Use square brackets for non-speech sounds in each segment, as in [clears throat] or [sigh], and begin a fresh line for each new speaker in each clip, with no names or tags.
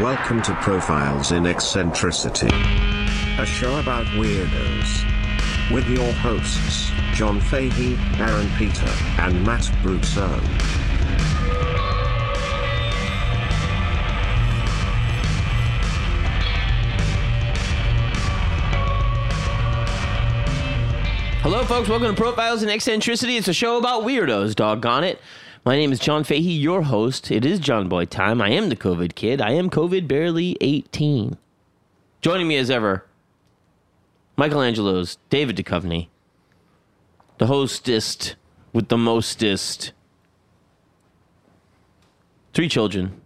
Welcome to Profiles in Eccentricity, a show about weirdos. With your hosts, John Fahey, Aaron Peter, and Matt Brousseau.
Hello, folks. Welcome to Profiles in Eccentricity. It's a show about weirdos, doggone it. My name is John Fahey, your host. It is John Boy time. I am the COVID kid. I am COVID barely 18. Joining me as ever, Michelangelo's David Duchovny, the hostist with the mostest. Three children,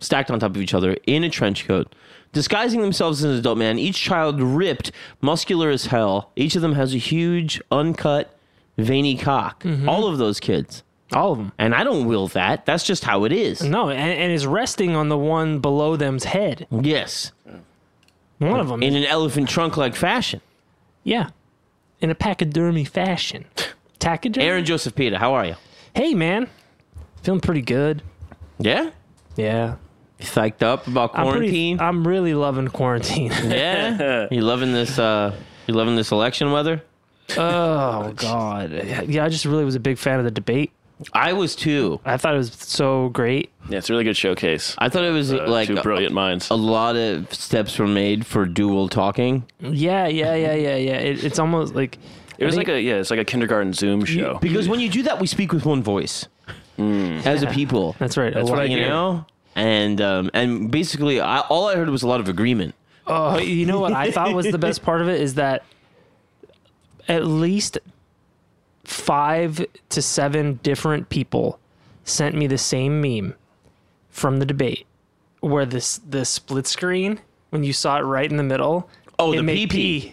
stacked on top of each other in a trench coat, disguising themselves as an adult man, each child ripped, muscular as hell. Each of them has a huge, uncut, veiny cock.
Mm-hmm.
All of those kids.
All of them.
And I don't will that. That's just how it is.
No, and, and is resting on the one below them's head.
Yes.
One of them.
In an elephant trunk like fashion.
yeah. In a pachydermy fashion. Tachydermy?
Aaron Joseph Peter, how are you?
Hey, man. Feeling pretty good.
Yeah?
Yeah.
You psyched up about
I'm pretty-
quarantine?
I'm really loving quarantine.
[laughs]
[laughs]
yeah. you loving this uh you loving this election weather?
oh, God. Yeah, I just really was a big fan of the debate.
I was too.
I thought it was so great.
Yeah, it's a really good showcase.
I thought it was
Uh,
like
two
a-
brilliant minds.
a lot of steps were made for dual talking.
Yeah, yeah, yeah, yeah, yeah. It, it's almost like.
it was like a yeah, it's like a kindergarten Zoom show.
[laughs] Because when you do that, we speak with one voice as a people.
That's right. That's
you know, and um, and basically, I, all I heard was a lot of agreement.
Oh, you know what I thought was the best part of it is that at least five to seven different people sent me the same meme from the debate where this the split screen when you saw it right in the middle.
Oh,
it
the
made
PP.
pee.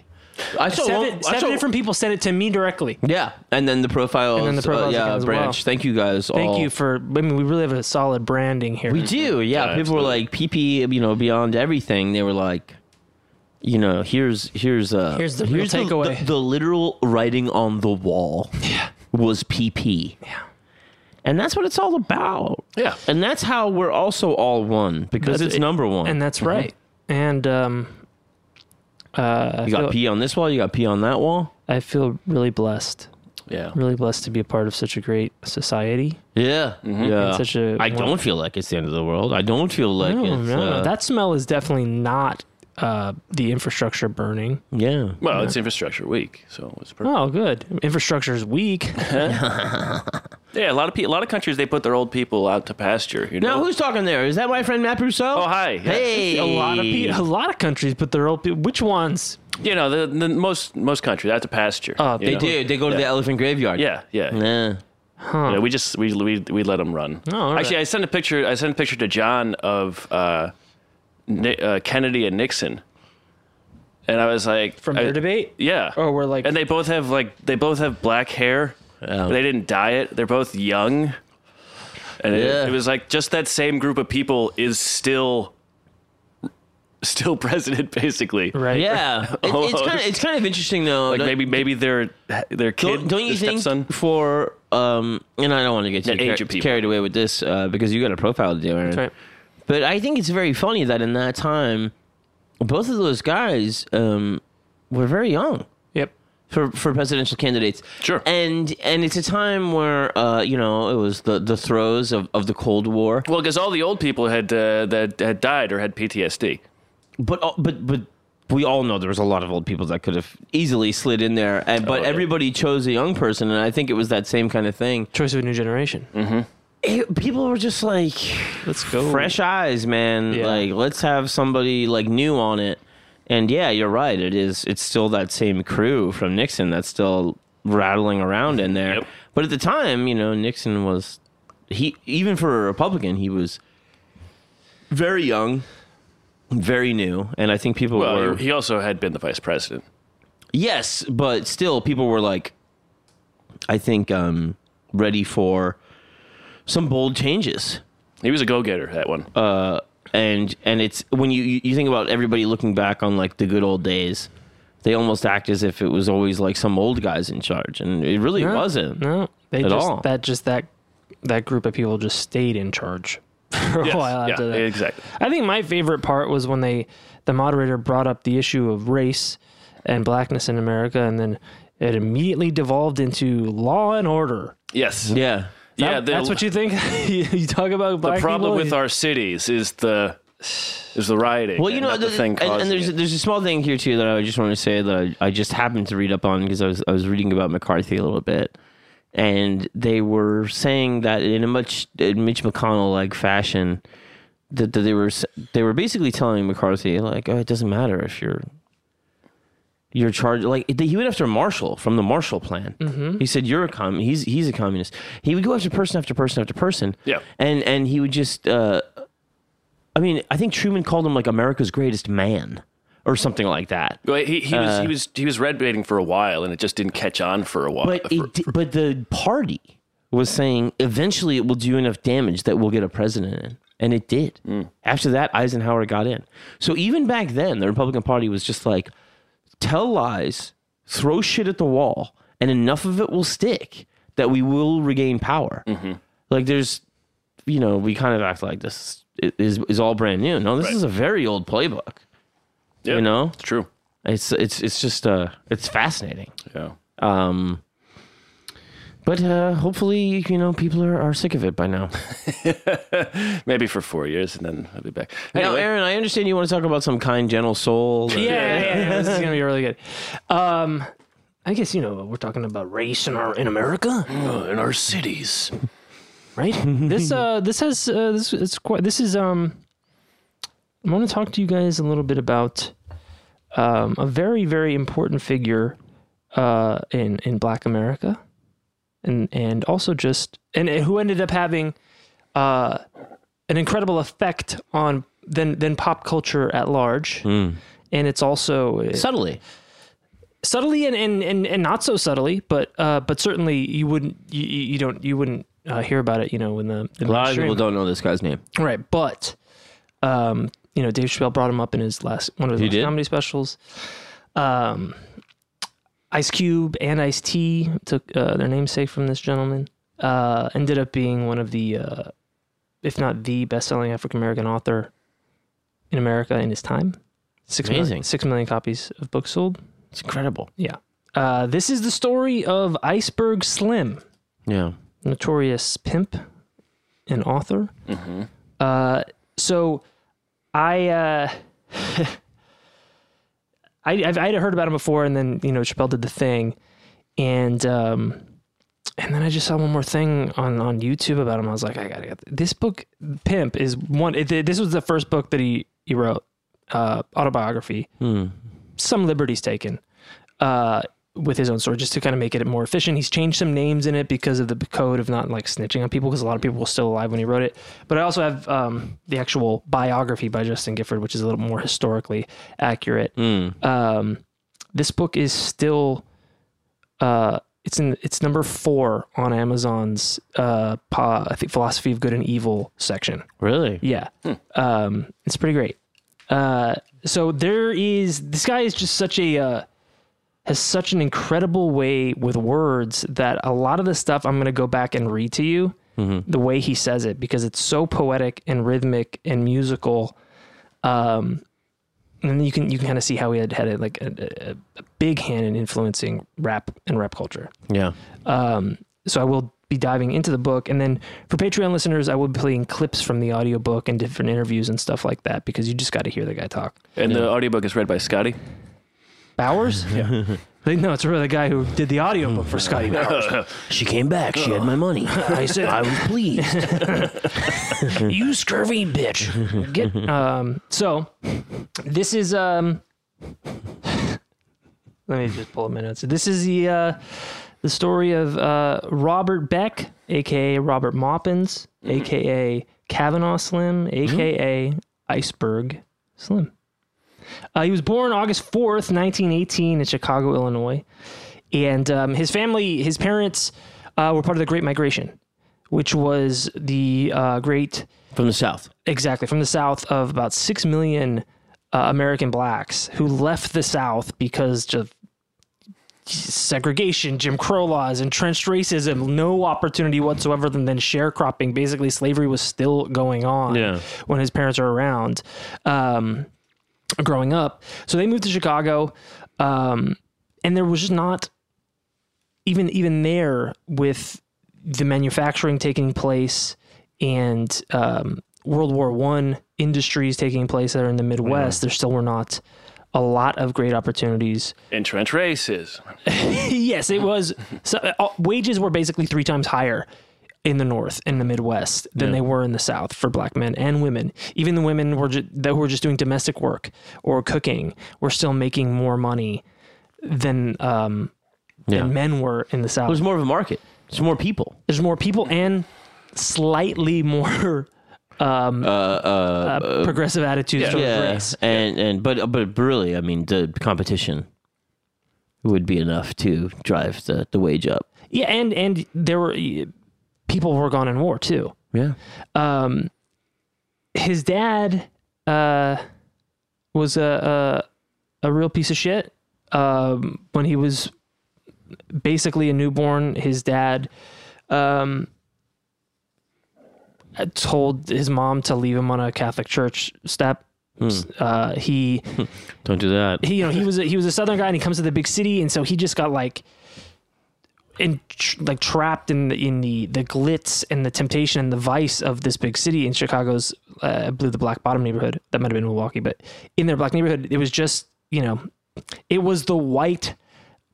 I saw
Seven,
one- I
seven
saw-
different people sent it to me directly.
Yeah, and then the profiles,
And then the
uh,
profiles
yeah,
as well.
branch. Thank you guys.
Thank
all.
you for. I mean, we really have a solid branding here.
We do, Mm-hmm. yeah.
Yeah,
people were like PP, you know, beyond everything. They were like, you know, here's here's uh
Here's the real takeaway.
The, the literal writing on the wall was PP. Yeah. And that's what it's all about.
Yeah.
And that's how we're also all one because
That's-
it's number one.
and that's right. And um, uh, I,
you got
feel,
P on this wall, you got P on that wall.
I feel really blessed.
Yeah.
really blessed to be a part of such a great society.
Yeah. Yeah.
And such a-
I don't feel like it's the end of the world. I don't feel like
No,
it's
no,
uh,
that smell is definitely not uh, the infrastructure burning.
yeah.
Well, it's infrastructure week, so it's perfect.
Oh, good. Infrastructure is weak. [laughs]
Yeah, a lot of pe- a lot of countries they put their old people out to pasture. You know.
Now who's talking there? Is that my friend Matt Rousseau?
Oh, hi. Yeah.
Hey.
a lot of pe- a lot of countries put their old. Pe- which ones?
you know the, the most most countries out to pasture.
Oh,
you
They
know?
do. They go to the elephant graveyard.
Yeah, yeah.
Nah.
Yeah, we just we we, we let them run.
Oh, all
Actually,
right.
I sent a picture. I sent a picture to John of uh, Ni- uh, Kennedy and Nixon, and I was like,
From
I-
their debate?
Yeah.
Oh, we're like-
and they both have like they both have black hair.
Yeah.
They didn't dye it. They're both young, and it-
Yeah.
it, was like just that same group of people is still still [laughs] president basically.
Right.
[laughs]
Yeah, It- it's kind of it's kind of interesting though.
Oh. Like
Don't-
maybe maybe their their kid
don't, don't you
their
think
stepson?
for um? And I don't want to get
The
too
age
car-
of people.
carried away with this uh, because you got a profile to do, Aaron.
right.
But I think it's very funny that in that time, both of those guys um were very young.
Yep.
for for presidential candidates.
Sure.
And and it's a time where uh, you know it was the the throes of, of the Cold War,
Well, because all the old people had uh, that had died or had PTSD.
but all- but but. We all know there was a lot of old people that could have easily slid in there, and, but
Oh, yeah.
everybody chose a young person, and I think it was that same kind of thing.
Choice of a new generation.
It- people were just like
Let's
Oh.
go.
fresh eyes, man.
Yeah.
Like let's have somebody like new on it. And yeah, you're right. It is. It's still that same crew from Nixon that's still rattling around in there.
Yep.
But at the time, you know, Nixon was he even for a Republican, he was very young, very new, and I think people
Well,
were
he also had been the vice president.
yes, but still people were like, I think, um, ready for some bold changes.
He was a go-getter. That one.
and and it's when you you you think about everybody looking back on like the good old days they almost act as if it was always like some old guys in charge and it really wasn't
No, they
At
just
all.
that just that that group of people just stayed in charge [laughs] for a
Yes,
while after
yeah,
that.
exactly.
I think my favorite part was when they the moderator brought up the issue of race and blackness in America and then it immediately devolved into law and order.
Yes.
Yeah.
That-
yeah.
that's what you think. [laughs] you you talk about black
The problem
people,
with our cities is the is the rioting.
Well, you
and
know,
not the,
th-
thing
and,
causing
and there's
it.
there's a small thing here too that I just want to say that I, I just happened to read up on because I was I was reading about McCarthy a little bit, and they were saying that in a much in Mitch McConnell like fashion, that, that they were s- they were basically telling McCarthy like, oh, it doesn't matter if you're you're charged like he went after Marshall from the Marshall Plan. He said you're a com he's he's a communist. He would go after person after person after person.
Yeah.
and and he would just. Uh, I mean, I think Truman called him like America's greatest man or something like that.
Well, he, he was he was he was red baiting for a while, and it just didn't catch on for a while.
But
Uh, for-
it, di- but the party was saying eventually it will do enough damage that we'll get a president in. And it did.
Mm.
After that, Eisenhower got in. So even back then, the Republican Party was just like, tell lies, throw shit at the wall, and enough of it will stick that we will regain power.
Mm-hmm.
Like there's, you know, we kind of act like this is is all brand new. No, this is a very old playbook.
yeah,
You know,
it's true.
it's it's it's just uh, it's fascinating.
Yeah.
Um, but uh, hopefully, you know, people are, are sick of it by [laughs] now.
Maybe for four years, and then I'll be back.
Now,
Anyway,
Aaron, I understand you want to talk about some kind, gentle soul. that-
yeah, yeah, yeah, this is gonna be really good. Um, I guess you know we're talking about race in our in America,
uh, in our cities,
right? this uh, this has uh, this it's quite this is um. I want to talk to you guys a little bit about um, a very very important figure uh, in in Black America, and and also just and who ended up having uh, an incredible effect on then then pop culture at large.
Hmm.
And it's also uh,
Subtly.
subtly and, and and and not so subtly, but uh, but certainly you wouldn't you, you you don't you wouldn't uh, hear about it, you know, in the, the
A lot of
mainstream.
people don't know this guy's name.
right. But um, you know, Dave Chappelle brought him up in his last one of his
He
last
did?
comedy specials. Um, Ice Cube and Ice T took uh, their namesake from this gentleman. Uh, ended up being one of the, uh, if not the best-selling African American author in America in his time. Six million-
Amazing.
six million copies of books sold.
It's incredible.
Yeah. Uh, this is the story of Iceberg Slim,
Yeah.
notorious pimp and author. Uh, so I, uh, [laughs] I, I've, I'd heard about him before, and then you know Chappelle did the thing, and um, and then I just saw one more thing on on YouTube about him. I was like, I gotta get th- this book. Pimp is one. It, this was the first book that he he wrote, uh, autobiography. Some liberties taken uh, with his own story just to kind of make it more efficient. He's changed some names in it because of the code of not like snitching on people because a lot of people were still alive when he wrote it. But I also have um, the actual biography by Justin Gifford, which is a little more historically accurate. Um, this book is still uh, it's in it's number four on Amazon's uh, pa, I think philosophy of good and evil section.
Really?
Yeah. Um, it's pretty great. Uh, so there is this guy is just such a uh, has such an incredible way with words that a lot of the stuff I'm going to go back and read to you the way he says it because it's so poetic and rhythmic and musical. Um, and you can you can kind of see how he had had it like a, a, a big hand in influencing rap and rap culture.
Yeah.
Um, so I will be diving into the book. And then for Patreon listeners, I will be playing clips from the audiobook and different interviews and stuff like that because you just got to hear the guy talk.
and the audiobook is read by Scotty.
Bowers? yeah. [laughs] No, it's really the guy who did the audiobook for Scotty Bowers.
She came back. She had my money.
I said,
[laughs] I was pleased.
you scurvy bitch. Get um so this is um let me just pull up my notes. This is the uh the story of uh Robert Beck, aka Robert Moppins, aka Kavanaugh Slim, aka Iceberg Slim. Uh, he was born August 4th, 1918, in Chicago, Illinois. And um, his family, his parents uh, were part of the Great Migration, which was the uh, great
[laughs] From the South.
exactly from the south of about 6 million uh, american blacks who left the south because of segregation, Jim Crow laws, entrenched racism, no opportunity whatsoever than then sharecropping. Basically, slavery was still going on
Yeah.
when his parents are around um, growing up. So they moved to Chicago, um, and there was just not even even there with the manufacturing taking place and um, World War One industries taking place that are in the Midwest. There still were not a lot of great opportunities [laughs]
Entrenched races.
yes, it was. So, uh, wages were basically three times higher in the North and the Midwest than they were in the South for black men and women. Even the women were ju- that were just doing domestic work or cooking were still making more money than um,
Yeah.
than men were in the South.
There's more of a market. There's more people.
There's more people and slightly more [laughs] um, uh, progressive attitudes towards race.
and and but but really, I mean, the competition would be enough to drive the, the wage up.
Yeah, and and there were people were gone in war too.
Yeah,
um, his dad uh, was a, a a real piece of shit. Um, when he was basically a newborn, his dad um, told his mom to leave him on a Catholic church step. Uh, he
don't do that.
he you know he was a, he was a southern guy and he comes to the big city and so he just got like and tr- like trapped in the in the the glitz and the temptation and the vice of this big city in Chicago's uh, I believe the Black Bottom neighborhood that might have been Milwaukee but in their black neighborhood it was just you know it was the white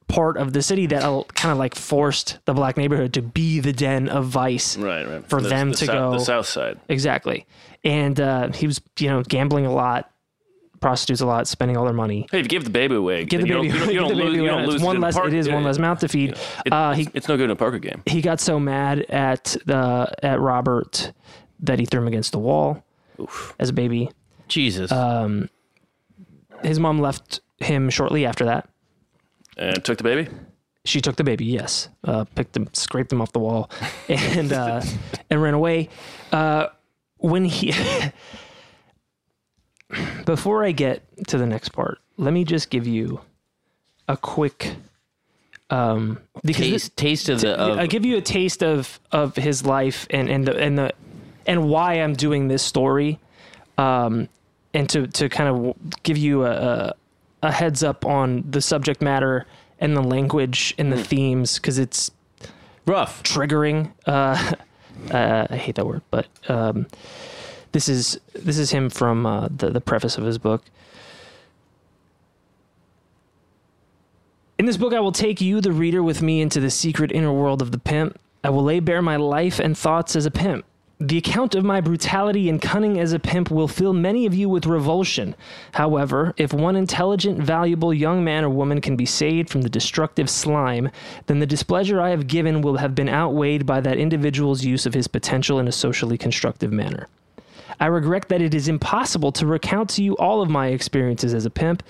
part of the city that kind of like forced the black neighborhood to be the den of vice
Right, right.
For
The-
them
the
to
sou-
go-
The south side.
exactly and uh, he was you know gambling a lot prostitutes a lot spending all their money
Hey, if you give the baby away,
Get the
you
baby.
Don't,
[laughs]
you don't,
get
you don't
the
lose.
baby away.
You don't lose
it's
it
one
in the
less.
park-
it is
yeah,
one
yeah.
less mouth to feed.
It-
uh,
it's,
he
it's no good in a Parker game.
he got so mad at the at Robert that he threw him against the wall as a baby. Um,
Jesus,
His mom left him shortly after that.
And took the baby.
She took the baby. Yes, uh, picked him, scraped him off the wall, [laughs] and uh, and ran away. Uh, when he [laughs] before I get to the next part, let me just give you a quick um because thi-
taste taste of the
I
of,
give you a taste of of his life and and the and the and why I'm doing this story, um, and to to kind of w- give you a, a a heads up on the subject matter and the language and the themes because it's
Hmm. rough.
triggering. Uh, [laughs] uh, I hate that word, but um, this is this is him from uh, the the preface of his book. In this book, I will take you, the reader, with me into the secret inner world of the pimp. I will lay bare my life and thoughts as a pimp. The account of my brutality and cunning as a pimp will fill many of you with revulsion. However, if one intelligent, valuable young man or woman can be saved from the destructive slime, then the displeasure I have given will have been outweighed by that individual's use of his potential in a socially constructive manner. I regret that it is impossible to recount to you all of my experiences as a pimp.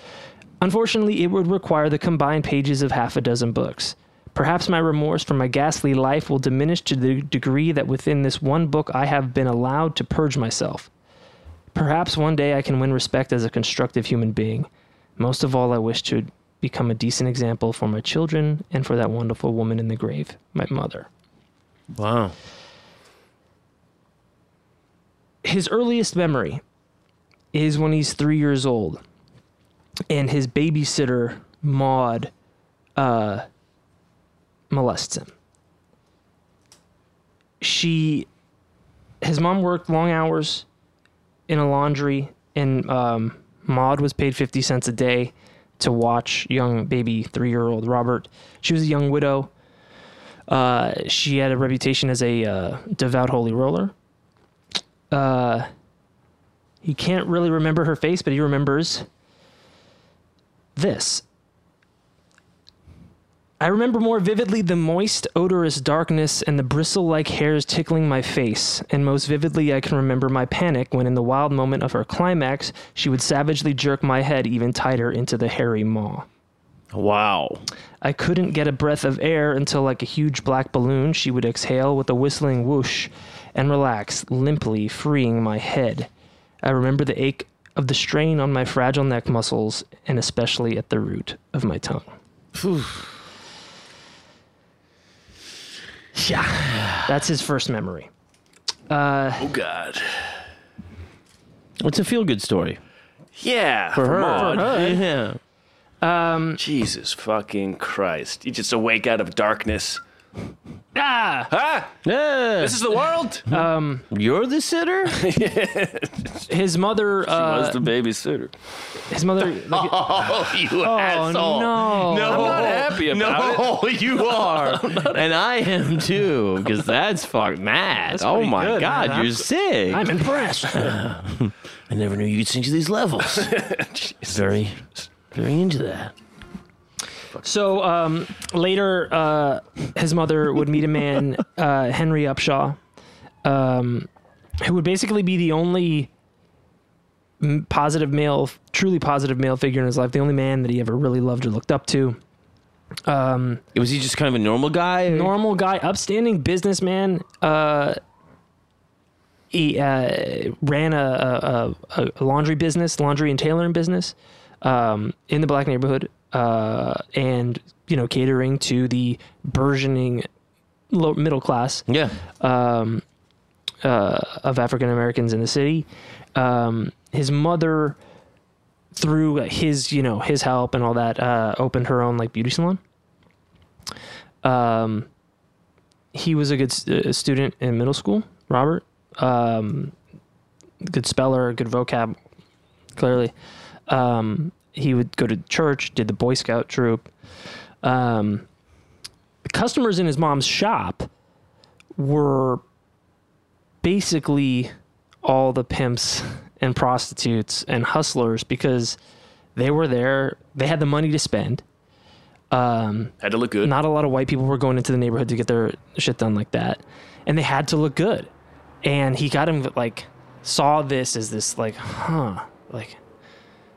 Unfortunately, it would require the combined pages of half a dozen books. Perhaps my remorse for my ghastly life will diminish to the degree that within this one book I have been allowed to purge myself. Perhaps one day I can win respect as a constructive human being. Most of all, I wish to become a decent example for my children and for that wonderful woman in the grave, my mother.
Wow.
his earliest memory is when he's three years old, and his babysitter Maud uh, molests him. She, his mom worked long hours in a laundry, and um, Maud was paid fifty cents a day to watch young baby three-year-old Robert. She was a young widow. Uh, she had a reputation as a uh, devout holy roller he can't really remember her face, but he remembers this. I remember more vividly the moist, odorous darkness and the bristle like hairs tickling my face, and most vividly I can remember my panic when, in the wild moment of her climax, she would savagely jerk my head even tighter into the hairy maw.
Wow.
I couldn't get a breath of air until, like a huge black balloon, she would exhale with a whistling whoosh and relax, limply freeing my head. I remember the ache of the
[sighs]
strain on my fragile neck muscles and especially at the root of my tongue.
Yeah.
That's his first memory.
Oh God.
It's a feel good story.
Yeah.
For her.
Maud.
Yeah.
Jesus fucking Christ. You just awake out of darkness.
Ah,
Ah!
Yeah.
This is the [laughs] world!
You're the sitter?
his mother. Uh,
the babysitter.
his
[laughs]
mother. Like,
Oh, you
oh
asshole.
no!
I'm not happy about it.
no, [laughs] you are. [laughs] and I am too, because that's fuck mad. oh
pretty
my
good,
god,
man.
you're sick.
I'm impressed.
I never knew you could sing to these [laughs] levels. very, very into that.
So um, later, uh, his mother would meet a man, uh, Henry Upshaw, um, who would basically be the only m- positive male, truly positive male figure in his life, the only man that he ever really loved or looked up to.
Was he just kind of a normal guy?
Normal guy, upstanding businessman. Uh, he uh, ran a, a, a- a laundry business, laundry and tailoring business um, in the black neighborhood, uh, and you know, catering to the burgeoning low, middle class
yeah.
of African Americans in the city. Um, his mother, through his you know his help and all that, uh, opened her own like beauty salon. Um, he was a good s- uh, student in middle school. Robert, um, good speller, good vocab. Clearly, um, he would go to church, did the Boy Scout troop. Um, customers in his mom's shop were basically all the pimps and prostitutes and hustlers because they were there. They had the money to spend.
Had to look good.
Not a lot of white people were going into the neighborhood to get their shit done like that, and they had to look good. And he got him like saw this as this like, huh, like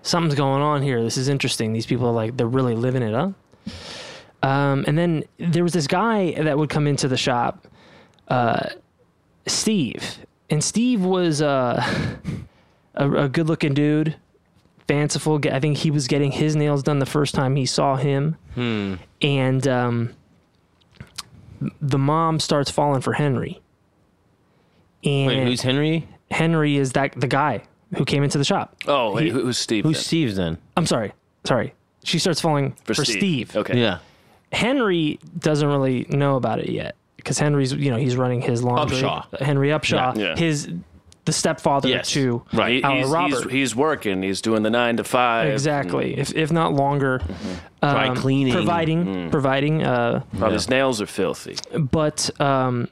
something's going on here. This is interesting. These people are like they're really living it up. Um, and then there was this guy that would come into the shop, uh, Steve, and Steve was uh, a, a good-looking dude, fanciful. guy. I think he was getting his nails done the first time he saw him, and um, the mom starts falling for Henry. And
Wait, who's Henry?
Henry is that the guy who came into the shop.
oh, wait, who- who's Steve?
Who's
then?
Steve then?
I'm sorry. Sorry. She starts falling for, Steve.
Okay.
Yeah.
Henry doesn't really know about it yet because Henry's, you know, he's running his laundry.
Upshaw.
Henry Upshaw.
Yeah. Yeah.
His the stepfather
Yes.
to
He-
our
he's,
Robert.
he's, he's working. He's doing the nine to five.
exactly, if if not longer.
Dry
um,
cleaning.
providing, providing. Uh,
Well, His nails are filthy.
but um,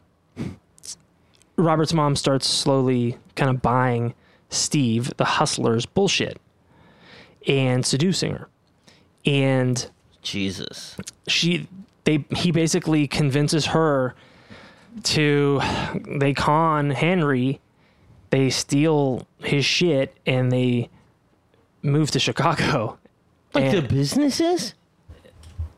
Robert's mom starts slowly kind of buying Steve, the hustler's bullshit, and seducing her, and
Jesus.
she they he basically convinces her to they con Henry, they steal his shit and they move to Chicago.
Like the
And-
businesses?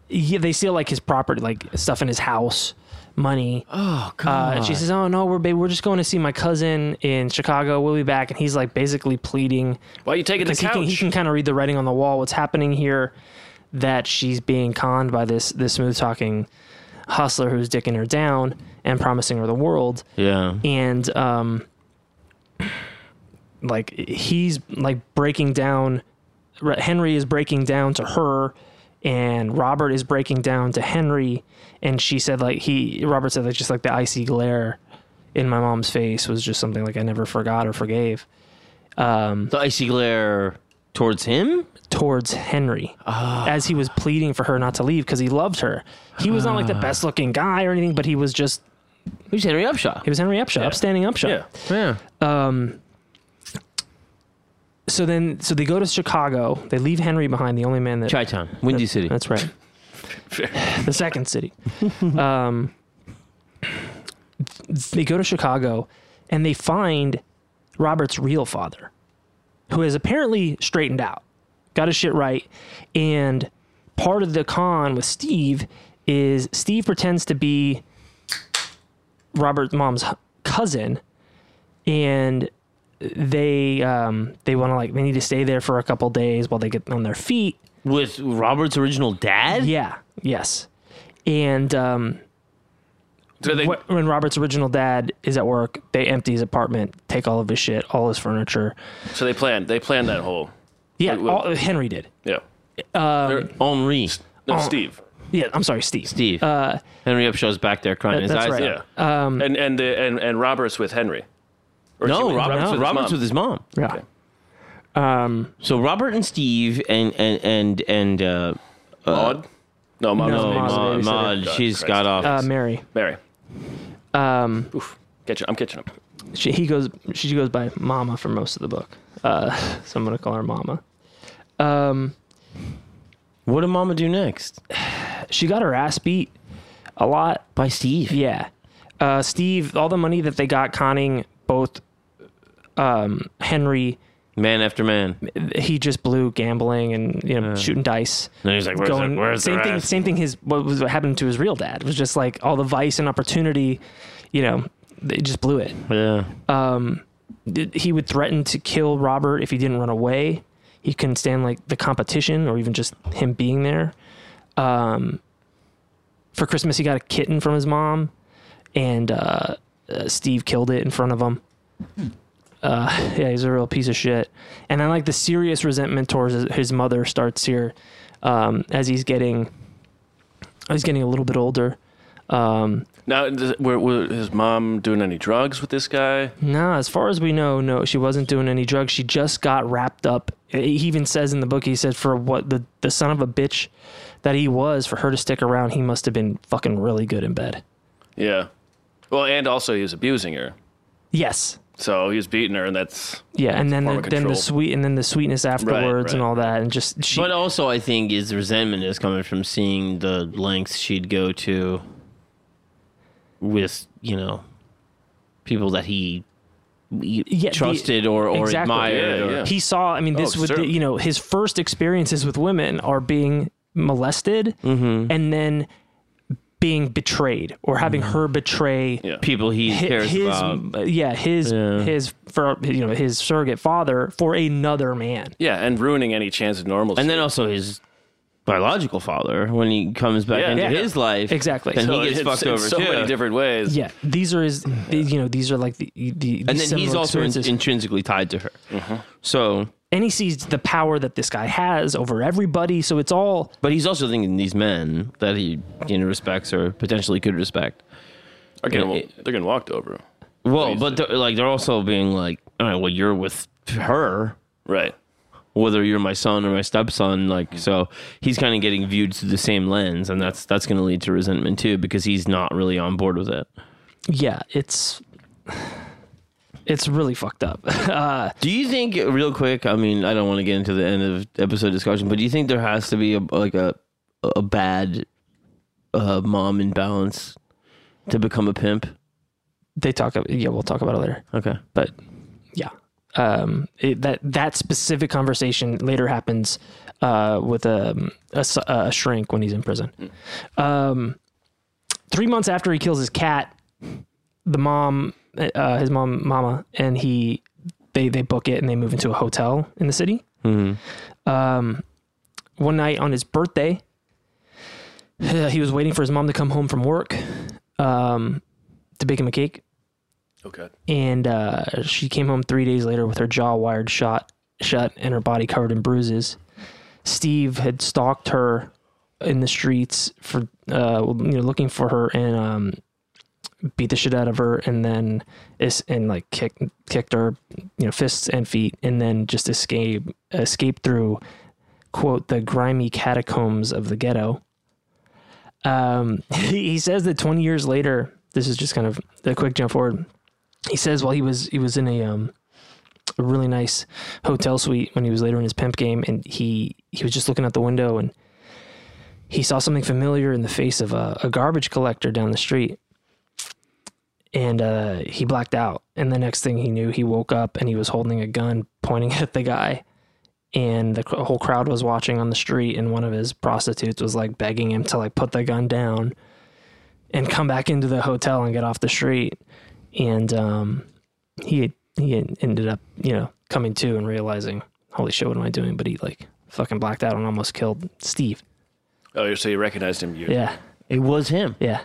yeah, they steal like his property, like stuff in his house, money.
Oh
Uh, and she says, "Oh no, we're babe, we're just going to see my cousin in Chicago. We'll be back." And he's like basically pleading
Why are you taking the
because he
couch?
can, he can kind of read the writing on the wall. What's happening here? That she's being conned by this this smooth talking hustler who's dicking her down and promising her the world.
yeah.
And um, like he's like breaking down. Re- Henry is breaking down to her, and Robert is breaking down to Henry. And she said like he Robert said like just like the icy glare in my mom's face was just something like I never forgot or forgave
The icy glare towards him?
towards Henry
Ah.
as he was pleading for her not to leave because he loved her. He was not like
Ah.
the best looking guy or anything, but he was just
Who's Henry Upshaw?
he was Henry Upshaw, upstanding Upshaw.
yeah.
Yeah.
So then, so they go to Chicago. They leave Henry behind, the only man that.
Chi Town, Windy City.
That's [laughs] right. the second city. Um, they go to Chicago and they find Robert's real father, who has apparently straightened out, got his shit right. And part of the con with Steve is Steve pretends to be Robert's mom's hu- cousin and they um, they want to like they need to stay there for a couple days while they get on their feet
With Robert's original dad?
yeah. Yes. And um,
Do they-
wh- when Robert's original dad is at work, they empty his apartment, take all of his shit, all his furniture.
so they planned. They planned that whole.
Yeah,
Wait, wait.
all, Henry did.
Yeah.
Henri.
No,
Oh.
Steve.
Yeah, I'm sorry, Steve.
Steve. Henry Upshaw's back there crying his
Uh, that's
eyes
right.
out.
Um,
Yeah. and and the and, and Roberts with Henry. Or is he
No,
with-
Robert's,
with
with,
his
Robert's
mom?
with his mom.
Yeah.
So Robert and Steve and and and and uh,
Maud. No, Maud.
No,
was the
Maud.
babysitter.
Maud,
Maud's babysitter.
Maud
God,
she's
Christ.
got off.
Uh, Mary.
Mary. Um. Oof. Catching. I'm catching up.
She, he goes. She goes by Mama for most of the book. Uh, [laughs] so I'm gonna call her Mama. Um,
what did Mama do next?
she got her ass beat a lot.
By Steve.
Yeah. Uh, Steve, all the money that they got conning both um, Henry,
Man after man.
he just blew gambling and you know shooting dice.
Then he's like, "Where's the, where's
same
the
thing.
rest?"
Same thing. His what was what happened to his real dad It was just like all the vice and opportunity. You know, they just blew it.
Yeah.
Did- He would threaten to kill Robert if he didn't run away. He couldn't stand like the competition or even just him being there. Um, for Christmas, he got a kitten from his mom, and uh, uh, Steve killed it in front of him. Uh, [laughs] yeah, he's a real piece of shit. And then like the serious resentment towards his, his mother starts here um, as he's getting he's getting a little bit older. Um,
Now, does- were, were his mom doing any drugs with this guy?
No, as far as we know, no, she wasn't doing any drugs. She just got wrapped up. He even says in the book, he said, for what the, the son of a bitch that he was, for her to stick around, he must have been fucking really good in bed.
Yeah. Well, and also he was abusing her,
Yes.
so he was beating her, and that's
Yeah, and then
form
the,
of
then the
control.
sweet and then the sweetness afterwards and
right.
all that, and just she
But also, I think his resentment is coming from seeing the lengths she'd go to with, you know, people that he he
Yeah, the-
trusted or, or
exactly.
admired.
Yeah,
or,
yeah.
he saw i mean this
Oh,
would
certainly.
you know his first experiences with women are being molested
Mm-hmm.
and then being betrayed or having
Mm-hmm.
her betray
yeah.
People he
hi-
cares
his
about.
yeah his
Yeah.
his for you know his surrogate father for another man
Yeah, and ruining any chance of normalcy.
And then also his biological father when he comes back
Yeah,
into
yeah.
his life.
Exactly.
Then
So
he gets
it's-
fucked
in
over
so
too.
many different ways.
yeah these are his the- you know these are like the, the
Mm-hmm. and
these
then he's
seminal
also in-
experiences.
intrinsically tied to her.
Mm-hmm.
So,
and he sees the power that this guy has over everybody so it's all
but he's also thinking these men that he you know respects or potentially could respect.
They're getting,
Yeah, it-
they're getting walked over.
Well, but they're, like they're also being like, all right, well, you're with her,
Right.
whether you're my son or my stepson.
Mm-hmm.
Like, so he's kind of getting viewed through the same lens, and that's that's going to lead to resentment too because he's not really on board with it.
yeah it's [sighs] it's really fucked up [laughs] Uh,
Do you think, real quick? I mean, I don't want to get into the end of episode discussion, but do you think there has to be a, like a a bad uh, mom imbalance to become a pimp?
they talk about yeah we'll talk about it later
Okay.
but yeah um it, that that specific conversation later happens uh with a, a s- a shrink when he's in prison um three months after he kills his cat the mom uh his mom mama and he they they book it and they move into a hotel in the city um one night on his birthday [sighs] he was waiting for his mom to come home from work um to bake him a cake
Okay.
and uh, she came home three days later with her jaw wired shot shut and her body covered in bruises. Steve had stalked her in the streets for uh, you know looking for her and um, beat the shit out of her and then is and like kicked kicked her you know fists and feet and then just escape escape through quote the grimy catacombs of the ghetto um, [laughs] he, he says that 20 years later, this is just kind of a quick jump forward. He says while he was he was in a um a really nice hotel suite when he was later in his pimp game, and he he was just looking out the window and he saw something familiar in the face of a, a garbage collector down the street, and uh, he blacked out. And the next thing he knew, he woke up and he was holding a gun pointing [laughs] at the guy. And the cr- whole crowd was watching on the street, and one of his prostitutes was like begging him to like put the gun down and come back into the hotel and get off the street. And um, he he ended up you know coming to and realizing, holy shit, what am I doing? But he like fucking blacked out and almost killed Steve.
Oh, so you recognized him. You,
Yeah, Oh,
It was him.
yeah.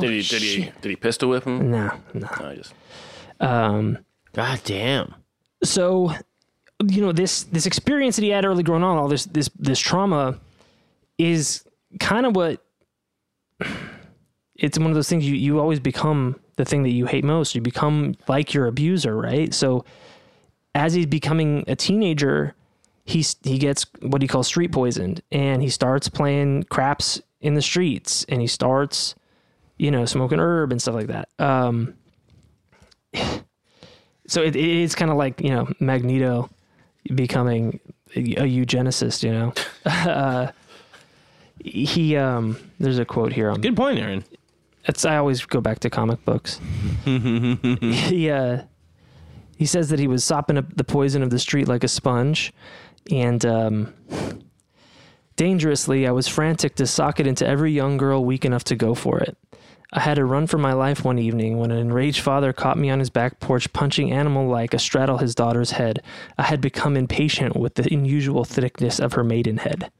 did he? Did he? Did he pistol whip him?
No, no.
No, I just.
Um,
God damn.
so you know this this experience that he had early growing on all this this this trauma is kind of what it's one of those things you you always become the thing that you hate most you become like your abuser right so as he's becoming a teenager he's he gets what he calls street poisoned and he starts playing craps in the streets and he starts you know smoking herb and stuff like that um [sighs] so it, it is kind of like you know Magneto becoming a eugenicist. You know, [laughs] uh, he um, there's a quote here. On,
Good point, Aaron.
it's, I always go back to comic books. he uh, he says that he was sopping up the poison of the street like a sponge, and um, dangerously, I was frantic to sock it into every young girl weak enough to go for it. I had a run for my life one evening when an enraged father caught me on his back porch punching animal like astraddle his daughter's head. I had become impatient with the unusual thickness of her maidenhead.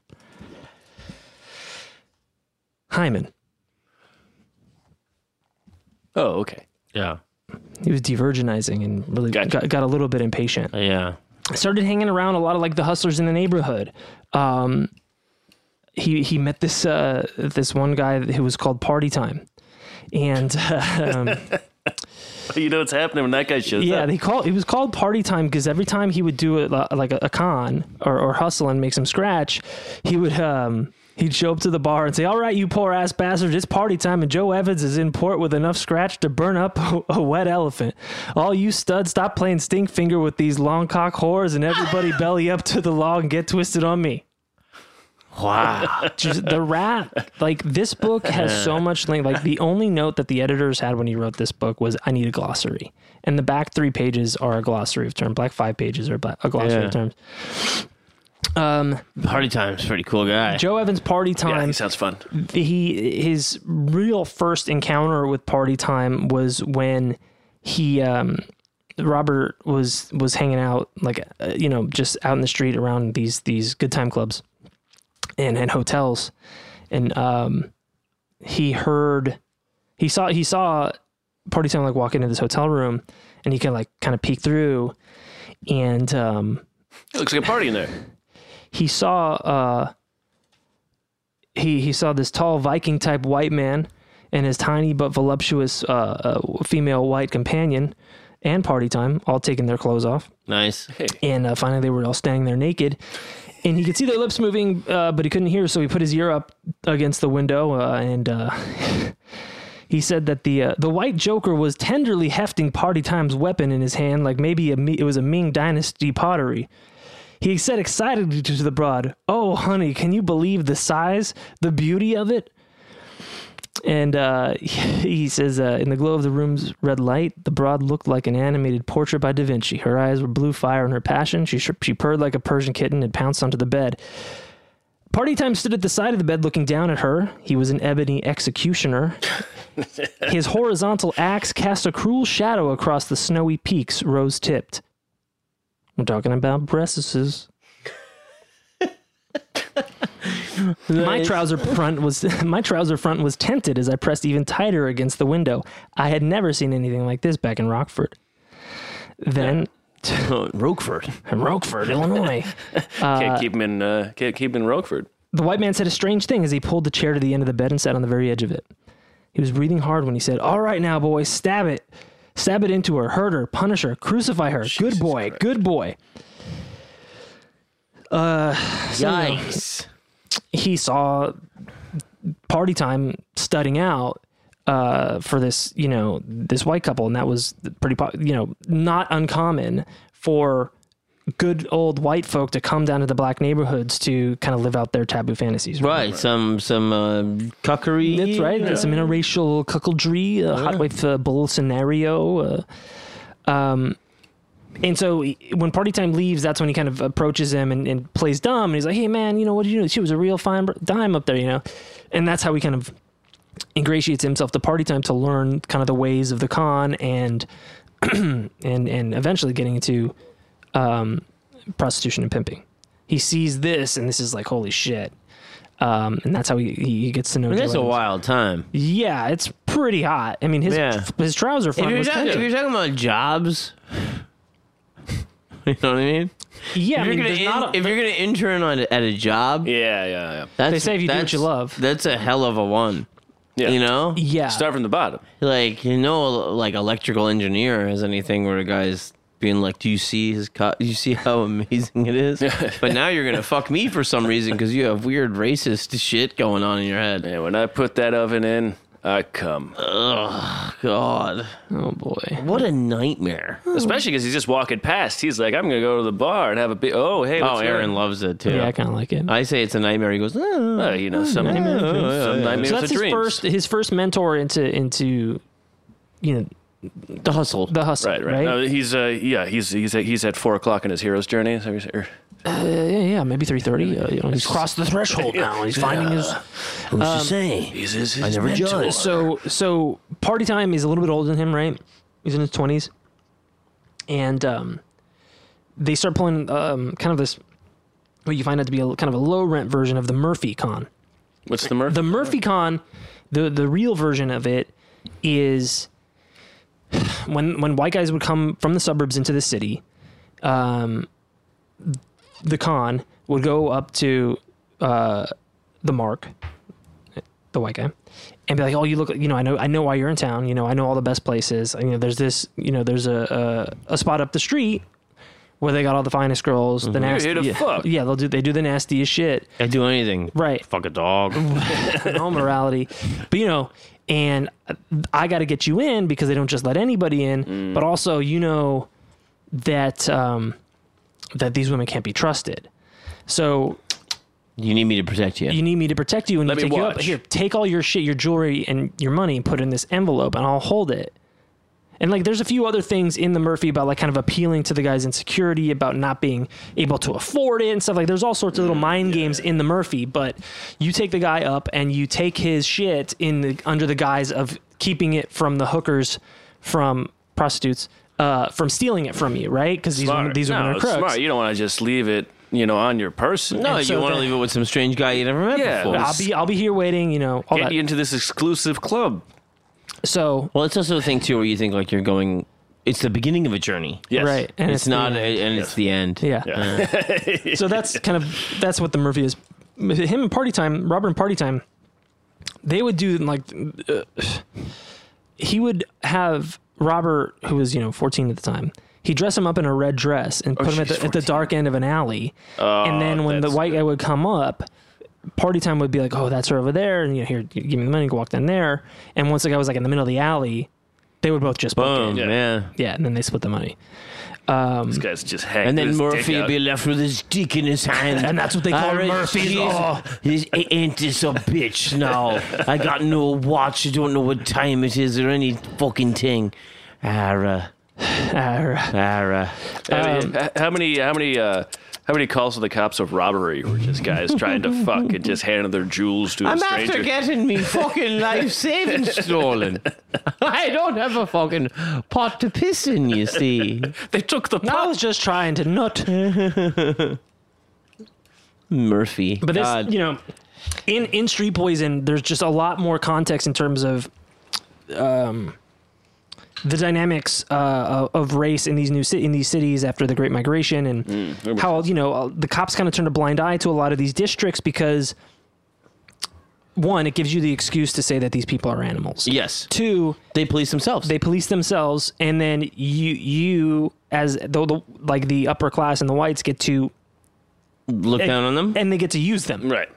Hyman.
Oh, okay.
Yeah.
He was divergenizing and really
Gotcha.
got, got a little bit impatient.
Yeah.
started hanging around a lot of like the hustlers in the neighborhood. Um, he he met this uh, this one guy who was called Party Time, and um,
You know what's happening when that guy shows
yeah,
up.
they call it was called Party Time because every time he would do a, like a, a con or, or hustle and make some scratch, he would um, he'd show up to the bar and say, "All right, you poor ass bastards, it's party time, and Joe Evans is in port with enough scratch to burn up [laughs] a, a wet elephant. All you studs, stop playing stink finger with these long cock whores, and everybody belly up to the law and get twisted on me."
Wow.
Just the rat, like this book has so much length. Like the only note that the editors had when he wrote this book was, "I need a glossary," and the back three pages are a glossary of terms. Black five pages are black, a glossary
Yeah.
of terms. Um,
Party time's pretty cool guy.
Joe Evans Party
Yeah,
Time.
he sounds fun.
he his real first encounter with Party Time was when he um, Robert was was hanging out like uh, you know just out in the street around these these good time clubs and and hotels and um he heard he saw he saw party time like walk into this hotel room and he can like kind of peek through and um
It looks like a party in there.
he saw uh he he saw this tall Viking type white man and his tiny but voluptuous uh, uh female white companion and party time all taking their clothes off
Nice.
and uh, finally they were all standing there naked and he could see their lips moving uh, but he couldn't hear so he put his ear up against the window uh, and uh, [laughs] he said that the uh, the white joker was tenderly hefting party time's weapon in his hand like maybe a, Mi- it was a ming dynasty pottery he said excitedly to the broad oh honey can you believe the size the beauty of it and uh, [laughs] he says, uh, in the glow of the room's red light, the broad looked like an animated portrait by Da Vinci. Her eyes were blue fire in her passion. She, sh- she purred like a Persian kitten and pounced onto the bed. Party Time stood at the side of the bed looking down at her. He was an ebony executioner. His horizontal axe cast a cruel shadow across the snowy peaks, rose tipped. We're talking about breasts. My trouser front was [laughs] my trouser front was tented as I pressed even tighter against the window. I had never seen anything like this back in Rockford. Then [laughs]
Roquefort.
in Rockford, Illinois.
Can't keep him in. Uh, can't keep him in Rockford.
The white man said a strange thing as he pulled the chair to the end of the bed and sat on the very edge of it. He was breathing hard when he said, All right now, boy, stab it. Stab it into her, hurt her, punish her, crucify her. good boy, good boy.
Yikes.
he saw party time studying out uh, for this, you know, this white couple, and that was pretty, po- you know, not uncommon for good old white folk to come down to the black neighborhoods to kind of live out their taboo fantasies.
Right. Some some uh, cuckery.
That's right. It's an interracial cuckoldry, a hot wife uh, bull scenario. Uh, um, and so he- when party time leaves, that's when he kind of approaches him and, and plays dumb. And he's like, "Hey man, you know what did you do? She was a real fine br- dime up there, you know." And that's how he kind of ingratiates himself to party time to learn kind of the ways of the con and [clears throat] and and eventually getting into um, prostitution and pimping. He sees this, and this is like, "Holy shit." Um, and that's how he, he gets to know.
I mean,
Joe
that's a
Evans.
wild time.
Yeah, it's pretty hot. I mean, his
Yeah.
his trouser front
If you're,
was
talking, if
catching.
you're talking about jobs, [laughs] you know what I mean.
Yeah, I
If you're
mean,
gonna
there's
in-
not a,
if you're gonna intern on at a job,
Yeah, yeah, yeah.
that's,
They say if you do what
that's-
you love.
that's a hell of a one.
yeah.
You know,
yeah.
Start from the bottom.
like you know, like electrical engineer has anything where a guy's being like, "Do you see his? Co- do you see how amazing it
[laughs]
is?" but now you're gonna fuck me for some reason because you have weird racist shit going on in your head.
And when I put that oven in, I come.
God,
Oh boy.
what a
[laughs]
nightmare!
Especially because he's just walking past. He's like, I'm going to go to the bar and have a bit. Oh, hey.
Oh,
what's
Aaron
up?
loves it too.
Yeah, I kind of like it.
I say it's a nightmare. He goes, "Oh,
Uh, you know, some,
Nightmare
some
dreams.
nightmares
so
are
that's his
dreams.
first his first mentor into into you know
the hustle."
the hustle.
Right, right. No, he's uh, yeah, he's he's at, he's at four o'clock in his hero's journey. er, Is that what you're saying?
Yeah, yeah, yeah, maybe three thirty. Uh, you know, he's crossed the threshold now. He's finding his.
Who's to say?
He's, he's, I
never judged.
So so party time. He's a little bit older than him, right? He's in his twenties, and um, they start pulling um kind of this what you find out to be a kind of a low rent version of the Murphy con.
What's the Murph?
The Murphy con, the the real version of it is when when white guys would come from the suburbs into the city, um, the con would go up to uh, the mark, the white guy, and be like, "Oh, you look, you know, I know, I know why you're in town. You know, I know all the best places. You know, there's this, you know, there's a a, a spot up the street." Where they got all the finest girls, the nasty,
Mm-hmm. here to
yeah,
fuck.
yeah, they'll do they do the nastiest shit,
I do anything.
[laughs] right?
Fuck a dog.
all morality. But you know, and I got to get you in because they don't just let anybody in. But also, you know that um, that these women can't be trusted. So
you need me to protect you.
you need me to protect you and
Let
you
me
take you up.
watch.
Here, take all your shit, your jewelry, and your money, and put it in this envelope, and I'll hold it. And like, there's a few other things in the Murphy about like kind of appealing to the guy's insecurity about not being able to afford it and stuff. Like, there's all sorts of
Mm,
little mind games in the Murphy. But you take the guy up and you take his shit in the under the guise of keeping it from the hookers, from prostitutes, uh, from stealing it from you, right? Because these women,
Smart.
these women
no,
are crooks.
smart. You don't want to just leave it, you know, on your person.
no,
and so
you want to
then-
leave it with some strange guy you never met
Yeah,
before.
but
I'll be I'll be here waiting. You know all
get
that.
you into this exclusive club.
So
Well, it's also a thing too where you think like you're going. It's the beginning of a journey.
Yes.
right, and
it's,
the
not,
end.
a, and it's the end.
Yeah. so that's kind of that's what the Murphy is. Him and Party Time, Robert and Party Time, they would do like uh, he would have Robert, who was you know 14 at the time. He'd dress him up in a red dress and put him at
she's
the, at the dark end of an alley. and then when the
that's
white guy would come up, party time would be like, "Oh, that's her over there," and you know, here, g- give me the money, go walk down there. And once the guy was like in the middle of the alley, they would both just book
Boom.
it.
Yeah.
Yeah.
yeah, and then they split the money.
This guy's just hanging.
And then
his dick
Murphy would
out.
be left with his dick in his hand.
[laughs] And that's what they call Murphy's Law.
This ain't this a bitch now. I got no watch. I don't know what time it is or any fucking thing. Ara,
Ah,
ara.
And, uh, how many? How many? Uh, how many calls to the cops of robbery were just guys trying to fuck and just handing their
[laughs]
jewels to a
I'm
stranger?
after getting me fucking life savings stolen. I don't have a fucking pot to piss in, you see.
they took the
I was just trying to nut.
Murphy.
But this,
God.
you know, in in Street Poison, there's just a lot more context in terms of um, the dynamics uh, of race in these new ci- in these cities after the Great Migration, and
Mm,
how you know uh, the cops kind of turned a blind eye to a lot of these districts because one, it gives you the excuse to say that these people are animals.
yes.
Two,
They police themselves.
they police themselves and then you you as though the like the upper class and the whites get to
look down on them.
and they get to use them
right.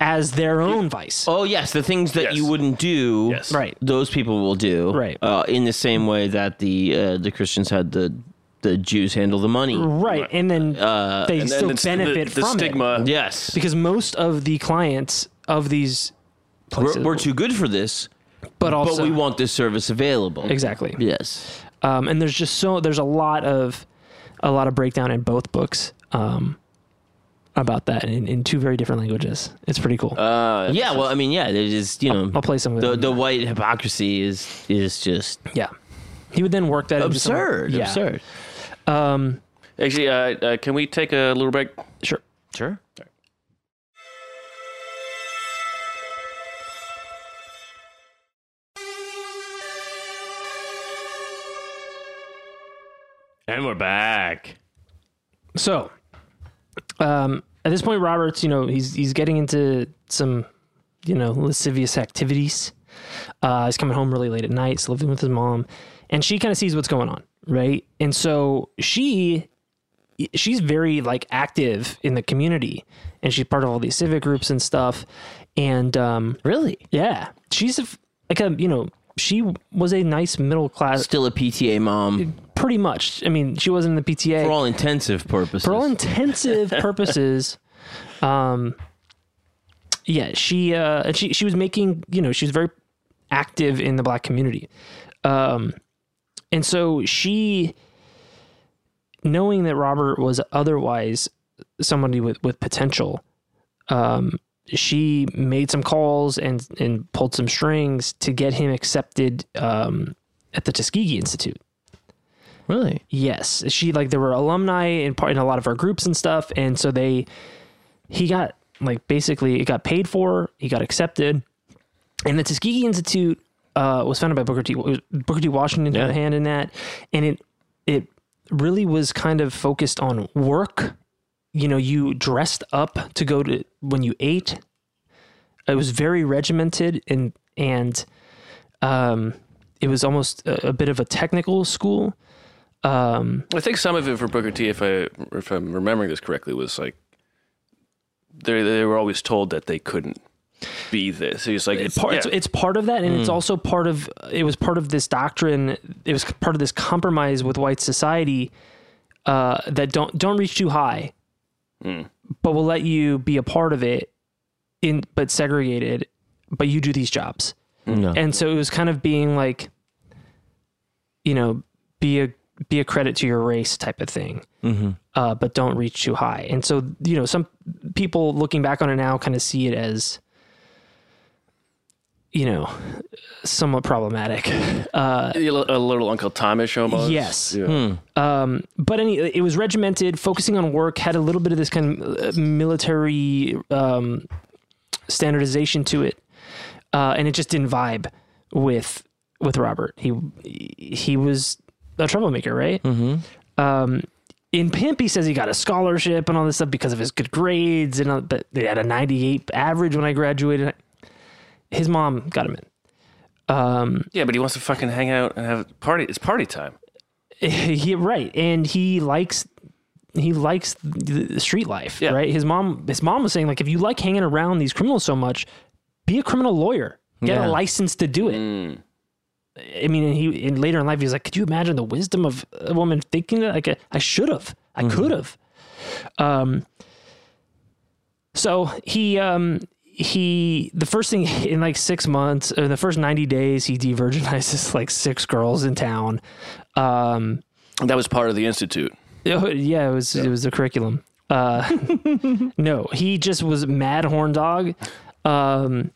as their own vice
Oh yes, the things that
Yes.
you wouldn't do,
Yes.
Right.
Those people will do,
Right.
Uh, in the same way that the uh, the Christians had the the Jews handle the money.
Right, and then they
And
still
then it's
benefit
the, the
from it
stigma.
Yes,
because most of the clients of these
we're,
places,
we're too good for this,
but
but
also
we want this service available.
exactly.
Yes,
Um, and there's just so there's a lot of a lot of breakdown in both books um, about that in, in two very different languages. It's pretty cool.
yeah. Well, I mean, yeah. It is you know.
I'll play some of
the
it.
the white hypocrisy is is just
yeah, he would then work that into some-
absurd.
yeah.
Absurd.
Actually, uh, uh, can we take a little break?
Sure.
Sure. And we're back.
So, um, at this point, Roberts, you know, he's he's getting into some, you know, lascivious activities. Uh, he's coming home really late at night. He's living with his mom, and she kind of sees what's going on, right? And so she, she's very like active in the community, and she's part of all these civic groups and stuff. And um,
Really?
yeah, she's a f like a you know she was a nice middle class,
Still a PTA mom
pretty much. I mean, she wasn't in the PTA
for all intensive purposes.
for all intensive purposes um yeah she uh and she she was making you know she was very active in the black community um and so she knowing that robert was otherwise somebody with with potential um she made some calls and and pulled some strings to get him accepted um at the tuskegee institute
really?
Yes, she like there were alumni in part in a lot of our groups and stuff, and so they he got like basically it got paid for, he got accepted, and the Tuskegee Institute uh, was founded by Booker T. Booker T. Washington had
Yeah.
a hand in that, and it it really was kind of focused on work. You know, you dressed up to go to when you ate. It was very regimented and and um, it was almost a, a bit of a technical school.
I think some of it for Booker T, if I if I'm remembering this correctly, was like they they were always told that they couldn't be this. He's like
it's part,
yeah.
it's, it's part of that and it's also part of it was part of this doctrine it was part of this compromise with white society uh, that don't don't reach too high but we'll let you be a part of it in but segregated but you do these jobs
No.
and so it was kind of being like you know be a be a credit to your race type of thing uh, but don't reach too high and so you know some people looking back on it now kind of see it as you know somewhat problematic
a little- a little Uncle Tomish almost.
Yes. Hmm.
Yeah.
but any it was regimented focusing on work had a little bit of this kind of uh, military um, standardization to it uh, and it just didn't vibe with with robert he he was a troublemaker right mm-hmm. um, in pimp he says he got a scholarship and all this stuff because of his good grades and all, but they had a 98 average when i graduated his mom got him in Um,
Yeah, but he wants to fucking hang out and have a party. It's party time.
[laughs] he right and he likes he likes the street life
Yeah.
right his mom his mom was saying like if you like hanging around these criminals so much be a criminal lawyer get
Yeah.
a license to do it i mean and he and later in life he was like could you imagine the wisdom of a woman thinking that like i should have i could have um so he um he the first thing [laughs] in like six months or the first 90 days he de-virginizes [laughs] like six girls in town um
That was part of the institute.
Oh, yeah, it was it was the curriculum.
[laughs]
Uh, no, he just was mad horn dog. Um,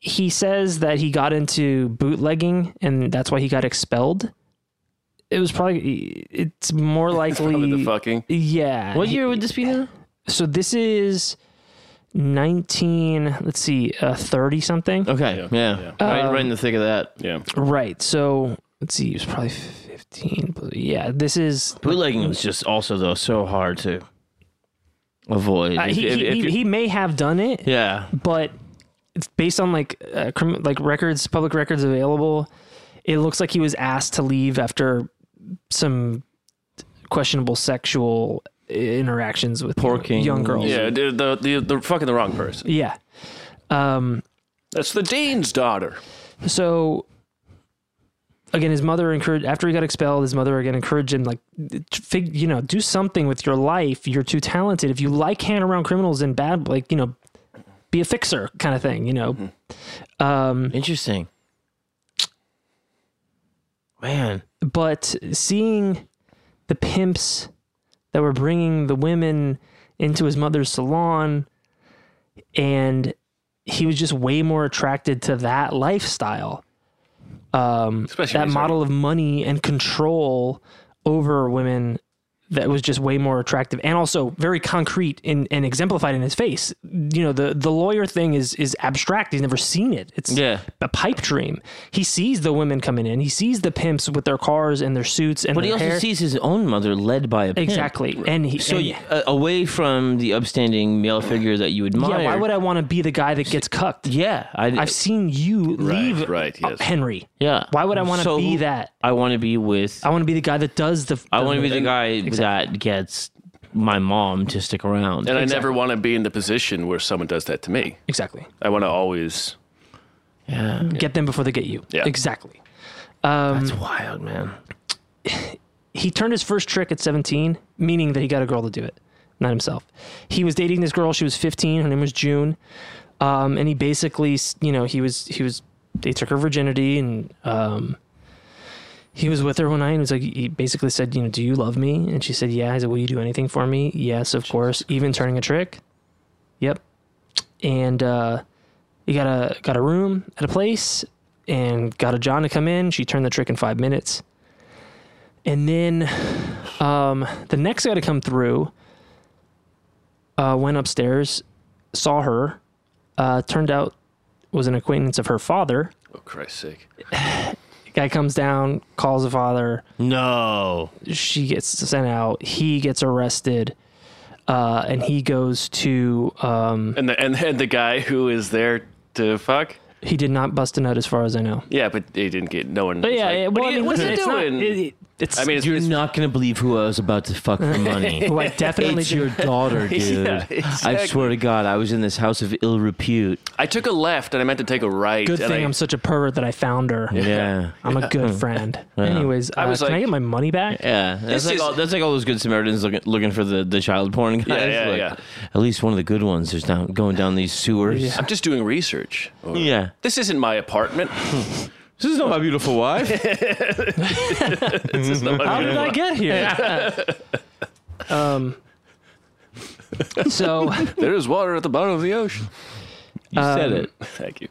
he says that he got into bootlegging and that's why he got expelled. It was probably
[laughs]
it's more
Probably
likely
the fucking.
yeah.
What year would this be now?
So this is nineteen. Let's see, uh, thirty something.
Okay. Yeah.
Um,
right, right in the thick of that.
Yeah.
Right. So let's see. He was probably fifteen. but Yeah. This is
Bootlegging was just also though so hard to avoid.
uh,
If-
he,
if-
he,
if
he,
you-
he may have done it.
yeah.
but it's based on like uh, crim- like records, public records available. It looks like he was asked to leave after some questionable sexual i- interactions with
Porking.
young girls.
Yeah, the, the, the, the fucking the wrong person.
Yeah. Um,
That's the dean's daughter.
so again, his mother encouraged after he got expelled. His mother again encouraged him like, fig, you know, do something with your life. You're too talented. If you like hanging around criminals and bad, like you know, be a fixer kind of thing. You know,
Interesting. Man.
but seeing the pimps that were bringing the women into his mother's salon and he was just way more attracted to that lifestyle
Especially when
that
he's
model of money and control over women that was just way more attractive and also very concrete and, and exemplified in his face. You know, the, the lawyer thing is is abstract. He's never seen it. It's
Yeah.
a pipe dream. He sees the women coming in. He sees the pimps with their cars and their suits and
But he
their
also
hair.
sees his own mother led by a pimp.
exactly. And he
So
and-
y- uh, away from the upstanding male figure that you admire.
yeah, why would I want to be the guy that gets cucked?
Yeah, I,
I've seen you
Right,
leave
right,
uh,
yes.
Henry.
yeah.
Why would I want to
So
be that? Oh,
I want to be with.
I want to be the guy that does the.
I want to be the guy that gets my mom to stick around.
And I never want to be in the position where someone does that to me.
Exactly.
I want to always.
Get them before they get you.
Yeah.
Exactly.
That's wild, man.
he turned his first trick at 17, meaning that he got a girl to do it, not himself. He was dating this girl. She was 15. Her name was June. Um, and he basically, s- you know, he was, he was, they took her virginity and, um, he was with her one night and was like, he basically said, you know, do you love me? And she said, yeah. He said, will you do anything for me? Yes, of course. Even turning a trick. Yep. And, uh, he got a, got a room at a place and got a John to come in. She turned the trick in five minutes. And then um, the next guy to come through uh, went upstairs, saw her, uh, turned out was an acquaintance of her father.
Oh Christ's sake!
Guy comes down, calls the father.
No.
She gets sent out. He gets arrested, uh, and he goes to. Um,
And the and, and the guy who is there to fuck.
he did not bust a nut, as far as I know.
Yeah, but they didn't get no one.
But
was
yeah,
like,
it-
what
well,
are
I
you,
mean,
what's
listen,
it
it's not-
doing?
it- it- it's [laughs]
I mean, it's,
You're
it's,
not gonna believe who I was about to fuck for money.
who I definitely
It's
did- [laughs]
your daughter, dude.
[laughs] Yeah,
I swear to
exactly.
God, I was in this house of ill
[laughs]
repute.
I took a left and I meant to take a right.
good
and
thing I,
I,
am such a pervert that I found her.
Yeah.
I'm a good
[laughs]
friend. Anyways, I
was
was can I
like-
get my money back?
Yeah, that's like
is-
all, that's like all those good Samaritans looking looking for the, the child porn guys.
yeah,
like,
yeah.
At least one of the good ones is down going down these sewers. Yeah,
I'm just doing research. This isn't my apartment.
this is not my beautiful wife.
How did I get here? [laughs] um, so
[laughs] there is water at the bottom of the ocean.
[laughs] you said it.
[laughs] Thank you.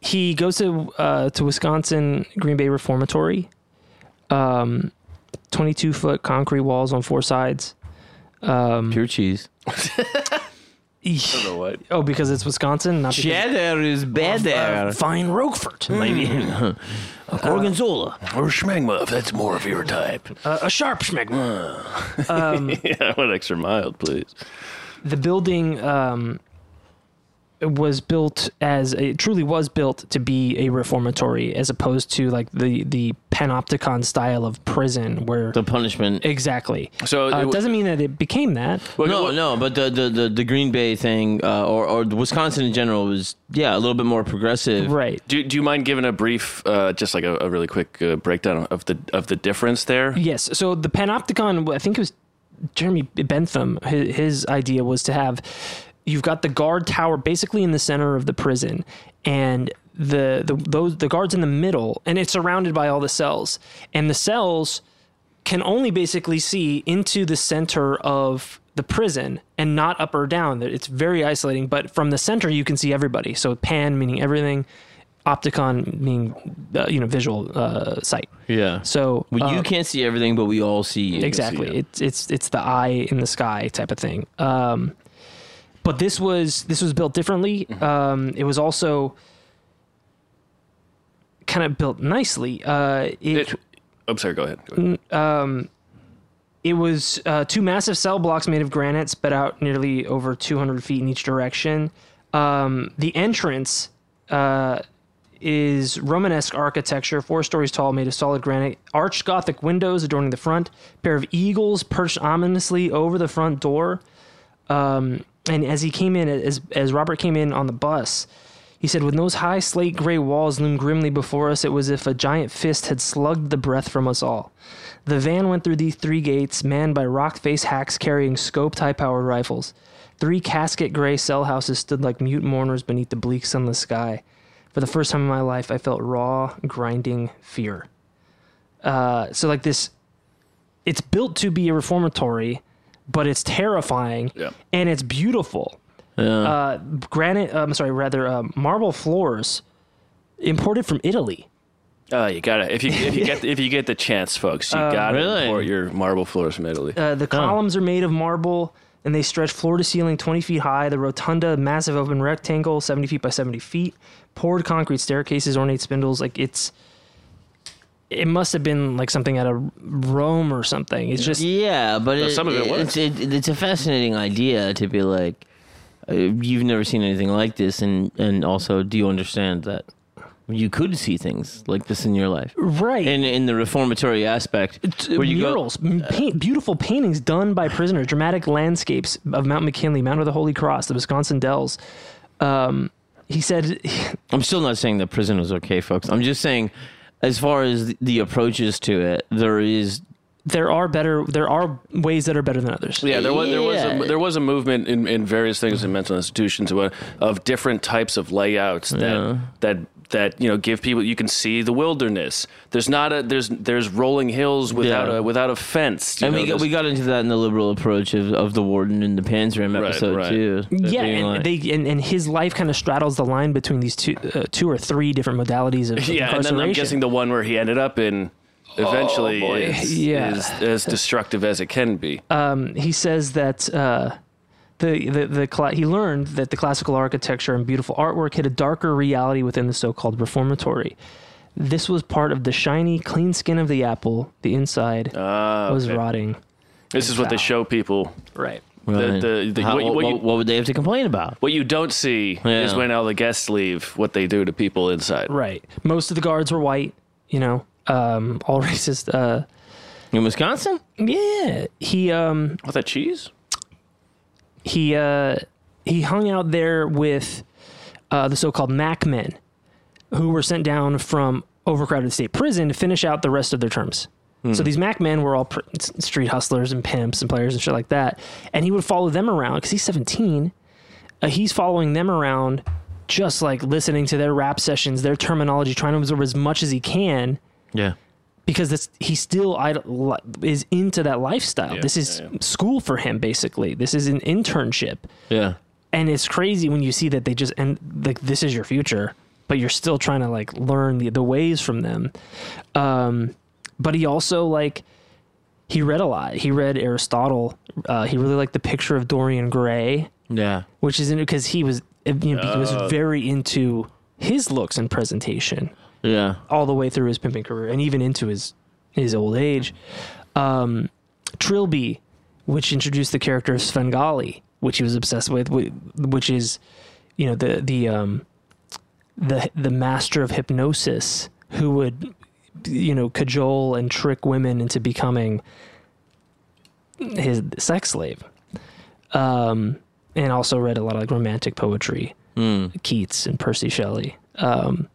he goes to uh, to Wisconsin Green Bay Reformatory. Um, twenty two foot concrete walls on four sides.
Um, Pure cheese.
I don't know what.
Oh, because it's Wisconsin, not because
Cheddar is
uh,
better. Mm.
Fine Roquefort,
[laughs]
Gorgonzola.
Or Schmangmuff, that's more of your type.
uh, a sharp schmegma.
[laughs]
Um,
yeah, I want extra mild, please.
The building um, was built as it truly was built to be a reformatory, as opposed to like the the panopticon style of prison where
The punishment.
Exactly. uh,
So Oh, it
it
w-
doesn't mean that it became that.
Well,
no,
well-
no, but the, the, the, the Green Bay thing uh, or, or the Wisconsin in general was, yeah, a little bit more progressive.
Right.
Do, do you mind giving a brief, uh, just like a, a really quick uh, breakdown of the of the difference there?
Yes. So the panopticon, I think it was Jeremy Bentham. His, his idea was to have you've got the guard tower basically in the center of the prison, and the the those the guards in the middle, and it's surrounded by all the cells, and the cells can only basically see into the center of the prison and not up or down. That It's very isolating, but from the center you can see everybody. So pan meaning everything, opticon meaning uh, you know visual uh, sight.
Yeah.
So
Well,
uh,
you can't see everything, but we all see you.
exactly
Yeah.
it's it's it's the eye in the sky type of thing um but this was this was built differently
Mm-hmm.
um it was also kind of built nicely uh it
It, I'm sorry, go ahead. Go ahead.
it was uh, two massive cell blocks made of granite spread out nearly over 200 feet in each direction um the entrance uh is Romanesque architecture, four stories tall, made of solid granite, arched Gothic windows adorning the front, pair of eagles perched ominously over the front door. Um, and as he came in, as as Robert came in on the bus, he said, "When those high slate gray walls loomed grimly before us, it was as if a giant fist had slugged the breath from us all." The van went through these three gates, manned by rock-faced hacks carrying scoped, high-powered rifles. Three casket-gray cell houses stood like mute mourners beneath the bleak, sunless sky. For the first time in my life, I felt raw, grinding fear. Uh, so like this, it's built to be a reformatory, but it's terrifying
Yeah.
and it's beautiful. Uh, granite, I'm sorry, rather uh, marble floors imported from Italy.
Mm.
Oh, you gotta if you if you get if you get the chance, folks, you
Uh,
gotta
Really?
import your marble floors from Italy.
Uh, the columns are made of marble and they stretch floor to ceiling 20 feet high. The rotunda, massive open rectangle, 70 feet by 70 feet. Poured concrete staircases, ornate spindles. Like it's, it must have been like something out of Rome or something. It's just
Yeah, but it,
some of it
it's, it, it's a fascinating idea to be like, uh, you've never seen anything like this, and and also, do you understand that you could see things like this in your life?
right.
In in the reformatory aspect,
T-
where you
uh,
Uh,
murals, m- paint, beautiful paintings done by prisoners, dramatic landscapes of Mount McKinley, Mount of the Holy Cross, the Wisconsin Dells. Um, he said, [laughs]
go. I'm still not saying that prison was okay, folks. I'm just saying, as far as the approaches to it, there is
"There are better. There are ways that are better than others."
Yeah, there was there was
Yeah.
a, there was a movement in, in various things in mental institutions of, of different types of layouts that that that you know give people you can see the wilderness. There's not a there's there's rolling hills without
Yeah.
a without a fence. you
and
know,
we got,
there's-
we got into that in the liberal approach of, of the warden in the Panzerim
Right,
episode
right.
too. That
yeah,
being
and
like-
they and, and his life kind of straddles the line between these two, uh, two or three different modalities of, of
[laughs] yeah, and
incarceration.
then I'm guessing the one where he ended up in eventually
[laughs]
is,
Yeah.
is as destructive as it can be.
um, he says that uh, the the, the cla- he learned that the classical architecture and beautiful artwork hid a darker reality within the so-called reformatory. This was part of the shiny, clean skin of the apple. The inside
Ah,
was rotting.
this is what they show people.
Right.
Right.
the- the-
How-
what you-
what,
what you-
what, would they have to complain about?
What you don't see
Yeah.
is when all the guests leave, what they do to people inside.
Right. Most of the guards were white. You know, um, all [laughs] racist. Uh,
In Wisconsin?
yeah. He um,
What that cheese?
he uh, he hung out there with uh, the so-called Mac men, who were sent down from overcrowded state prison to finish out the rest of their terms. So these Mac men were all pr- s- street hustlers and pimps and players and shit like that, and he would follow them around because he's seventeen. Uh, he's following them around, just like listening to their rap sessions, their terminology, trying to absorb as much as he can
Yeah.
because that's he still idol- is into that lifestyle. this is school for him basically. This is an internship,
Yeah.
and it's crazy when you see that they just and like this is your future, but you're still trying to like learn the, the ways from them. Um, but he also like he read a lot. He read Aristotle. Uh, he really liked the picture of Dorian Gray,
Yeah.
which is because he was you know, he was very into his looks and presentation
Yeah.
all the way through his pimping career and even into his his old age. Um, Trilby, which introduced the character of Svengali, which he was obsessed with, whi- which is you know the the um, the the master of hypnosis who would you know cajole and trick women into becoming his sex slave. Um, and also read a lot of like romantic poetry, Keats and Percy Shelley. Um,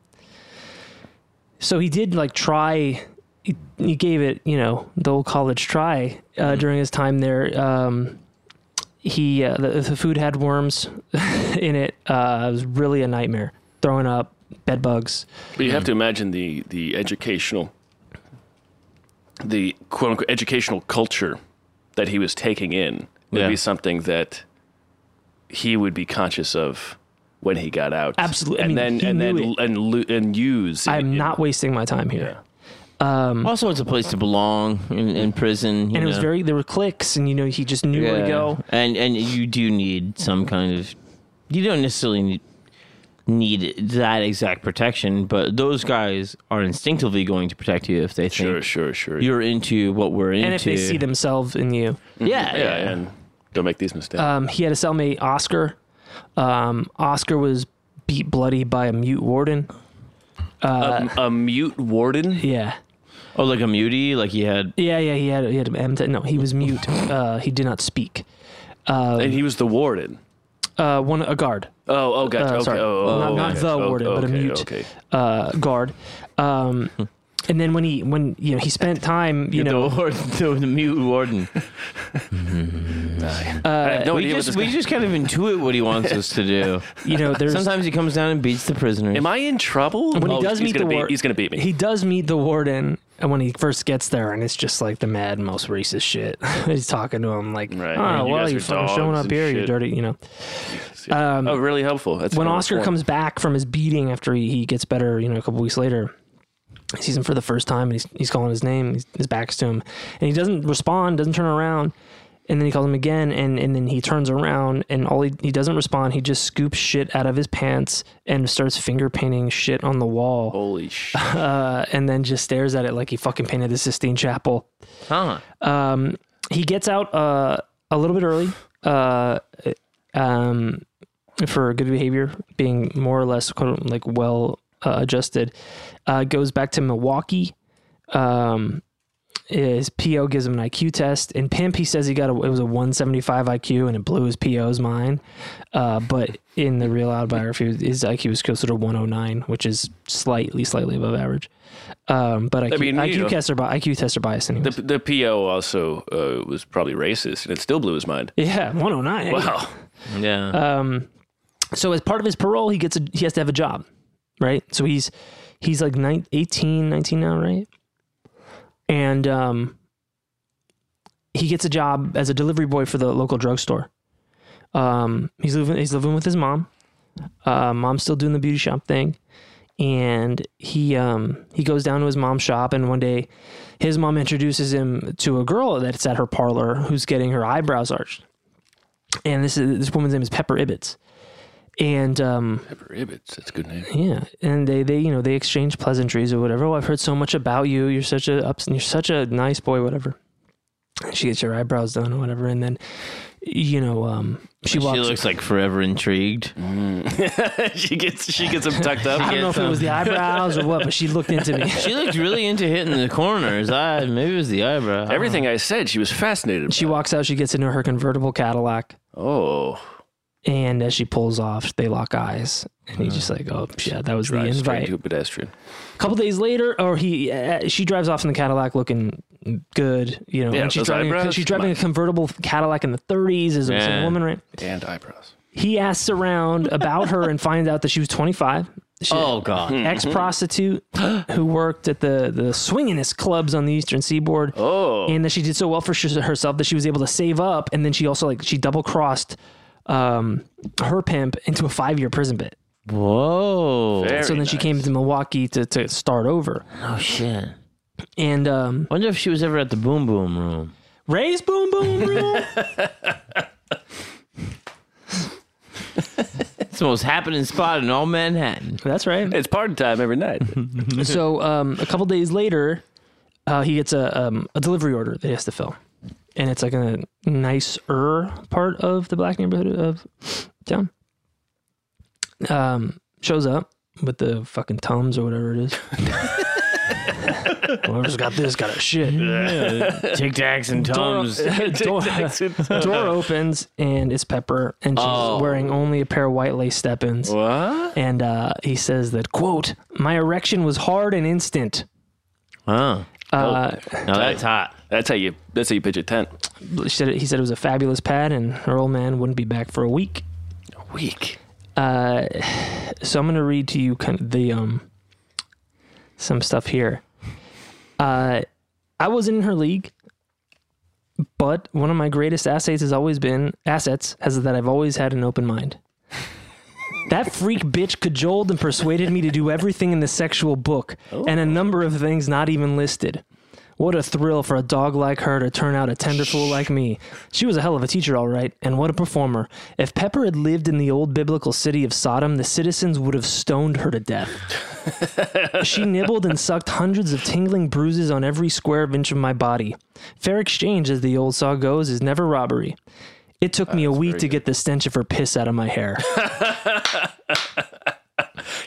so he did like try he, he gave it you know the old college try uh, during his time there um, he uh, the, the food had worms [laughs] in it uh, it was really a nightmare throwing up bed bugs
But you have to imagine the the educational, the quote unquote educational culture that he was taking in would
Yeah.
be something that he would be conscious of when he got out.
Absolute- I
and
mean,
then
he
and then
knew it.
and lo- and use.
i'm
in-
not wasting my time here
also, it's a place to belong in, in prison.
and it was very there were clicks and you know he just knew where to go
And and you do need some kind of. You don't necessarily need, need that exact protection, but those guys are instinctively going to protect you if they
Sure,
think
sure, sure.
you're into what we're into.
and if they see themselves in you
yeah,
yeah,
yeah,
and don't make these mistakes.
um, he had a cellmate oscar um, oscar was beat bloody by a mute warden
a, a mute warden.
yeah
Oh, like a mutie, like he had.
Yeah, yeah, he had he had M. No, he was mute. Uh, he did not speak.
and he was the warden.
Uh, one a guard,
Oh, oh, gotcha.
Uh,
okay.
sorry.
Oh, oh,
Not-
oh,
not
okay.
the
Oh,
warden, but a
okay,
mute.
Okay.
uh, guard. Um, and then when he when you know he spent time you know
the, [laughs] warden, the, the mute warden.
uh,
I have no
we
idea what
just
this
we
guy-
just kind of intuit what he wants us to do.
you know [laughs]
[laughs]
there's
Sometimes he comes down and beats the prisoners.
Am I in trouble?
when
Oh,
he does
he's
meet the
gonna beat-
warden
He's going to beat me.
He does meet the warden, and when he first gets there, and it's just like the mad most racist shit. [laughs] He's talking to him like,
Right.
oh
You
well,
guys
you
are
fucking
dogs
showing up
and
here, you
shit."
dirty, you know.
oh, really helpful. That's
um, when
another
Oscar
form.
comes back from his beating after he, he gets better, you know, a couple weeks later, He sees him for the first time and he's, he's calling his name. He's, his back's to him. And he doesn't respond, doesn't turn around. And then he calls him again. And, and then he turns around and all he, he doesn't respond. He just scoops shit out of his pants and starts finger painting shit on the wall
Holy shit.
uh, and then just stares at it like he fucking painted the Sistine Chapel.
Huh.
Um, He gets out uh, a little bit early uh, um, for good behavior, being more or less quote, like well uh, adjusted. Uh, goes back to Milwaukee. Um, his PO gives him an IQ test, and Pimp he says he got a, it was a 175 IQ, and it blew his PO's mind. Uh, but in the real autobiography, his IQ was closer to 109, which is slightly slightly above average. Um, but IQ,
mean, you know.
IQ tests are bi- IQ tests are biased anyway.
The, the PO also uh, was probably racist, and it still blew his mind.
Yeah, 109.
Wow.
Yeah.
Um, So as part of his parole, he gets a, he has to have a job, right? So he's he's like nine, 18, 19 now, right? And um he gets a job as a delivery boy for the local drugstore. Um he's living he's living with his mom. Uh mom's still doing the beauty shop thing. And he um he goes down to his mom's shop and one day his mom introduces him to a girl that's at her parlor who's getting her eyebrows arched. And this is this woman's name is Pepper Ibbets. And um
Pepper Ibbets, that's a good name.
yeah, and they they you know they exchange pleasantries or whatever. Oh, I've heard so much about you. You're such a ups. You're such a nice boy. Whatever. And She gets her eyebrows done or whatever, and then you know um,
she
she walks.
looks like forever intrigued. [laughs]
she gets she gets him tucked up.
I don't know if it was the eyebrows or what, but she looked into me.
She looked really into hitting the corners. I maybe it was the eyebrow. I don't
Everything I said, she was fascinated.
She
by.
walks out. She gets into her convertible Cadillac,
Oh,
and as she pulls off, they lock eyes, and he's just like, "Oh, yeah, that was the
drive straight
invite."
to a pedestrian.
A couple days later, or he, uh, she drives off in the Cadillac looking good. You know,
Yeah,
and she's
those
driving, a,
eyebrows,
she's driving a
come
convertible Cadillac in the 30s as a as a
Yeah.
woman, right?
And eyebrows.
He asks around about her and finds out that she was 25. She,
know. Oh
Mm.
god.
Ex
mm-hmm. [gasps]
prostitute who worked at the the swinginest clubs on the Eastern Seaboard.
Oh.
and that she did so well for sh- herself that she was able to save up, and then she also like she double crossed um, her pimp into a five year prison bit.
Whoa.
Very
so then she
nice.
came to Milwaukee to to start over.
Oh shit.
And um,
Wonder if she was ever at the boom boom room.
Ray's boom boom [laughs] room.
It's the most happening spot in all Manhattan.
That's right.
It's party time
[laughs]
every night.
so um, a couple days later, uh, he gets a um, a delivery order that he has to fill, and it's like in a nicer part of the black neighborhood of town. Um, shows up with the fucking tums or whatever it is. Whoever's got this got a shit.
Tic Tacs and
Door,
[laughs]
door, door opens and it's Pepper, and she's
Oh.
wearing only a pair of white lace step-ins.
what?
and uh, he says that quote my erection was hard and instant
Wow.
uh,
Now that's hot.
That's how you. That's how you pitch a tent.
she said he said it was a fabulous pad and her old man wouldn't be back for a week Uh,
Weak.
so i'm going to read to you kind of the um some stuff here uh i wasn't in her league but one of my greatest assets has always been assets has that i've always had an open mind That freak bitch cajoled and persuaded me to do everything in the sexual book and a number of things not even listed. What a thrill for a dog like her to turn out a tender fool like me. She was a hell of a teacher, all right, and what a performer. If Pepper had lived in the old biblical city of Sodom, the citizens would have stoned her to death. she nibbled and sucked hundreds of tingling bruises on every square inch of my body. Fair exchange, as the old saw goes, is never robbery. It took me a week to get the stench of her piss out of my hair.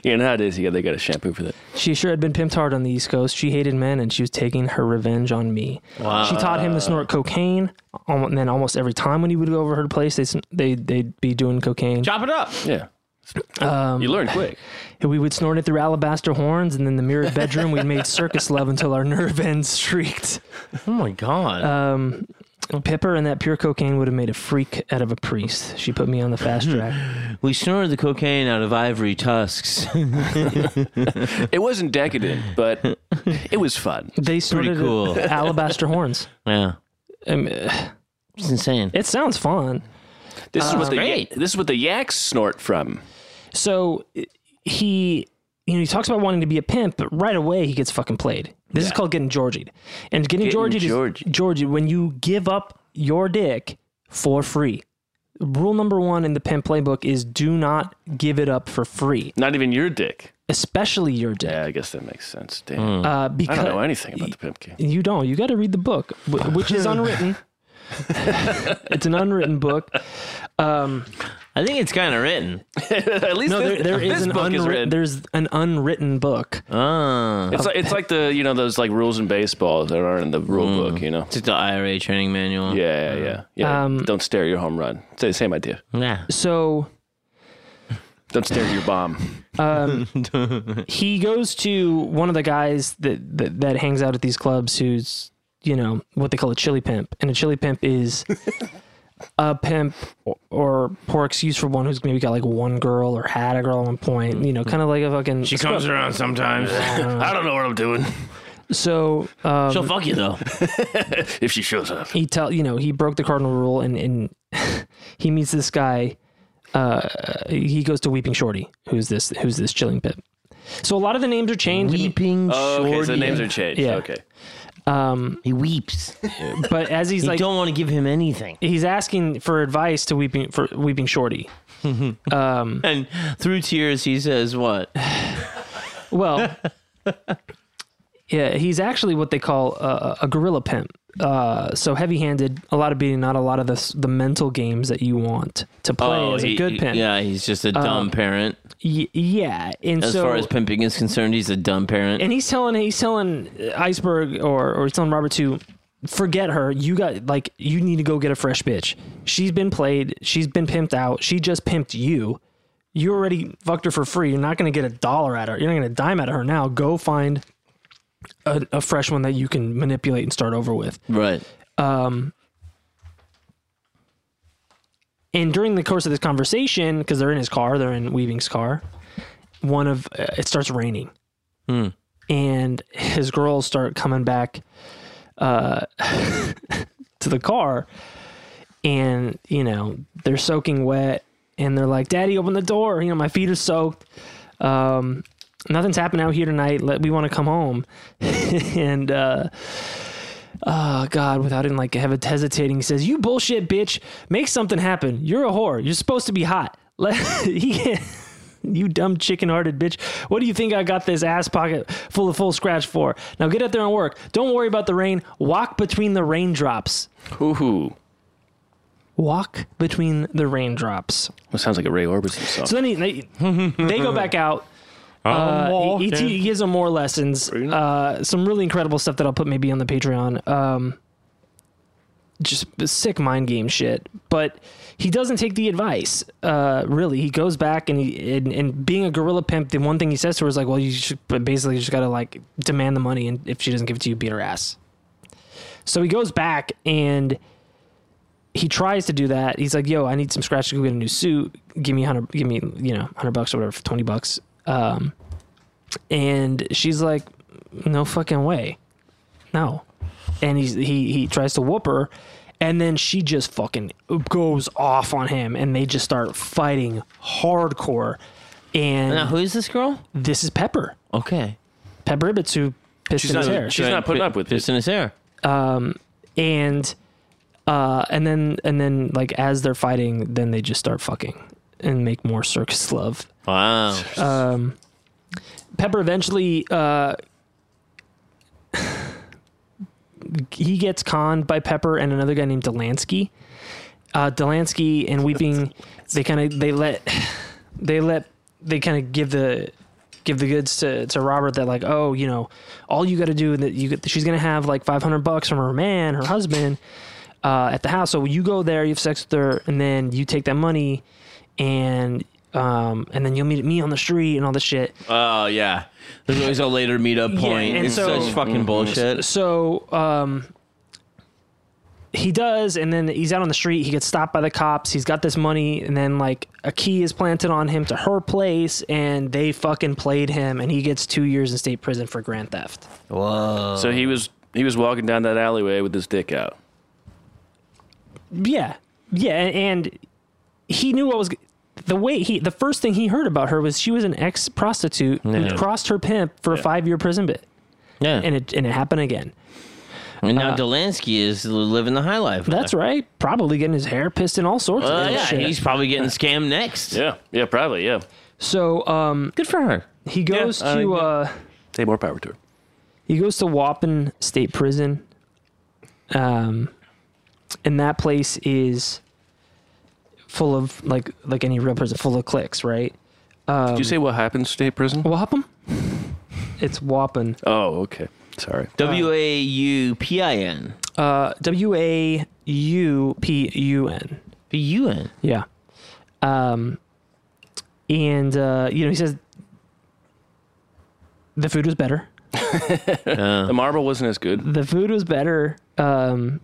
You know how it is. You got. They got a shampoo for that.
She sure had been pimped hard on the East Coast. She hated men, and she was taking her revenge on me. She taught him to snort cocaine, al- and then almost every time when he would go over her place, they they they'd be doing cocaine.
Chop it up.
Yeah. you learn quick.
We would snort it through alabaster horns, and in the mirrored bedroom, we made circus love until our nerve ends shrieked. Um,
Oh my god.
Pipper and that pure cocaine would have made a freak out of a priest. She put me on the
[laughs]
fast track.
we snorted the cocaine out of ivory tusks. [laughs]
It wasn't decadent, but it was fun.
They snorted it-
cool.
[laughs] alabaster horns.
yeah.
Um, eh,
It's insane.
it sounds fun.
Uh, This is what the
great.
this is what the yaks snort from.
So he you know, he talks about wanting to be a pimp, but right away he gets fucking played. This is called getting Georgied. And getting,
Getting
Georgied
Georgied.
is Georgied when you give up your dick for free. Rule number one in the pimp playbook is do not give it up for free,
Not even your dick.
especially your dick.
Yeah, I guess that makes sense. Damn.
Uh,
Mm. I
because
[laughs] don't know anything about the pimp king.
You don't. You got to read the book, wh- which is
[laughs]
unwritten. it's an unwritten book. Um,
I think it's kind of written.
At least
no, there,
this,
there is
this
an
book is
unwritten.
written.
There's an unwritten book.
Ah,
It's like, it's like the you know those like rules in baseball that aren't in the rule book. You know.
it's like the IRA training manual.
Yeah, yeah, yeah. yeah. don't stare at your home run. It's the same idea.
yeah.
So
Don't stare at your [laughs] bomb.
he goes to one of the guys that, that that hangs out at these clubs who's you know what they call a chili pimp and a chili pimp is a pimp or, or poor excuse for one who's maybe got like one girl or had a girl at one point you know kind of like a fucking she
around sometimes. [laughs] I don't know what I'm [laughs] doing.
so um,
She'll fuck you though.
If she shows up,
he tell you know he broke the cardinal rule and and [laughs] he meets this guy uh he goes to weeping shorty who's this who's this chilling pimp so a lot of the names are changed
Weeping
oh, okay. So the
shorty.
names are changed.
Yeah.
Okay.
He [laughs] weeps.
but as he's
You
like
don't want to give him anything.
he's asking for advice to weeping for weeping shorty
[laughs] And through tears, he says, [laughs] "What? [laughs]
well yeah he's actually what they call a, a gorilla pimp uh, so heavy-handed a lot of beating not a lot of the, s- the mental games that you want to play as a
Oh, he-
good
he-
pimp
Yeah, he's just a dumb parent.
Y- yeah and
As
so
far as pimping is concerned, he's a dumb parent.
and he's telling he's telling iceberg or or he's telling robert to forget her you got like you need to go get a fresh bitch she's been played she's been pimped out she just pimped you you already fucked her for free you're not going to get a dollar at her you're not going to dime at her now go find a, a fresh one that you can manipulate and start over with
right.
and during the course of this conversation because they're in his car they're in weaving's car one of uh, it starts raining and his girls start coming back uh, [laughs] to the car and you know they're soaking wet and they're like daddy open the door you know my feet are soaked um, nothing's happened out here tonight Let, we want to come home [laughs] and uh, oh god without even like have it hesitating he says you bullshit bitch make something happen you're a whore you're supposed to be hot [laughs] Let, he can't [laughs] you dumb chicken hearted bitch. What do you think I got this ass pocket full of full scratch for? Now get out there and work. Don't worry about the rain. Walk between the raindrops.
Ooh,
Walk between the raindrops.
that sounds like a Ray Orbison song.
So then he, they, they go back out. [laughs] Uh, he, he te- he gives them more lessons. Uh, some really incredible stuff that I'll put maybe on the Patreon. Um, just sick mind game shit. But he doesn't take the advice. Uh, really, he goes back and he and, and being a gorilla pimp, the one thing he says to her is like, "Well, you should but basically you just gotta like demand the money, and if she doesn't give it to you, beat her ass." So he goes back and he tries to do that. He's like, "Yo, I need some scratch to go get a new suit. Give me hundred, give me you know hundred bucks or whatever, twenty bucks." Um, and she's like, "No fucking way, no." And he's, he he tries to whoop her, and then she just fucking goes off on him, and they just start fighting hardcore. And
Now, who is this girl?
this is Pepper,
Okay.
Pepper Ibbets, who pissed in
not-
his hair.
she's not putting up with
this
it.
in his hair.
and uh and then and then like as they're fighting then they just start fucking and make more circus love
[laughs] Wow.
Um, pepper eventually uh [sighs] he gets conned by pepper and another guy named delansky uh delansky and weeping they kind of they let [sighs] they let they kind of give the give the goods to, to Robert that like, oh, you know, all you got to do that you get, she's gonna have like 500 bucks from her man, her husband, uh, at the house. So you go there, you have sex with her, and then you take that money, and um, and then you'll meet me on the street and all this shit.
Oh yeah. There's always a later meetup point.
and
it's
so-
such fucking bullshit.
So um, he does, and then he's out on the street. He gets stopped by the cops. He's got this money, and then like a key is planted on him to her place, and they fucking played him, and he gets two years in state prison for grand theft.
So he was he was walking down that alleyway with his dick out.
Yeah, yeah, and he knew what was. the way he the first thing he heard about her was she was an ex prostitute
Yeah.
who crossed her pimp for a five year prison bit,
Yeah.
and
And,
it and it happened again.
now Delansky is living the high life.
That's right. Probably getting his hair pissed and all sorts
Uh,
of
yeah,
shit.
he's probably getting scammed next.
Yeah, yeah, probably, yeah.
so um,
Good for her.
he goes
I
to
think-
uh,
Say more power to her.
he goes to Wapping State Prison, um, and that place is full of like like any real prison, full of cliques, right?
Did you say what happens to state prison?
Wapping. It's Wapping.
Oh, okay. Sorry.
W A U P I N.
Uh, W a u p u n.
P U N.
Yeah. Um, and uh, you know, he says the food was better.
The marble wasn't as good.
The food was better. Um,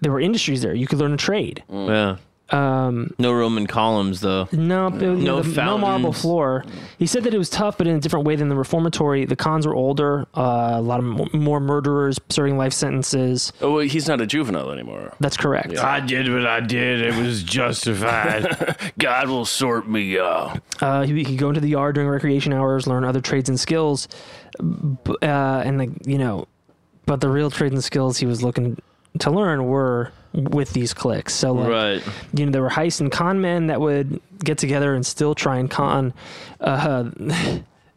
there were industries there. You could learn a trade.
Yeah. Um, no Roman columns, though.
No, it- you know, the- no
fountains.
marble floor. He said that it was tough, but in a different way than the reformatory. The cons were older. Uh, a lot of mo- more murderers serving life sentences.
Oh, well, he's not a juvenile anymore.
That's correct.
I did what I did. It was justified.
God will sort me out.
Uh, he, he could go into the yard during recreation hours, learn other trades and skills, b- uh, and like you know, but the real trades and skills he was looking to learn were with these clicks. So like,
Right.
you know, there were heist and con men that would get together and still try and con. Uh, [laughs]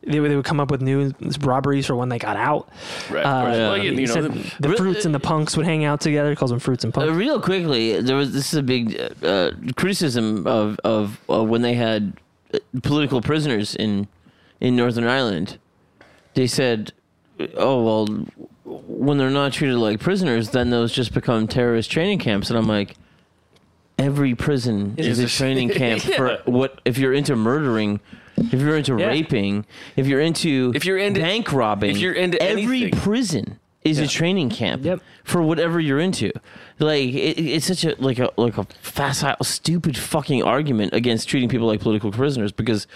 they would, they would come up with new robberies for when they got out.
Right.
Uh,
well, you,
he
you know,
said
the-
the fruits and the punks would hang out together. He calls them fruits and punks.
Uh, real quickly, there was this is a big uh, uh, criticism of of uh, when they had uh, political prisoners in in Northern Ireland. They said, "Oh well, when they're not treated like prisoners, then those just become terrorist training camps." And I'm like, every
[laughs]
prison is a
a-
training camp
[laughs]
for what if you're into murdering. If you're into
Yeah.
raping, if you're into
If you're into-
bank robbing,
if you're into
every
anything.
prison is a training camp
Yep.
for whatever you're into. Like it, it's such a like a like a facile, stupid fucking argument against treating people like political prisoners because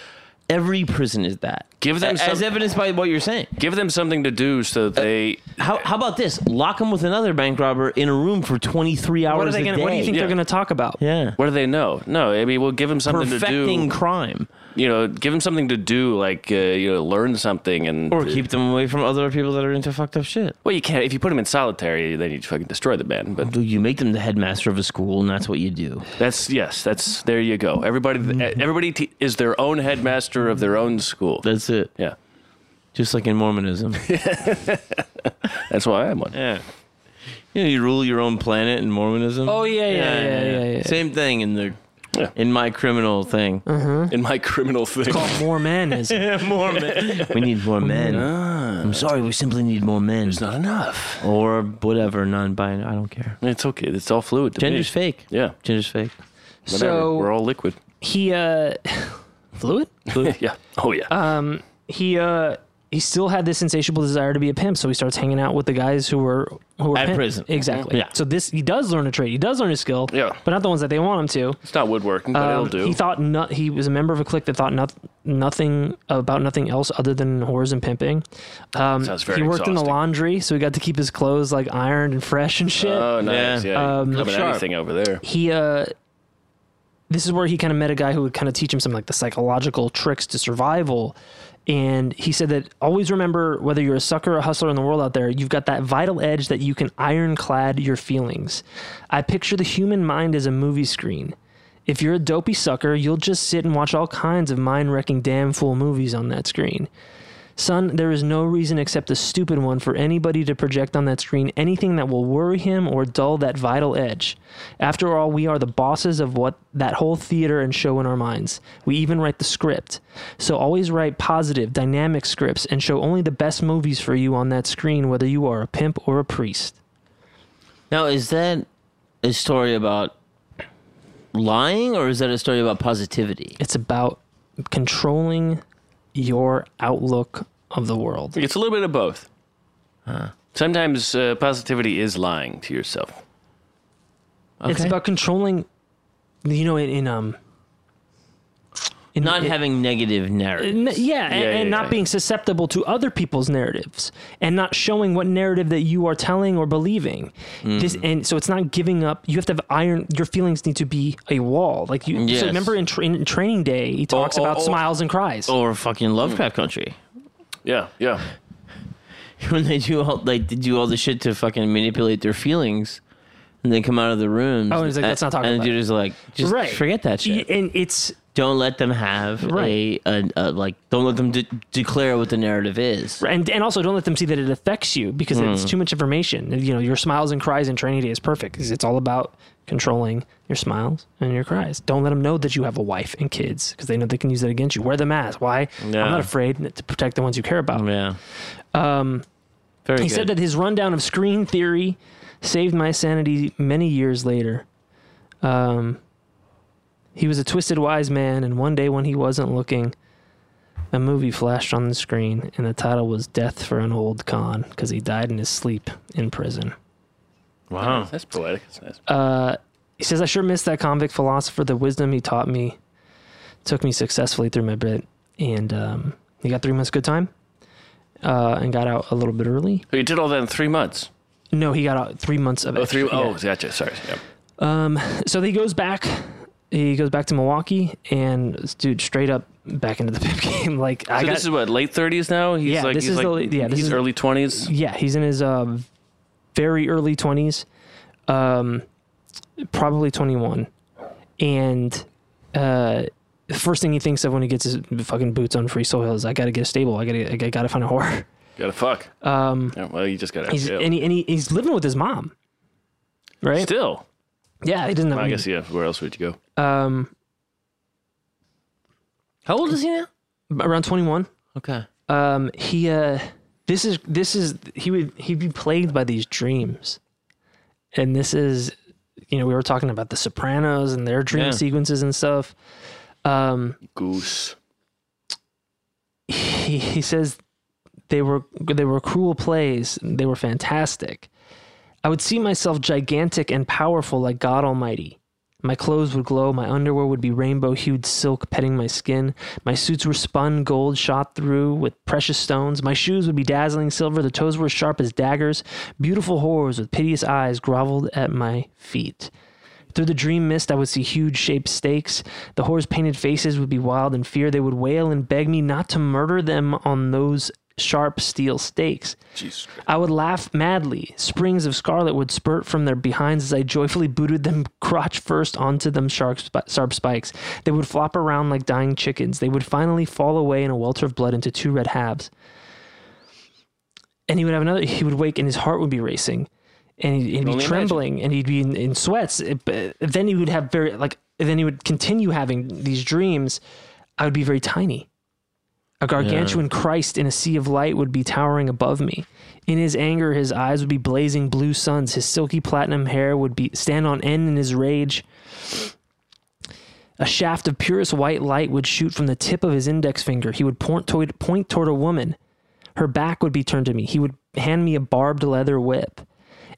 every prison is that.
Give them
as,
some-
as evidenced by what you're saying.
give them something to do so that they.
How how about this? Lock them with another bank robber in a room for 23 hours
what are they
a
going?
day.
What do you think
Yeah.
they're going to talk about?
Yeah.
What do they know? No, I mean, we'll give them something
Perfecting
to do.
crime
You know, give them something to do, like uh, you know, learn something, and
or keep them away from other people that are into fucked up shit.
Well, you can't if you put them in solitary, then you fucking destroy the man. But
You make them the headmaster of a school, and that's what you do.
That's yes. That's there. You go. Everybody,
Mm-hmm.
e, everybody te- is their own headmaster of their own school.
That's it.
yeah,
Just like in Mormonism.
that's why I'm one.
Yeah. You know, you rule your own planet in Mormonism.
Oh, yeah, yeah, yeah, yeah, yeah.
Same thing in the
Yeah.
in my criminal
[laughs]
thing.
In my criminal thing,
Call more men is
more men. We need more men. I'm sorry, we simply need more men
[laughs] it's not enough.
or whatever non-binary. I don't care.
It's okay. It's all fluid. To
Gender's
me.
fake.
Yeah.
Gender's fake.
Whatever.
So-
we're all liquid.
he uh [laughs] fluid
[laughs] yeah. Oh yeah.
he uh he still had this insatiable desire to be a pimp so he starts hanging out with the guys who were who were
At
pimp-
prison.
exactly
Yeah.
so this he does learn a trade he does learn a skill
Yeah.
but not the ones that they want him to
it's not woodworking, but
Um,
it'll do.
he thought no, he was a member of a clique that thought not, nothing about nothing else other than whores and pimping um
Sounds very
he worked in the
exhausting.
laundry so he got to keep his clothes like ironed and fresh and shit
oh nice.
Yeah.
Yeah.
Um,
Coming
sharp.
anything over there.
he uh this is where he kind of met a guy who would kind of teach him some like the psychological tricks to survival and he said that always remember whether you're a sucker or a hustler in the world out there you've got that vital edge that you can ironclad your feelings i picture the human mind as a movie screen if you're a dopey sucker you'll just sit and watch all kinds of mind-wrecking damn fool movies on that screen Son, there is no reason except the stupid one for anybody to project on that screen anything that will worry him or dull that vital edge. After all, we are the bosses of what that whole theater and show in our minds. We even write the script. So always write positive, dynamic scripts and show only the best movies for you on that screen, whether you are a pimp or a priest.
Now, is that a story about lying, or is that a story about positivity?
It's about controlling your outlook of the world.
It's a little bit of both. Sometimes uh, positivity is lying to yourself.
It's about controlling, you know, in, in um, in,
Not having negative narrative.
N- yeah, and,
yeah,
and not
yeah.
being susceptible to other people's narratives and not showing what narrative that you are telling or believing. This, and so it's not giving up. You have to have iron. Your feelings need to be a wall. Like you.
Yes.
So remember in, tra- in Training Day, he talks
oh,
about
oh.
smiles and cries.
Or fucking Lovecraft Country.
Yeah, yeah.
[laughs] when they do all like they do all the shit to fucking manipulate their feelings, and they come out of the room.
Oh, and he's like, "Let's not talk
And
about
the dude
it."
is like, just
Right.
forget that
Y-
shit.
And it's
Don't let them have
Right.
a, a, a like. Don't let them de- declare what the narrative is.
and and also don't let them see that it affects you because
Mm.
it's too much information. You know, your smiles and cries in training day is perfect because it's all about controlling your smiles and your cries. Don't let them know that you have a wife and kids because they know they can use that against you. Wear the mask. Why?
Yeah.
I'm not afraid to protect the ones you care about.
Yeah. Um. Very.
He
good.
said that his rundown of screen theory saved my sanity many years later. Um, he was a twisted wise man, and one day when he wasn't looking, a movie flashed on the screen, and the title was Death for an Old Con because he died in his sleep in prison.
Wow, that's poetic. That's nice.
He says, I sure miss that convict philosopher. The wisdom he taught me took me successfully through my bit, and um, he got three months good time uh, and got out a little bit early.
So Oh, you did all that in three months.
No, he got out three months of
Oh, three.
extra- yeah.
Oh, gotcha. Sorry. Yeah.
so he goes back he goes back to Milwaukee and dude straight up back into the [laughs] pip game like I
So
got
this is what late thirties now. He's
Yeah,
like
this
he's
is the
like
la- yeah, this
he's
is-
early twenties.
yeah he's in his uh, very early 20s um probably 21 and uh the first thing he thinks of when he gets his fucking boots on free soil is I got to get a stable I got to I got to find a whore [laughs]
Gotta fuck. Um. well, you just gotta.
he's
yeah.
and, he, and he, he's living with his mom right
Still,
yeah he doesn't have
I
any-
guess yeah. Where else would you go?
um
"How old is he now?"
around 21
Okay.
um he uh this is this is he would he'd be plagued by these dreams and this is you know we were talking about the sopranos and their dream
Yeah.
sequences and stuff um
Goose.
he, he says they were they were cruel plays they were fantastic i would see myself gigantic and powerful like god almighty my clothes would glow my underwear would be rainbow hued silk petting my skin my suits were spun gold shot through with precious stones my shoes would be dazzling silver the toes were sharp as daggers beautiful whores with piteous eyes groveled at my feet through the dream mist, I would see huge shaped stakes. The whores' painted faces would be wild in fear. They would wail and beg me not to murder them on those sharp steel stakes.
Jesus.
I would laugh madly. Springs of scarlet would spurt from their behinds as I joyfully booted them [laughs] crotch first onto them sharp, sp- sharp spikes. They would flop around like dying chickens. They would finally fall away in a welter of blood into two red halves. And he would have another. He would wake, and his heart would be racing, and he'd, he'd be
only imagine.
trembling, and he'd be in, in sweats. It- but then he would have very like. Then he would continue having these dreams. I would be very tiny. A gargantuan Christ in a sea of light would be towering above me. In his anger, his eyes would be blazing blue suns. His silky platinum hair would be stand on end in his rage. A shaft of purest white light would shoot from the tip of his index finger. He would point toward, point toward a woman. Her back would be turned to me. He would hand me a barbed leather whip.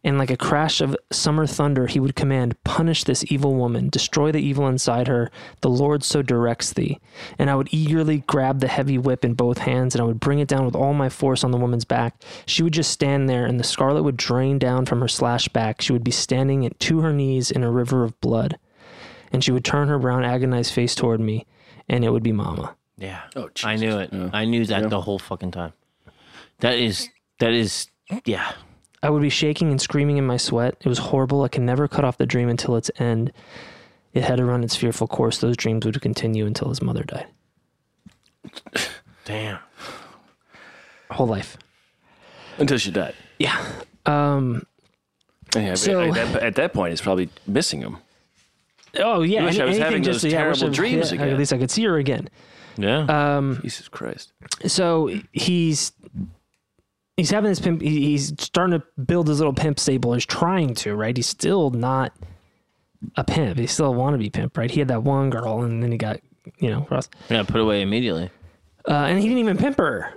And like a crash of summer thunder, he would command, Punish this evil woman, destroy the evil inside her. The Lord so directs thee. And I would eagerly grab the heavy whip in both hands, and I would bring it down with all my force on the woman's back. She would just stand there, and the scarlet would drain down from her slashed back. She would be standing at, to her knees in a river of blood. And she would turn her brown, agonized face toward me, and it would be Mama.
Yeah.
Oh,
I
Jesus.
knew it. I knew that the whole fucking time. That is. That is. Yeah.
I would be shaking and screaming in my sweat. It was horrible. I could never cut off the dream until its end. It had to run its fearful course. Those dreams would continue until his mother died.
Damn.
Whole life.
Until she died.
Yeah. Um.
Yeah, but
So-
at, that, at that point, he's probably missing him.
Oh yeah.
wish I was
anything
having
just-
those
yeah, I wish
terrible
I-
dreams
yeah,
again.
At least I could see her again.
Yeah.
Jesus Christ.
So he's he's having this pimp. he- He's starting to build his little pimp stable. He's trying to right. He's still not a pimp. He's still a wannabe pimp. Right. He had that one girl, and then he got you know crossed.
yeah. Put away immediately.
uh, and he didn't even pimp her.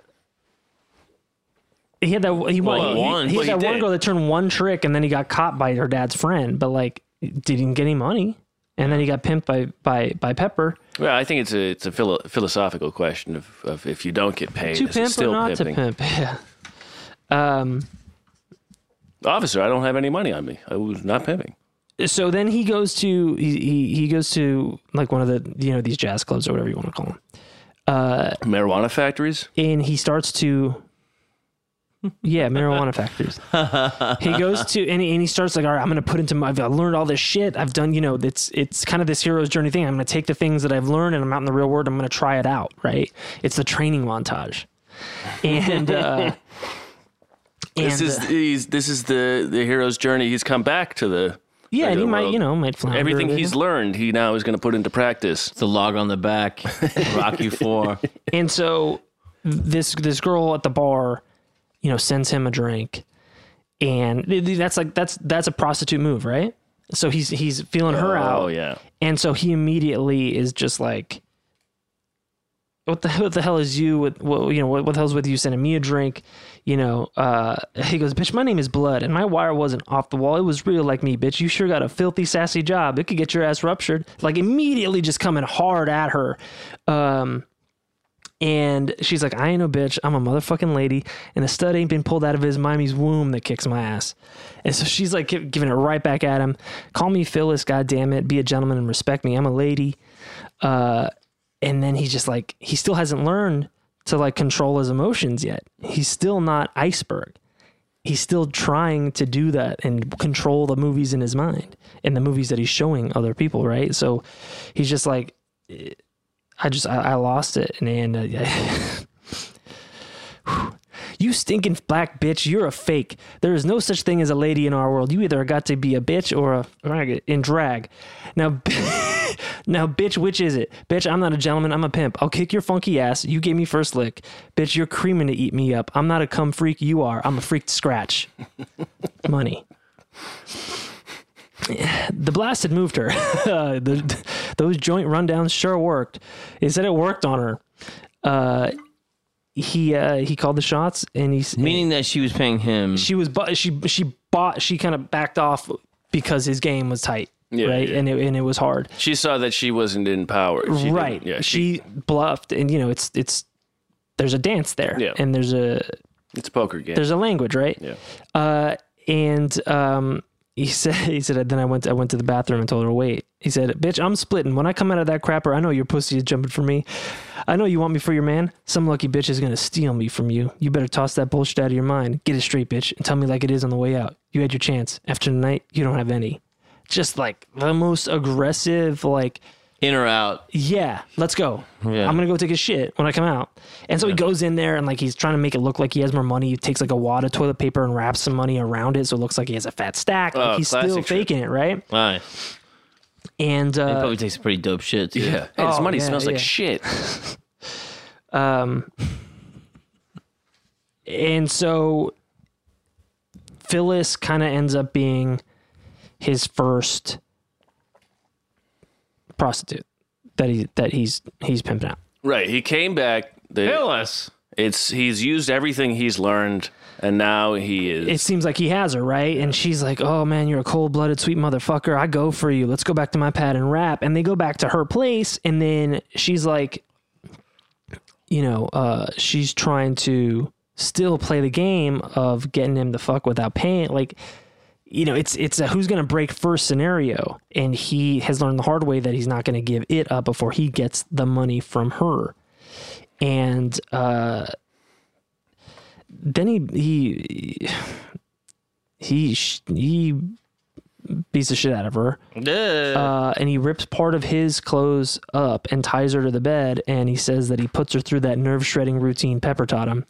He had that he,
Well,
he-
once.
he
Well,
had
he
that one
did.
girl that turned one trick and then he got caught by her dad's friend, but like didn't get any money, and then he got pimped by by by Pepper.
Well, I think it's a it's a philo- philosophical question of, of if you don't get paid,
To
is it
pimp or
still
not
pimping?
to pimp? [laughs] Yeah. Um,
Officer, I don't have any money on me. I was not pimping.
so then he goes to he, he he goes to like one of the you know these jazz clubs or whatever you want to call them,
Marijuana factories.
and he starts to. Yeah,
[laughs]
marijuana factories. he goes to and he, and he starts like, all right, I'm gonna put into my. I've learned all this shit. I've done, you know, it's it's kind of this hero's journey thing. I'm gonna take the things that I've learned and I'm out in the real world. I'm gonna try it out, right? It's the training montage, and uh,
[laughs] This
and,
is
uh,
he's, this is the the hero's journey. He's come back to the
yeah, and he
regular
might
world.
you know might flounder a
everything
bit.
he's learned. He now is going to put into practice.
The log on the
[laughs]
back, Rocky Four.
And so this this girl at the bar, you know, sends him a drink, and th- th- that's like that's that's a prostitute move, right? So he's he's feeling her out,
Oh yeah,
and so he immediately is just like, "What the what the hell is you with what you know what, what the hell's with you sending me a drink?" You know, uh, he goes, "Bitch, my name is Blood, and my wire wasn't off the wall; it was real like me, bitch. You sure got a filthy sassy job. It could get your ass ruptured." Like immediately, just coming hard at her. Um, and she's like, I ain't no bitch. I'm a motherfucking lady. And the stud ain't been pulled out of his mommy's womb that kicks my ass. And so she's like, gi- giving it right back at him. Call me Phyllis, God damn it. Be a gentleman and respect me. I'm a lady. Uh, and then he's just like, he still hasn't learned to like control his emotions yet. He's still not iceberg. He's still trying to do that and control the movies in his mind and the movies that he's showing other people, right? So he's just like, I just I, I lost it and, and uh, Whew. you stinking black bitch you're a fake there is no such thing as a lady in our world you either got to be a bitch or a or in drag now b- [laughs] now bitch which is it bitch i'm not a gentleman i'm a pimp i'll kick your funky ass you gave me first lick bitch you're creaming to eat me up i'm not a cum freak you are i'm a freak to scratch money the blast had moved her. [laughs] The- those joint rundowns sure worked. He said it worked on her. Uh, he uh, he called the shots, and he s-
Meaning that she was paying him.
she was bu- she she bought she kind of backed off because his game was tight,
Yeah,
right?
yeah.
And it and it was hard,
she saw that she wasn't in power. She didn't-
right?
Yeah, she,
she, bluffed, and you know it's it's there's a dance there,
Yeah.
and there's a
it's a poker game.
there's a language, right?
Yeah.
Uh, and um, he [laughs] said, he said, then I went, I went to the bathroom and told her, wait. He said, bitch, I'm splitting. When I come out of that crapper, I know your pussy is jumping for me. I know you want me for your man. Some lucky bitch is gonna steal me from you. You better toss that bullshit out of your mind. Get it straight, bitch, and tell me like it is on the way out. You had your chance. After tonight, you don't have any. Just like the most aggressive, like
in or out.
yeah, let's go.
Yeah.
I'm gonna go take a shit when I come out. And so he goes in there and like he's trying to make it look like he has more money. He takes like a wad of toilet paper and wraps some money around it so it looks like he has a fat stack. Like,
Oh,
he's still
classic shit.
faking it, right?
Aye.
And
He
uh,
probably takes some pretty dope shit. Too.
yeah, hey, this
Oh,
money
yeah,
smells
yeah.
like shit.
um, and so Phyllis kind of ends up being his first prostitute that he that he's he's pimping out.
Right, he came back. The,
Phyllis.
It's he's used everything he's learned, and now he is.
it seems like he has her, right? And she's like, "Oh man, you're a cold-blooded sweet motherfucker. I go for you. Let's go back to my pad and rap." And they go back to her place, and then she's like, you know, uh, she's trying to still play the game of getting him to fuck without paying. Like, you know, it's it's a who's gonna break first scenario, and he has learned the hard way that he's not gonna give it up before he gets the money from her, and. uh then he he he sh- he beats the shit out of her, uh, and he rips part of his clothes up and ties her to the bed, and he says that he puts her through that nerve shredding routine Pepper taught him,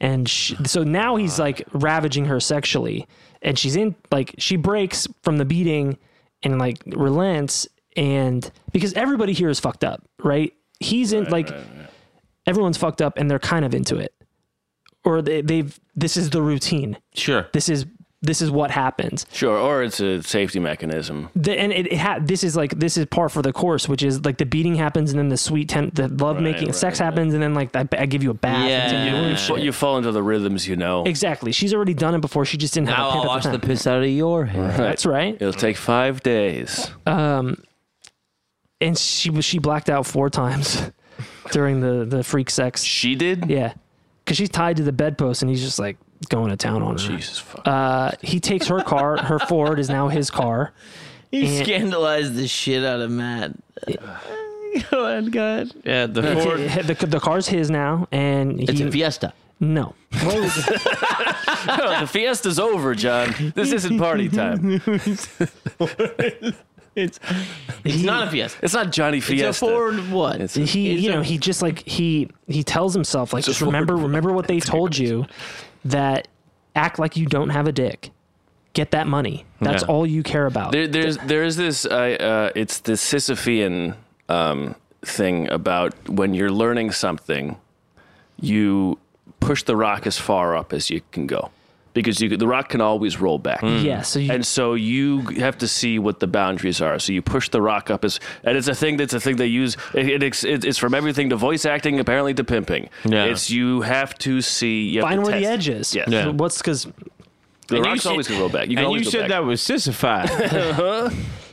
and sh so now he's like ravaging her sexually, and she's in like she breaks from the beating and like relents, and because everybody here is fucked up, right? He's in like everyone's fucked up, and they're kind of into it. Or they, they've. This is the routine.
Sure.
This is this is what happens.
Sure, or it's a safety mechanism.
The, and it, it ha- this is like this is par for the course, which is like the beating happens and then the sweet ten- the love making
right,
sex happens and then like I, I give you a bath. and take you
Yeah.
away.
You, fa- you fall into the rhythms, you know.
Exactly. She's already done it before. She just didn't have
Now
a
I'll
pimp at
wash
the
the
time.
piss out of your hair.
That's right.
It'll take five days.
Um, and she was she blacked out four times [laughs] during the the freak sex.
She did.
Yeah, because she's tied to the bedpost, and he's just like going to town on her.
Jesus fuck.
Uh, he takes her car. Her Ford is now his car.
He
And-
scandalized the shit out of Matt. [laughs] go ahead, go ahead. Yeah, the Ford.
[laughs] The, the car's his now, and he,
It's a Fiesta.
no,
the fiesta's over, John. This
[laughs]
isn't party time.
It's it's not a Fiesta.
It's not Johnny Fiesta.
It's a Ford what?
It's-
he
He's
you know
a-
he just like he he tells himself like just
Ford
remember remember what they told you that act like you don't have a dick get that money that's
Yeah.
all you care about
There, there's there is this. I uh, it's the Sisyphean um, thing about when you're learning something, you push the rock as far up as you can go, because you, the rock can always roll back.
Mm. yeah so you,
And so you have to see what the boundaries are. So you push the rock up as, and it's a thing that's a thing they use. It, it, it, it's from everything to voice acting, apparently to pimping.
Yeah.
It's you have to see. You have
find
to
where the
test.
edge is
Yes.
Yeah.
what's because
The
And you
rock's
said-
always gonna roll back. You can
and
always
you
go
said
back.
that was sissified.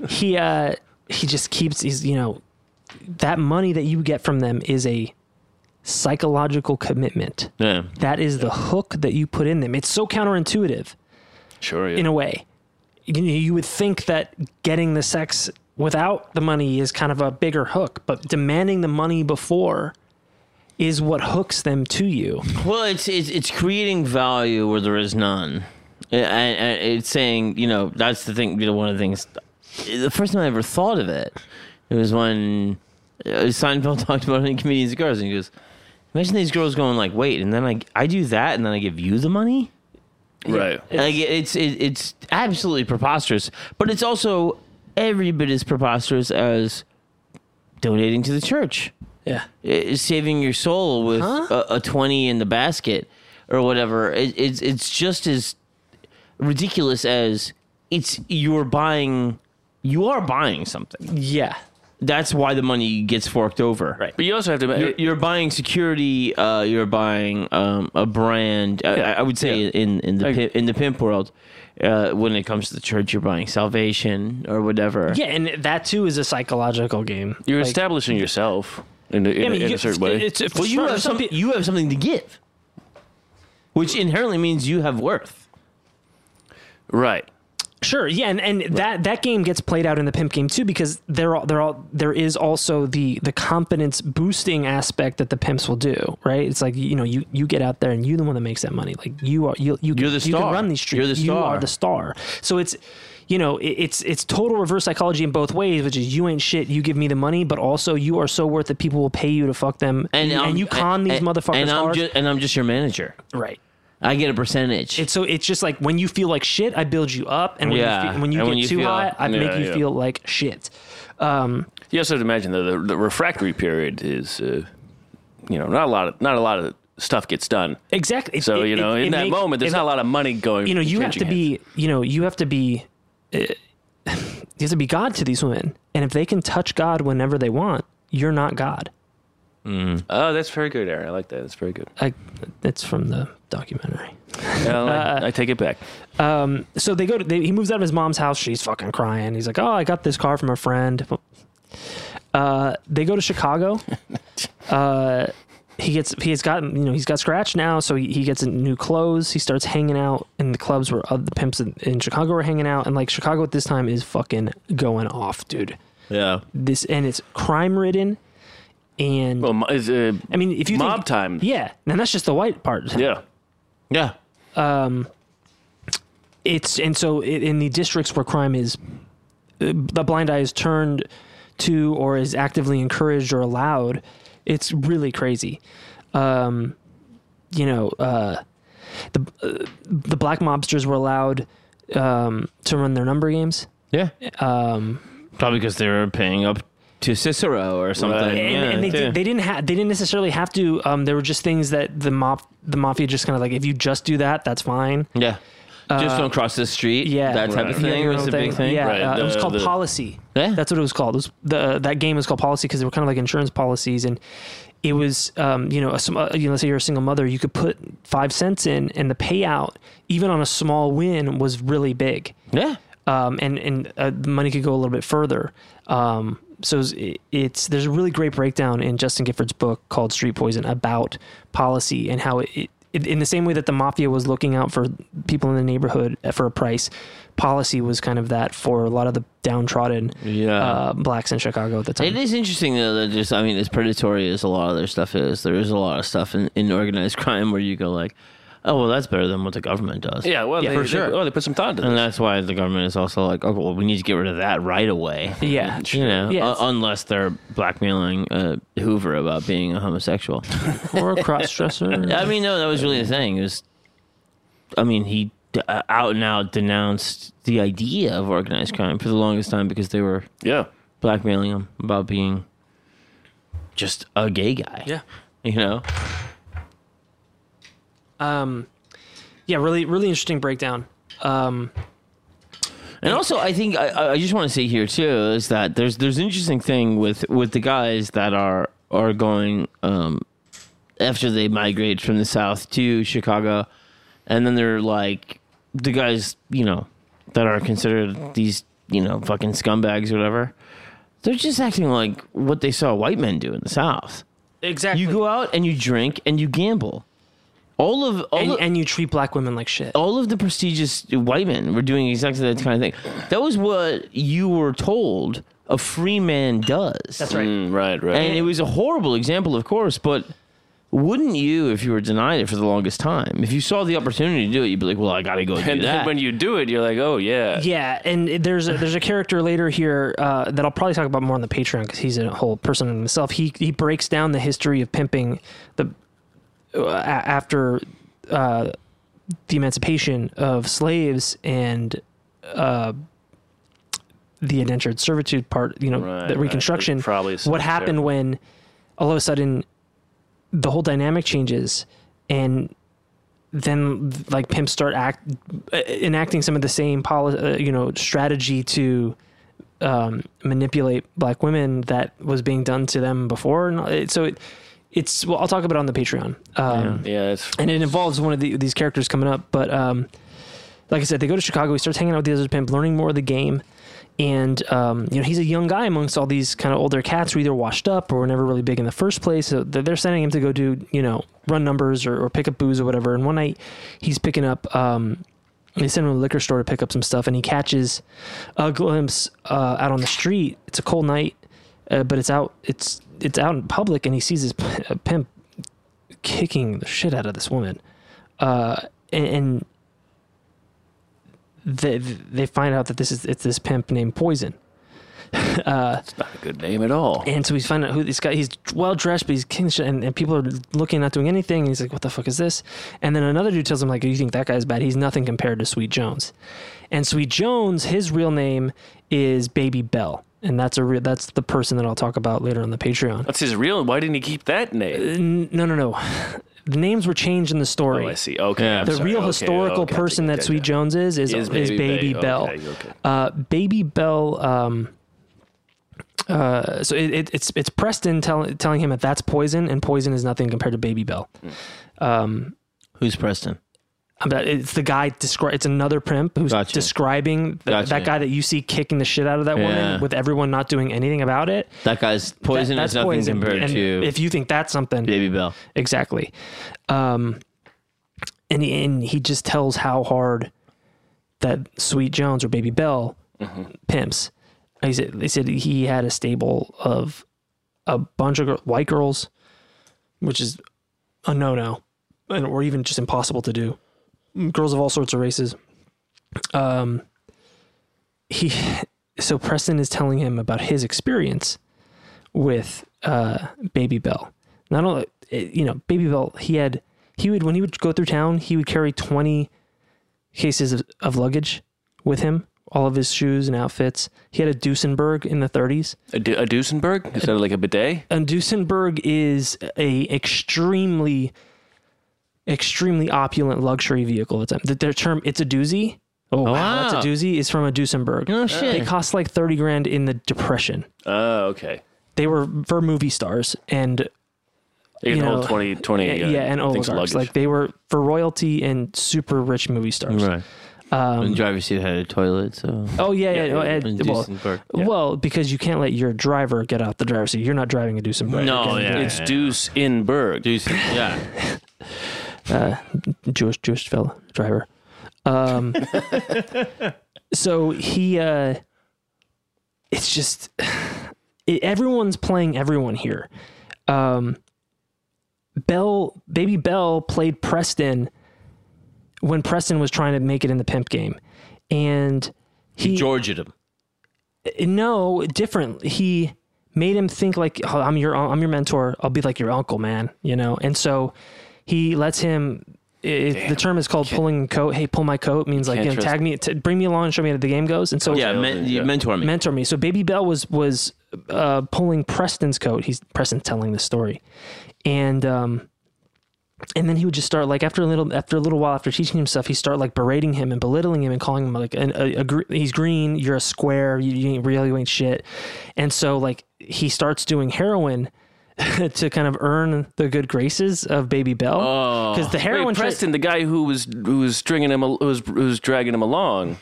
he uh he just keeps he's you know that money that you get from them is a psychological commitment
[laughs] yeah.
that is the hook that you put in them it's so counterintuitive
sure. Yeah.
in a way. You, you would think that getting the sex without the money is kind of a bigger hook, but demanding the money before is what hooks them to you.
Well, it's, it's it's creating value where there is none. And, and it's saying, you know, that's the thing. You know, one of the things. The first time I ever thought of it, it was when uh, Seinfeld [laughs] talked about it in Comedians and Cars, and he goes, "Imagine these girls going like, wait, and then I I do that, and then I give you the money."
right.
Like it's it, it's absolutely preposterous, but it's also every bit as preposterous as donating to the church,
Yeah.
Eh, saving your soul with a, a twenty in the basket or whatever. It, it's it's just as ridiculous as it's you're buying. You are buying something.
Yeah.
That's why the money gets forked over. Right.
But you also have to.
You're, you're buying security. Uh, you're buying um, a brand. I- I, I would say
Yeah.
in in the
I-
pi- in the pimp world, uh, when it comes to the church, you're buying salvation or whatever.
Yeah. And that too is a psychological game.
You're
Like,
establishing yourself in a, in,
I mean,
a, in
you-
a certain way.
it's- it's-
Well, you
for
have
some
some,
peo-
You have something to give, which inherently means you have worth.
right.
Sure, yeah, and, and that that game gets played out in the pimp game too because there all, there all there is also the the confidence boosting aspect that the pimps will do, right? It's like you know you you get out there and you're the one that makes that money. Like you are you you
You're the
you can
star.
run these streets.
You're the
You
star.
are the star. So it's you know it, it's it's total reverse psychology in both ways, which is you ain't shit, you give me the money, but also you are so worth that people will pay you to fuck them,
And
you,
I'm-
you con these
and-
motherfuckers
And I'm
hard.
just and I'm just your manager.
right.
I get a percentage.
It's so it's just like when you feel like shit, I build you up, and when
Yeah.
you, fe- when you
And
get
when you
too
feel-
high, I
yeah,
make you
yeah.
feel like shit.
You also have to imagine that the, the refractory period is, uh, you know, not a lot of not a lot of stuff gets done.
Exactly. It-
So
it-
you know,
it-
in
it
that
makes-
moment, there's
it-
not a lot of money going.
You know, you have to
changing
be. You know, you have to be. Uh, [laughs] you have to be God to these women, and if they can touch God whenever they want, you're not God.
hands. Oh, that's very good, Aaron. I like that. That's
[laughs]
very good.
I, that's from the documentary.
Yeah, I like- I take it back.
So they go. To, they, he moves out of his mom's house. She's fucking crying. He's like, "Oh, I got this car from a friend." Uh, they go to
[laughs]
Chicago. uh, he gets. He has gotten. You know, he's got scratch now, so he, he gets new clothes. He starts hanging out in the clubs where other, the pimps in, in Chicago are hanging out, and like Chicago at this time is fucking going off, dude.
yeah.
This and it's crime ridden, and
Well, mo- is, uh,
I mean, if you
mob
think,
time.
yeah, and that's just the white part.
Yeah.
Yeah.
it's and so i in the districts where crime is uh, the blind eye is turned to or is actively encouraged or allowed it's really crazy um you know uh the uh, the black mobsters were allowed um to run their number games
Yeah. Um, Probably because they were paying up to Cicero or something.
Right.
and, and they, did, they didn't have they didn't necessarily have to um there were just things that the mob the mafia just kind of like if you just do that that's fine
yeah. Just don't cross the street.
Yeah,
That type
Right.
of
You know,
thing
your
was
own
a big thing.
Yeah,
Right,
uh, it was
the-
called
the-
policy.
Yeah.
that's what it was called. It was the uh, that game was called policy because they were kind of like insurance policies, and it was um, you know a, sm- uh, you know let's say you're a single mother, you could put five cents in, and the payout even on a small win was really big,
Yeah.
um, and and uh, the money could go a little bit further. Um, so it's- it's there's a really great breakdown in Justin Gifford's book called Street Poison about policy and how it, it in the same way that the mafia was looking out for people in the neighborhood for a price, policy was kind of that for a lot of the downtrodden
Yeah.
uh, blacks in Chicago at the time.
It is interesting though that just I mean as predatory as a lot of their stuff is, there is a lot of stuff in, in organized [laughs] crime where you go like, oh well, that's better than what the government does.
Yeah, well, they,
for
they-
sure.
oh, they put some thought into
and
this.
that's why the government is also like, oh well, we need to get rid of that right away.
Yeah,
You know,
Yeah,
u-
it's-
unless they're blackmailing uh, Hoover about being a homosexual. [laughs]
or a crossdresser.
I mean, no, that was really the thing. It was, I mean, he d- uh, out and out denounced the idea of organized crime for the longest time because they were
Yeah,
blackmailing him about being just a gay guy.
Yeah.
You know?
Um, yeah, really, really interesting breakdown. Um,
And also, I think I- I, I just want to say here too is that there's there's an interesting thing with with the guys that are are going um, after they migrate from the south to Chicago, and then they're like the guys you know that are considered these you know fucking scumbags or whatever. They're just acting like what they saw white men do in the south.
exactly.
You go out and you drink and you gamble. All of all Oh,
and,
of-
and you treat black women like shit.
all of the prestigious white men were doing exactly that kind of thing. That was what you were told a free man does.
That's right.
Mm, right, right.
And it was a horrible example, of course, but wouldn't you, if you were denied it for the longest time, if you saw the opportunity to do it, you'd be like, well, I got to go do
and
that.
then when you do it, you're like, oh yeah,
Yeah, and it- there's a, there's a character later here uh, that I'll probably talk about more on the Patreon because he's a whole person in himself. He he breaks down the history of pimping the uh, a- after uh, the emancipation of slaves and uh, the indentured servitude part. You know,
Right,
the
right.
Reconstruction.
Probably some
what happened
sort-
when all of a sudden the whole dynamic changes and then like pimps start act uh, enacting some of the same policy, uh, you know, strategy to um, manipulate black women that was being done to them before. And it- so it, it's well, I'll talk about it on the Patreon, um,
yeah, it's
and it involves one of the, these characters coming up. But um, like I said, they go to Chicago. He starts hanging out with the other pimp, learning more of the game. And um, you know he's a young guy amongst all these kind of older cats who either washed up or were never really big in the first place. So they're they're sending him to go do you know run numbers or, or pick up booze or whatever. And one night he's picking up um, they send him to the liquor store to pick up some stuff, and he catches a glimpse uh, out on the street. It's a cold night, uh, but it's out. It's it's out in public, and he sees this [laughs] p- a pimp kicking the shit out of this woman, uh, and, and they they find out that this is it's this pimp named Poison. [laughs] Uh,
not a good name at all.
And so we find out who this guy. He's well dressed, but he's king shit, and, and people are looking, not doing anything. And he's like, "What the fuck is this?" And then another dude tells him, "Like, you think that guy's bad? He's nothing compared to Sweet Jones." And Sweet Jones, his real name is Baby Bell, and that's a real. That's the person that I'll talk about later on the Patreon.
That's his real. Why didn't he keep that name?
N- No, no, no. [laughs] The names were changed in the story.
Oh, I see. Okay, I'm
The
sorry.
real
Okay,
historical
okay,
person
okay,
that
okay.
Sweet Jones is is, is, Baby,
Bay.
Bell.
Okay, okay.
Uh, Baby Bell. Um, uh, so it, it, it's it's Preston telling telling him that that's poison, and poison is nothing compared to Baby Bell.
Who's Preston?
Um, but It's the guy descri- It's another pimp who's
Gotcha.
describing th-
Gotcha.
that guy that you see kicking the shit out of that
Yeah.
woman with everyone not doing anything about it.
That guy's
That-
poison
that's
is nothing
poison.
compared
And
to
If you think that's something,
Baby Bell.
exactly um and he, and he just tells how hard that sweet jones or baby bell pimps he said, they said he had a stable of a bunch of girl, white girls which is a no-no and or even just impossible to do girls of all sorts of races um he so preston is telling him about his experience with uh baby bell not only it- you know baby bell he had he would when he would go through town he would carry 20 cases of, of luggage with him all of his shoes and outfits he had a duesenberg in the 30s
A, du- a Duesenberg? Is that like a bidet?
and duesenberg is a extremely extremely opulent luxury vehicle at the time The- their term it's a doozy oh wow, that's a
Wow.
doozy is from a duesenberg
Oh,
they
shit.
cost like 30 grand in the depression
Oh, okay.
they were for movie stars and
You can
You
hold
know,
20, 20
yeah,
uh,
and
things of
oligarchs
luggage.
like they were for royalty and super rich movie stars Um,
Right. and driver's seat had a toilet, so
Oh yeah, yeah.
Yeah,
no,
yeah,
and-
and
well,
Duesenberg,
well, because you can't let your driver get out the driver's seat. You're not driving a Duesenberg.
No,
You're getting
yeah.
It's Deuce in Berg.
Deuce, yeah.
a Jewish Jewish fella driver. Um, so he, uh, it's just [sighs] it, everyone's playing everyone here. Um, Bell, baby Bell played Preston when Preston was trying to make it in the pimp game, and he
Georgia him.
Uh, no different he made him think like oh, i'm your i'm your mentor i'll be like your uncle man you know and so he lets him it, the term is called pulling coat hey pull my coat means like
Can't
you know,
trust-
tag me t- bring me along and show me how the game goes and so
Yeah, men,
yeah.
mentor me.
mentor me so baby bell was was uh, pulling preston's coat he's preston's telling the story and um and then he would just start like after a little after a little while after teaching him stuff, he start like berating him and belittling him and calling him like an, a, a, gr- he's green, you're a square, you, you ain't really ain't shit, and so like he starts doing heroin [laughs] to kind of earn the good graces of Baby Bell because the heroin
Wait,
tra-
Preston, the guy who was who was stringing him, al- who was, who was dragging him along.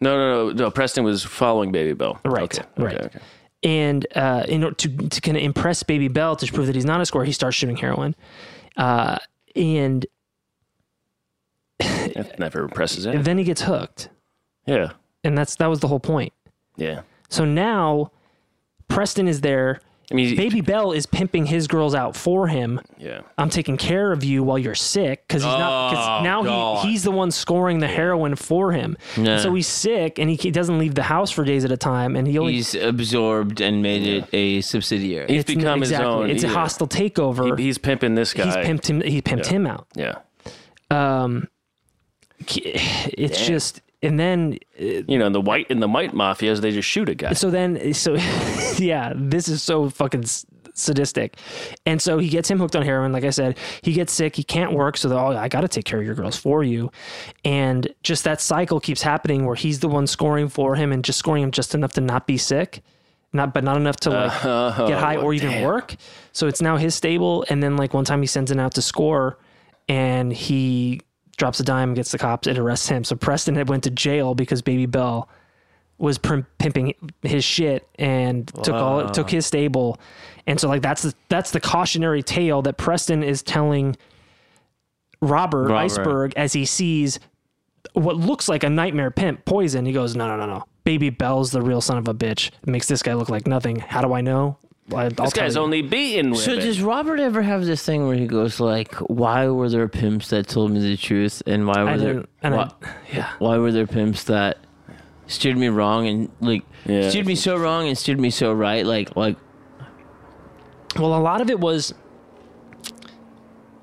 No, no, no, no. Preston was following Baby Bill.
Right,
Okay, okay,
right.
okay.
and uh, in order to, to kind of impress Baby Bell to prove that he's not a scorer, he starts shooting heroin, uh, and
That never impresses
and
him.
then he gets hooked,
Yeah,
and that's that was the whole point.
yeah.
So now Preston is there.
I mean, he-
Baby Bell is pimping his girls out for him.
yeah.
I'm taking care of you while you're sick because he's not. Because
Oh,
now
God.
he, he's the one scoring the heroin for him. And
Yeah.
So he's sick and he, he doesn't leave the house for days at a time. And he only
He's absorbed and made it a subsidiary.
He's become his
exactly.
own.
It's a
yeah.
hostile takeover.
He- he's pimping this guy.
he's pimped him. He pimped him out.
Yeah.
Um, [sighs] it's just and then
You know, the white and the might mafias, they just shoot a guy.
so then so [laughs] yeah this is so fucking s- sadistic and so he gets him hooked on heroin like i said he gets sick he can't work so they're all i gotta take care of your girls for you and just that cycle keeps happening where he's the one scoring for him and just scoring him just enough to not be sick not but not enough to like get high or even work so it's now his stable and then like one time he sends it out to score and he drops a dime gets the cops and arrests him so preston had went to jail because baby bell was prim- pimping his shit and took all took his stable, and so like that's the that's the cautionary tale that Preston is telling Robert, Iceberg as he sees what looks like a nightmare pimp poison. He goes, no, no, no, no. Baby Bell's the real son of a bitch. Makes this guy look like nothing. How do I know? Well, I'll
this
tell
guy's
you.
only beaten with
So
it.
does Robert ever have this thing where he goes like, "Why were there pimps that told me the truth, and why were
I
there
didn't- and I-
why,
yeah.
why were there pimps that steered me wrong and like
Yeah.
steered me so wrong and steered me so right? Like like
Well, a lot of it was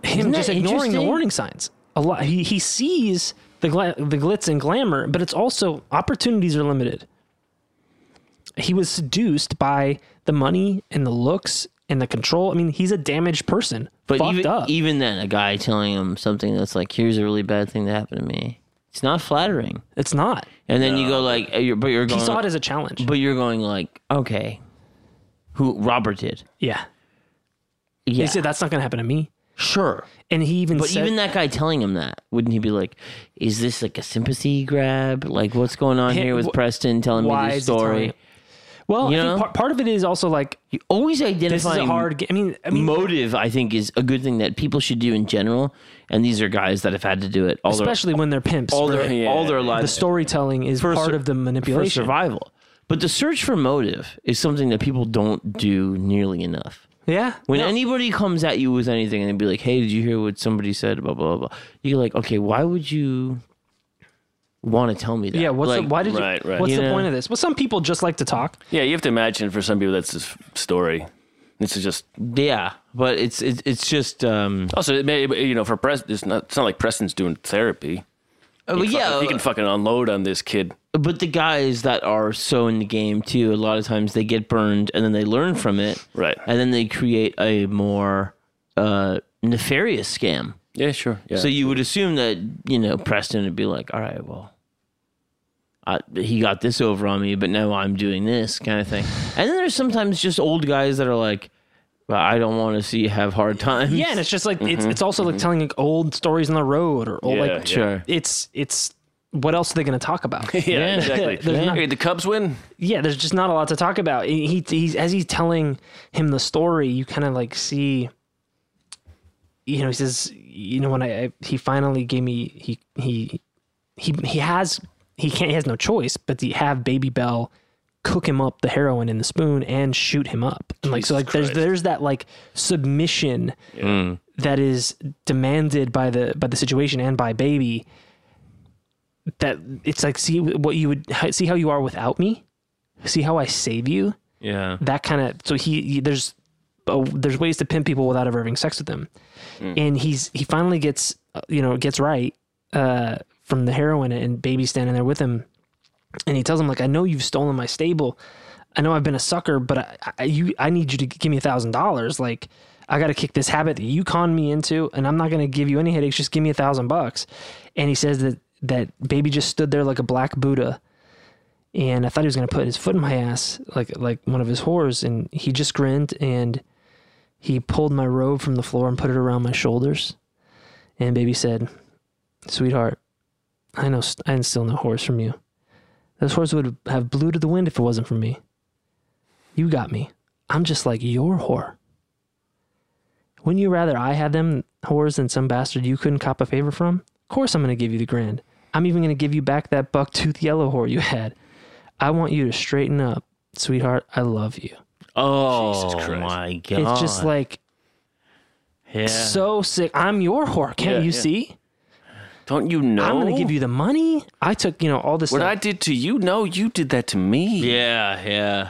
him
Isn't that
just ignoring the
interesting?
warning signs. A lot. He, he sees the gla- the glitz and glamour, but it's also opportunities are limited. He was seduced by the money and the looks and the control. I mean, he's a damaged person,
but
fucked
even e-
up.
even then, a guy telling him something that's like, "Here's a really bad thing that happened to me." It's not flattering.
it's not.
And then you go like, uh, you're, but you're
He
going,
saw it as a challenge.
but you're going like, okay, who Robert did?
yeah.
Yeah,
He said that's not going to happen to me.
sure.
And he even
But
said
even that guy telling him that, wouldn't he be like, "Is this like a sympathy grab? Like, what's going on
Hey,
here with
wh-
Preston telling
why
me this
is he telling
story?"
it? well,
you
I think
know?
part, part of it is also like
You always
this is
identifying
a hard. Ga- I mean, I mean,
motive. I think is a good thing that people should do in general. And these are guys that have had to do it all their
especially when they're pimps.
all
right?
their
[laughs] Yeah.
all their
the
lives
storytelling is part
sur-
of the
for
manipulation.
survival. But the search for motive is something that people don't do nearly enough.
Yeah.
When anybody comes at you with anything and they be like, "Hey, did you hear what somebody said?" blah blah blah. blah," You're like, "Okay, why would you want to tell me that?"
yeah. What's
like,
the, why did
right,
you?
right.
What's
You
the
know?
point of this? Well, some people just like to talk.
yeah, you have to imagine for some people that's his story. This is just
Yeah, but it's it's it's just um.
also it may, you know for Preston. It's not, it's not like Preston's doing therapy.
Oh,
But
Fuck,
yeah,
he can fucking unload on this kid.
but the guys that are so in the game too, a lot of times they get burned and then they learn from it,
Right.
And then they create a more uh nefarious scam.
Yeah, sure. Yeah.
So you would assume that you know Preston would be like, all right, well, I, he got this over on me, but now I'm doing this kind of thing. And then there's sometimes just old guys that are like, well, I don't want to see you have hard times.
Yeah,
Mm-hmm.
and it's just like it's it's also like telling like old stories on the road or old
Yeah, yeah.
like
sure.
it's it's what else are they going to talk
[laughs]
about?
yeah, exactly.
[laughs] There's not-
Hey, the Cubs win.
yeah, there's just not a lot to talk about. He, he- he's as he's telling him the story, you kind of like see, you know, he says, you know, when I, I he finally gave me he he he he has he can't he has no choice but to have Baby Bell cook him up the heroin in the spoon and shoot him up. And like so like
Jesus Christ.
there's there's that like submission that is demanded by the by the situation and by baby that it's like see what you would see how you are without me see how i save you
Yeah.
that kind of so he, he- there's uh, there's ways to pin people without ever having sex with them and he's he finally gets uh, you know gets right uh from the heroin and baby standing there with him and he tells him like i know you've stolen my stable i know i've been a sucker but i, I you i need you to give me a thousand dollars like i gotta kick this habit that you conned me into and i'm not gonna give you any headaches just give me a thousand bucks and he says that that baby just stood there like a black buddha and I thought he was gonna put his foot in my ass like like one of his whores, and he just grinned and he pulled my robe from the floor and put it around my shoulders, and baby said, "Sweetheart, I know st- I still no horse from you. Those horse would have blew to the wind if it wasn't for me. You got me. I'm just like your whore. Wouldn't you rather I had them whores than some bastard you couldn't cop a favor from? Of course I'm gonna give you the grand. I'm even gonna give you back that buck tooth yellow whore you had." I want you to straighten up, sweetheart. I love you.
Oh
Jesus Christ.
my god.
It's just like
yeah.
so sick. I'm your whore. Can't
Yeah,
you
yeah.
see?
Don't you know?
I'm gonna give you the money. I took you know all this.
what I
stuff.
did to you. No, you did that to me.
yeah, yeah.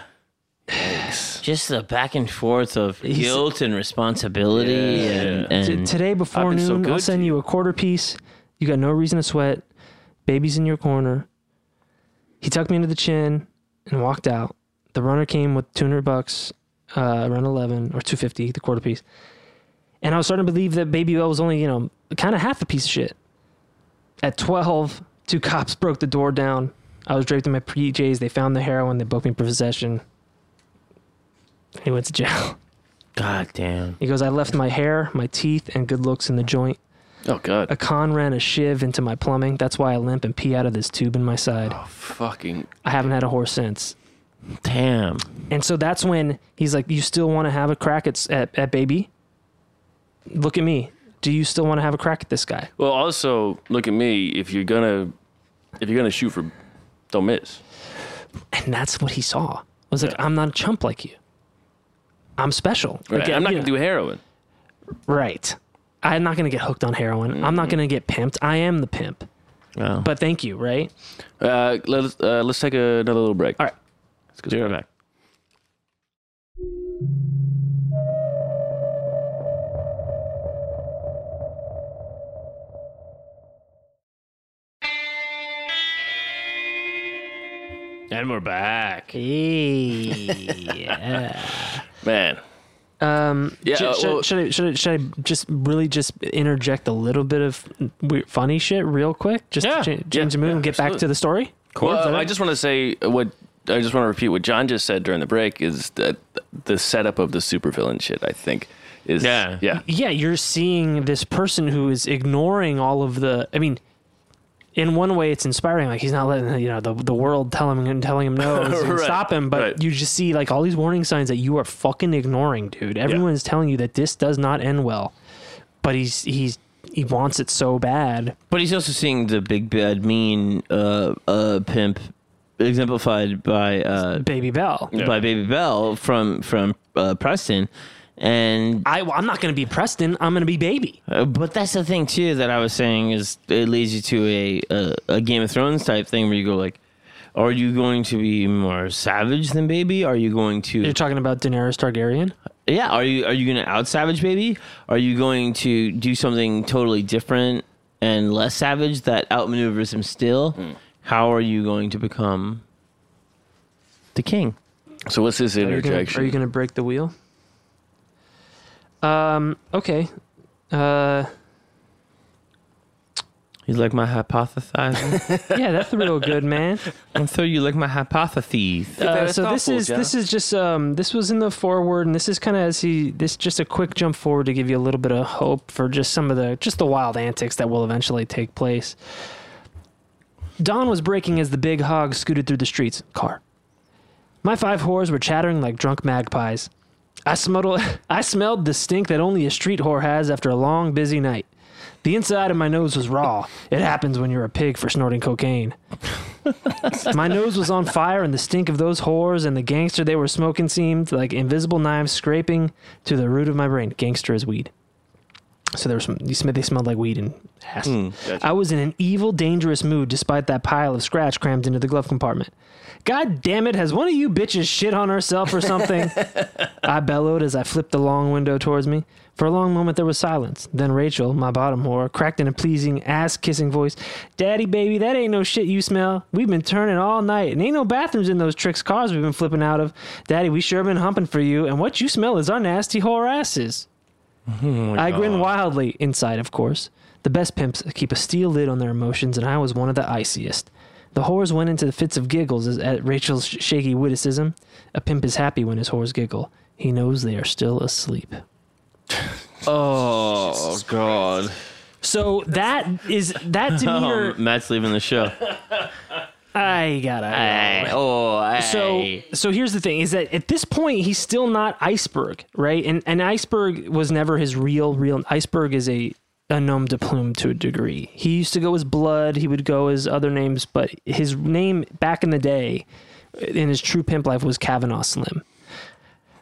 Just the back and forth of guilt and responsibility and,
T-
and
today before
been
noon,
so
I'll
good
send
to
you a quarter piece. You got no reason to sweat. Baby's in your corner. He tucked me into the chin and walked out. The runner came with 200 bucks, uh, around 11 or 250, the quarter piece. And I was starting to believe that Baby Bell was only, you know, kind of half a piece of shit. At 12, two cops [laughs] broke the door down. I was draped in my PJs. They found the heroin. They booked me for possession. He went to jail. [laughs]
god damn.
He goes, I left my hair, my teeth, and good looks in the joint.
Oh God.
A con ran a shiv into my plumbing. That's why I limp and pee out of this tube in my side.
Oh. Fucking.
I haven't had a horse since.
Damn.
And so that's when he's like, You still want to have a crack at, s- at, at baby? Look at me. Do you still want to have a crack at this guy?
Well, also look at me. If you're gonna, if you're gonna shoot for, don't miss.
And that's what he saw. I was like, I'm not a chump like you. I'm special.
Right?
Like,
I'm not
you
gonna
know,
do heroin.
Right. I'm not going to get hooked on heroin. I'm
Mm-hmm.
not going to get pimped. I am the pimp.
Wow.
But thank you, right?
Uh, let's uh, let's take a, another little break.
All right.
Be right back.
And we're back.
[laughs] Yeah.
man.
Um,
Yeah,
should,
uh,
should-
well-
should I, should, I, should I just really just interject a little bit of weird, funny shit real quick? Just
Yeah,
to change,
yeah,
change the mood
yeah,
and get back to the story? Is
Well, um,
that
I
it?
just want to say what I just want to repeat what John just said during the break is that the setup of the supervillain shit. I think is
Yeah.
yeah.
yeah, you're seeing this person who is ignoring all of the. I mean, in one way, it's inspiring. Like he's not letting you know the, the world tell him and telling him
[laughs]
no and
Right,
stop him. But
right.
you just see like all these warning signs that you are fucking ignoring, dude. Everyone is telling you that this does not end well, but he's he's he wants it so bad.
But he's also seeing the big bad mean uh uh pimp exemplified by uh
Baby Bell.
by Baby Bell from from uh, Preston, and
I, well, I'm not going to be Preston. I'm going to be Baby.
uh, but that's the thing too that I was saying is it leads you to a, a a Game of Thrones type thing where you go like, are you going to be more savage than Baby? Are you going to
You're talking about Daenerys Targaryen.
yeah? Are you are you going to out savage Baby? Are you going to do something totally different and less savage that outmaneuvers him still?
Mm.
How are you going to become the king?
So what's this
Are you gonna-
interjection?
Are you going to break the wheel? Um. Okay. [laughs] Uh.
You like my [laughs] hypothesizing?
Yeah, that's real good, man.
and so you like my hypotheses.
Uh,
that's
so this
thoughtful,
is
Jenna.
this is just um this was in the forward, and this is kind of as he this just a quick jump forward to give you a little bit of hope for just some of the just the wild antics that will eventually take place. Dawn was breaking as the big hog scooted through the streets. Car. My five whores were chattering like drunk magpies. I smelled, [laughs] I smelled the stink that only a street whore has after a long, busy night. The inside of my nose was raw. It happens when you're a pig for snorting cocaine. my nose was on fire, and the stink of those whores and the gangster they were smoking seemed like invisible knives scraping to the root of my brain. Gangster is weed. So there was some, you smelled, they smelled like weed and ass. I was in an evil, dangerous mood despite that pile of scratch crammed into the glove compartment. God damn it, has one of you bitches shit on herself or something? I bellowed as I flipped the long window towards me. For a long moment, there was silence. Then Rachel, my bottom whore, cracked in a pleasing, ass kissing voice Daddy, baby, that ain't no shit you smell. We've been turning all night, and ain't no bathrooms in those tricks cars we've been flipping out of. Daddy, we sure been humping for you, and what you smell is our nasty whore asses. I grinned wildly, inside, of course. The best pimps keep a steel lid on their emotions, and I was one of the iciest. The whores went into fits of giggles as- at Rachel's sh- shaky witticism. A pimp is happy when his whores giggle. He knows they are still asleep.
[laughs] Oh God!
So that is that demeanor.
[laughs] Um, Matt's leaving the show.
I gotta.
Ay, oh, ay.
so so here's the thing is that at this point he's still not iceberg right and and iceberg was never his real real iceberg is a a nom de plume to a degree he used to go as blood he would go as other names but his name back in the day in his true pimp life was kavanaugh slim Uh,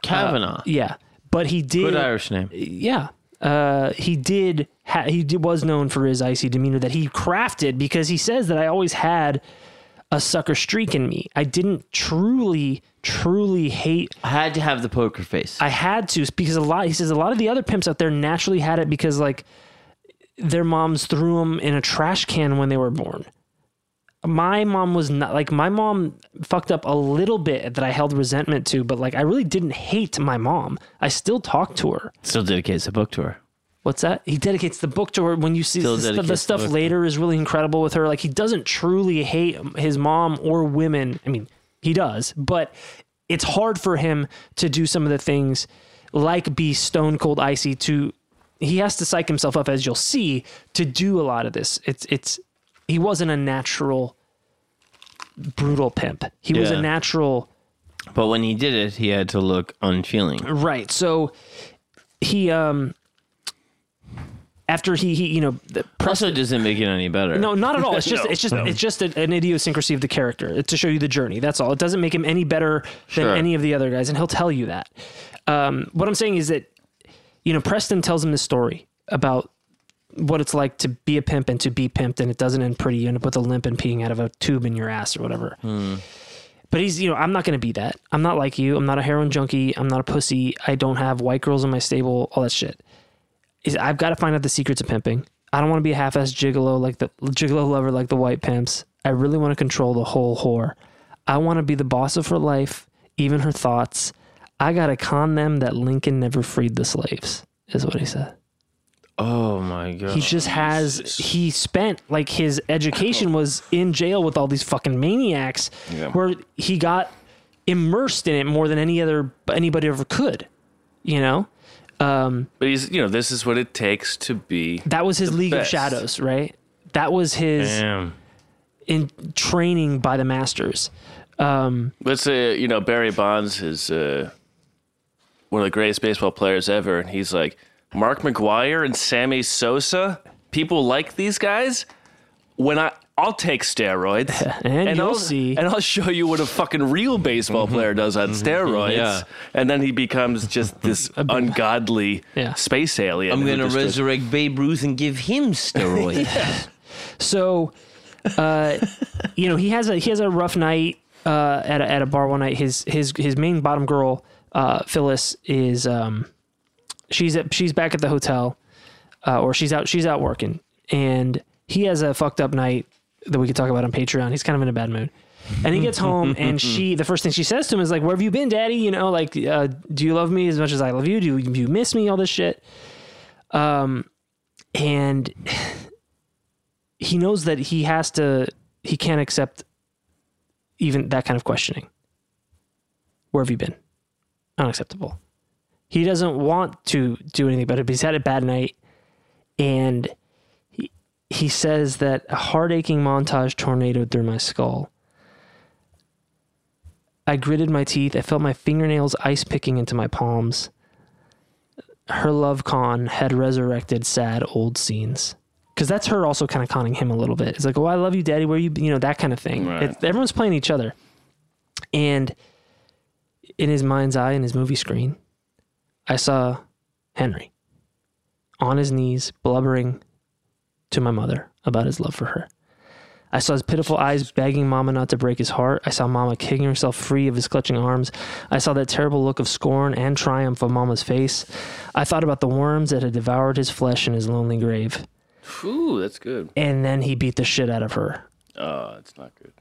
Kavanaugh,
yeah but he did
good Irish name.
yeah uh, he did ha- he did, was known for his icy demeanor that he crafted because he says that i always had a sucker streak in me i didn't truly truly hate
I had to have the poker face.
i had to because a lot he says a lot of the other pimps out there naturally had it because like their moms threw them in a trash can when they were born my mom was not like my mom fucked up a little bit that i held resentment to but like i really didn't hate my mom i still talked to her
Still dedicates the book to her.
What's that? He dedicates the book to her. When you see
Still
the, stuff- the
dedicates the
stuff
book to
later, is really incredible with her. Like he doesn't truly hate his mom or women. I mean, he does, but it's hard for him to do some of the things like be stone cold icy. To he has to psych himself up, as you'll see, to do a lot of this. It's it's he wasn't a natural brutal pimp. He was a
Yeah.
natural.
But when he did it, he had to look unfeeling.
Right. So he um after he he you know the
Also, it doesn't make it any better.
no, not at all. It's just it's just it's just a, an idiosyncrasy of the character uh, to show you the journey. That's all. It doesn't make him any better
Sure.
than any of the other guys, and he'll tell you that. Um, what I'm saying is that you know Preston tells him this story about what it's like to be a pimp and to be pimped, and it doesn't end pretty. You end up with a limp and peeing out of a tube in your ass or whatever. But he's, you know, I'm not going to be that. I'm not like you. I'm not a heroin junkie. I'm not a pussy. I don't have white girls in my stable. All that shit is I've got to find out the secrets of pimping. I don't want to be a half-ass gigolo like the gigolo lover like the white pimps. I really want to control the whole whore. I want to be the boss of her life, even her thoughts. I gotta con them that Lincoln never freed the slaves, is what he said.
Oh my god.
He just has he spent like his education was in jail with all these fucking maniacs, where he got immersed in it more than any other anybody ever could. You know,
But he's, you know, this is what it takes to be.
that was his League
best.
of Shadows, right? That was his.
Damn.
in training by the masters.
Let's say, you know, Barry Bonds is uh, one of the greatest baseball players ever. And he's like, Mark McGuire and Sammy Sosa, people like these guys. When I, I'll take steroids.
[laughs] And, you'll
I'll,
see. Mm-hmm.
And I'll show you what a fucking real baseball player does on steroids.
Yeah.
And then he becomes just this
[laughs]
ungodly
Yeah.
space alien.
I'm
who
gonna
just does-
resurrect Babe Ruth and give him steroids.
[laughs]
so, uh, you know, he has a he has a rough night uh, at a, at a bar one night. His his his main bottom girl, uh, Phyllis, is um, she's at she's back at the hotel, uh, or she's out she's out working, and he has a fucked up night that we could talk about on Patreon. He's kind of in a bad mood. And he gets home, and she, the first thing she says to him is like, "Where have you been, Daddy? You know, like, uh, do you love me as much as I love you? Do you, do you miss me? All this shit." Um, and he knows that he has to he can't accept even that kind of questioning where have you been unacceptable he doesn't want to do anything about it but he's had a bad night and he, he says that a heart aching montage tornadoed through my skull. I gritted my teeth. I felt my fingernails ice picking into my palms. Her love con had resurrected sad old scenes. Because that's her also kind of conning him a little bit. It's like, oh, I love you, daddy. Where you, you know, that kind of thing.
Right.
It- everyone's playing each other. And in his mind's eye, in his movie screen, I saw Henry on his knees, blubbering to my mother about his love for her. I saw his pitiful eyes begging Mama not to break his heart. I saw Mama kicking herself free of his clutching arms. I saw that terrible look of scorn and triumph on Mama's face. I thought about the worms that had devoured his flesh in his lonely grave.
Ooh, that's good.
And then he beat the shit out of her.
Oh, it's not good.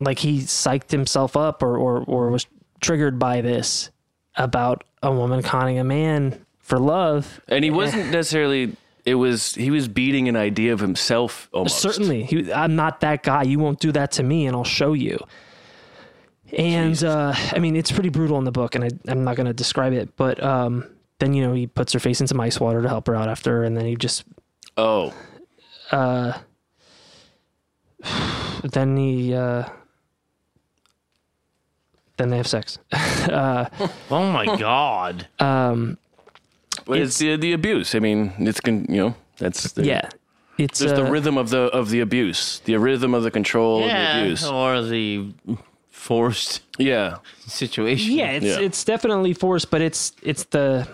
Like he psyched himself up or, or, or was triggered by this about a woman conning a man for love.
And
[laughs]
he wasn't necessarily. It was he was beating an idea of himself almost.
Certainly, he, I'm not that guy. You won't do that to me, and I'll show you. And uh, I mean, it's pretty brutal in the book, and I, I'm not going to describe it. But um, then you know, he puts her face in some ice water to help her out after, and then he just
Oh,
then he uh, then they have sex.
Oh my god.
Um,
well, it's, the, the abuse. I mean, it's con- you know that's the,
yeah, it's
There's
uh,
the rhythm of the of the abuse, the rhythm of the control and the
yeah, Oh.
abuse.
or the forced
Yeah,
situation.
yeah, it's
Yeah.
it's definitely forced, but it's it's the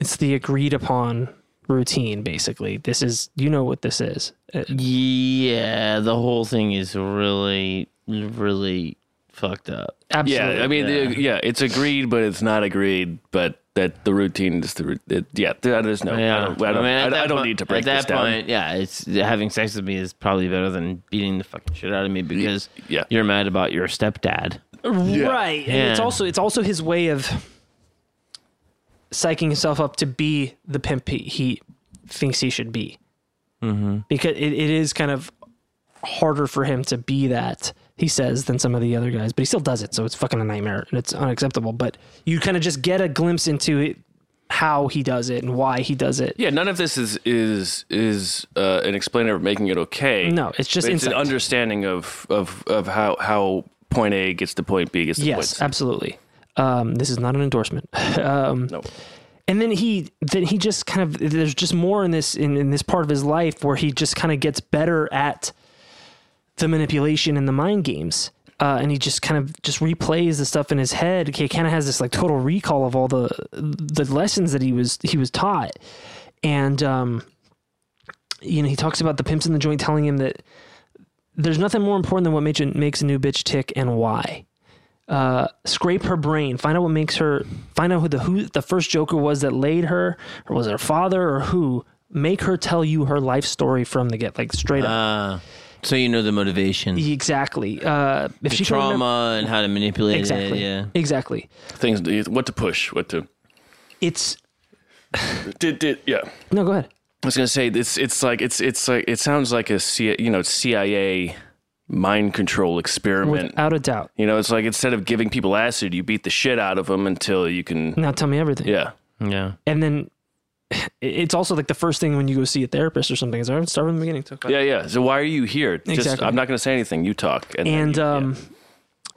it's the agreed upon routine basically. This is you know what this is. Uh,
yeah. The whole thing is really, really fucked up.
Absolutely.
yeah. I mean, yeah. The, yeah, it's agreed, but it's not agreed. But that the routine is the ru- it, yeah. th- uh, There's no. I don't. I don't,
mean, at
I,
that
I don't
point-
need to break
At that
this down.
point, yeah, it's having sex with me is probably better than beating the fucking shit out of me because
yeah.
you're mad about your stepdad.
right and it's
Yeah.
also it's also his way of psyching himself up to be the pimp he, he thinks he should be mm-hmm. because it, it is kind of harder for him to be that he says than some of the other guys but he still does it so it's fucking a nightmare and it's unacceptable but you kind of just get a glimpse into it how he does it and why he does it
Yeah, none of this is is is uh, an explainer of making it okay.
no it's just
it's an
insight.
understanding of of of how how point A gets to point B gets to point
yes
C.
absolutely um, this is not an endorsement [laughs] Um,
No.
and then he then he just kind of there's just more in this in, in this part of his life where he just kind of gets better at the manipulation and the mind games uh, and he just kind of just replays the stuff in his head he kind of has this like total recall of all the the lessons that he was he was taught and um you know he talks about the pimps in the joint telling him that there's nothing more important than what makes a, makes a new bitch tick and why Uh, scrape her brain, find out what makes her, find out who the who the first Joker was that laid her, or was it her father, or who? Make her tell you her life story from the get, like straight
Uh,
up.
So you know the motivation,
exactly. Uh, if she can
trauma,
remember-
and how to manipulate
exactly,
it. Yeah.
exactly.
Things. What to push. What to.
It's
Did, did, yeah.
no, go ahead.
I was gonna say it's it's like it's it's like it sounds like a C, you know CIA mind control experiment.
Without a doubt.
you know, it's like instead of giving people acid, you beat the shit out of them until you can.
Now tell me everything.
Yeah,
Yeah.
And then [sighs] it- it's also like the first thing when you go see a therapist or something is "All right, start from the beginning. Talk about
yeah, yeah. So why are you here? Just,
Exactly.
I'm not gonna say anything. You talk. And, then
and
you-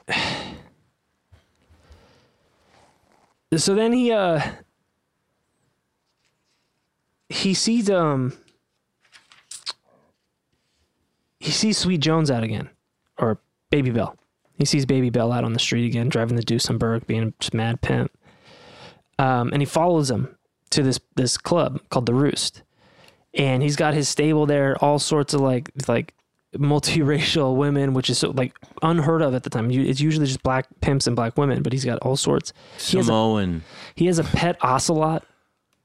um [sighs] so then he uh he sees um he sees sweet jones out again or baby bell he sees baby bell out on the street again driving the duesenberg being a just mad pimp um and he follows him to this this club called the roost and he's got his stable there all sorts of like like multiracial women, which is so, like unheard of at the time. You- It's usually just black pimps and black women, but he's got all sorts. He has a,
Samoan
he has a pet ocelot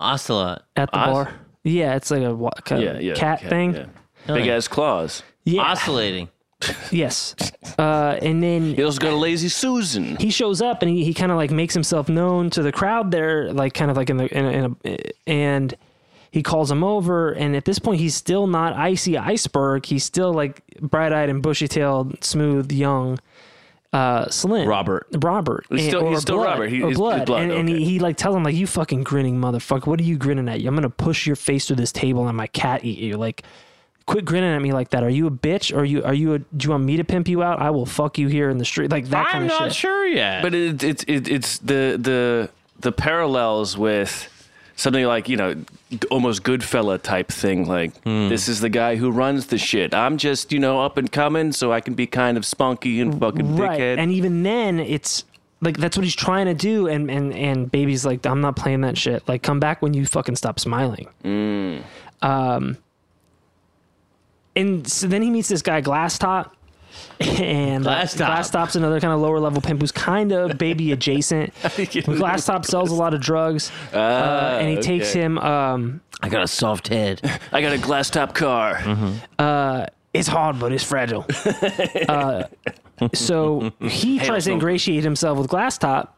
ocelot.
at the bar. Yeah, it's like a, wa- kind
yeah,
of
yeah,
cat thing. Oh,
yeah. Big ass claws.
Yeah.
Oscillating.
Yes. Uh, and then
He also got a lazy Susan.
he shows up and he, he kind of like makes himself known to the crowd there, like kind of like in the in a, in a and he calls him over. And at this point, he's still not icy iceberg. He's still like bright eyed and bushy tailed, smooth, young, uh, slim
Robert.
Robert.
He's
And-
still-
or
he's still
Blood,
Robert. He-
or
he's-
blood.
he's Blood,
And, and he,
okay.
he like tells him like you fucking grinning motherfucker. What are you grinning at? I'm gonna push your face through this table and my cat eat you. Like quit grinning at me like that. Are you a bitch? Are you are you a, do you want me to pimp you out? I will fuck you here in the street like that kind
I'm
of
not
shit.
sure yet.
But it, it, it, it's the the the parallels with something like you know almost Goodfella type thing. Like this is the guy who runs the shit. I'm just you know up and coming, so I can be kind of spunky and fucking
right.
dickhead.
And even then, it's like that's what he's trying to do. And and and baby's like, I'm not playing that shit. Like, come back when you fucking stop smiling. Um.
Mm.
And so then he meets this guy Glass Top. And uh,
Glass Top.
Glass Top's another kind of lower level pimp who's kind of baby
[laughs]
adjacent. Glass Top sells a lot of drugs, uh, and he takes
Ah, okay.
him. Um,
I got a soft head.
I got a glass top car.
it's hard, but it's
[laughs]
fragile. uh, so he tries to ingratiate himself with Glass Top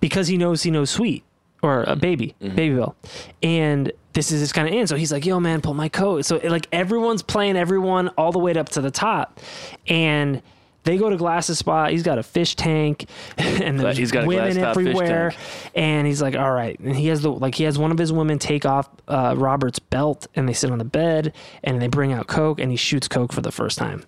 because he knows he knows Sweet or a baby,
Mm-hmm.
Baby Bill. And this is his kind of end. So he's like, yo, man, pull my coat. So like everyone's playing everyone all the way up to the top. And they go to Glass's spot. He's got a fish tank [laughs] and there's
He's got a
women
Glass Top fish
everywhere.
tank.
And he's like, all right. And he has the like he has one of his women take off uh, Robert's belt and they sit on the bed and they bring out Coke and he shoots Coke for the first time.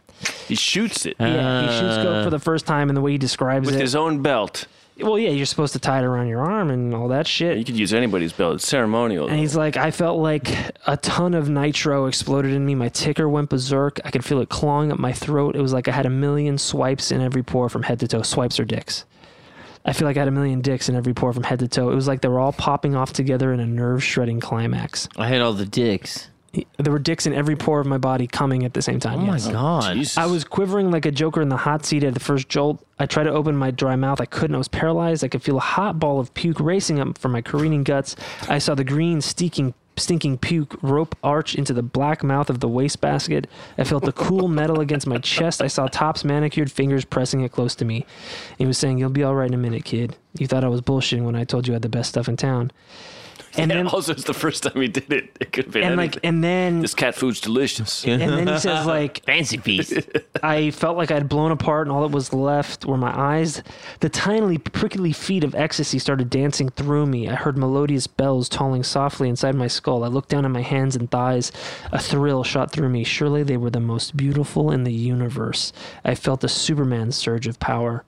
He shoots it
Yeah, he shoots Coke for the first time, and the way he describes
with
it.
his own belt.
well, yeah, you're supposed to tie it around your arm and all that shit.
You could use anybody's belt. It's ceremonial.
and he's like, I felt like a ton of nitro exploded in me. My ticker went berserk. I could feel it clawing up my throat. It was like I had a million swipes in every pore from head to toe. Swipes or dicks. I feel like I had a million dicks in every pore from head to toe. It was like they were all popping off together in a nerve shredding climax.
I had all the dicks.
There were dicks in every pore of my body coming at the same time.
Oh
yes.
my god.
Jesus. [laughs]
I was quivering like a joker in the hot seat at the first jolt. I tried to open my dry mouth. I couldn't. I was paralyzed. I could feel a hot ball of puke racing up from my careening guts. I saw the green, stinking, stinking puke rope arch into the black mouth of the wastebasket. I felt the cool metal against my chest. I saw Top's manicured fingers pressing it close to me. He was saying, You'll be all right in a minute, kid. You thought I was bullshitting when I told you I had the best stuff in town.
[laughs]
And then,
also, it's the first time he did it. It could have been
and like,
anything.
and then,
this cat food's delicious.
and then he says, like,
Fancy
[laughs]
piece.
I felt like I'd blown apart, and all that was left were my eyes. The tiny, prickly feet of ecstasy started dancing through me. I heard melodious bells tolling softly inside my skull. I looked down at my hands and thighs. A thrill shot through me. Surely they were the most beautiful in the universe. I felt a Superman surge of power.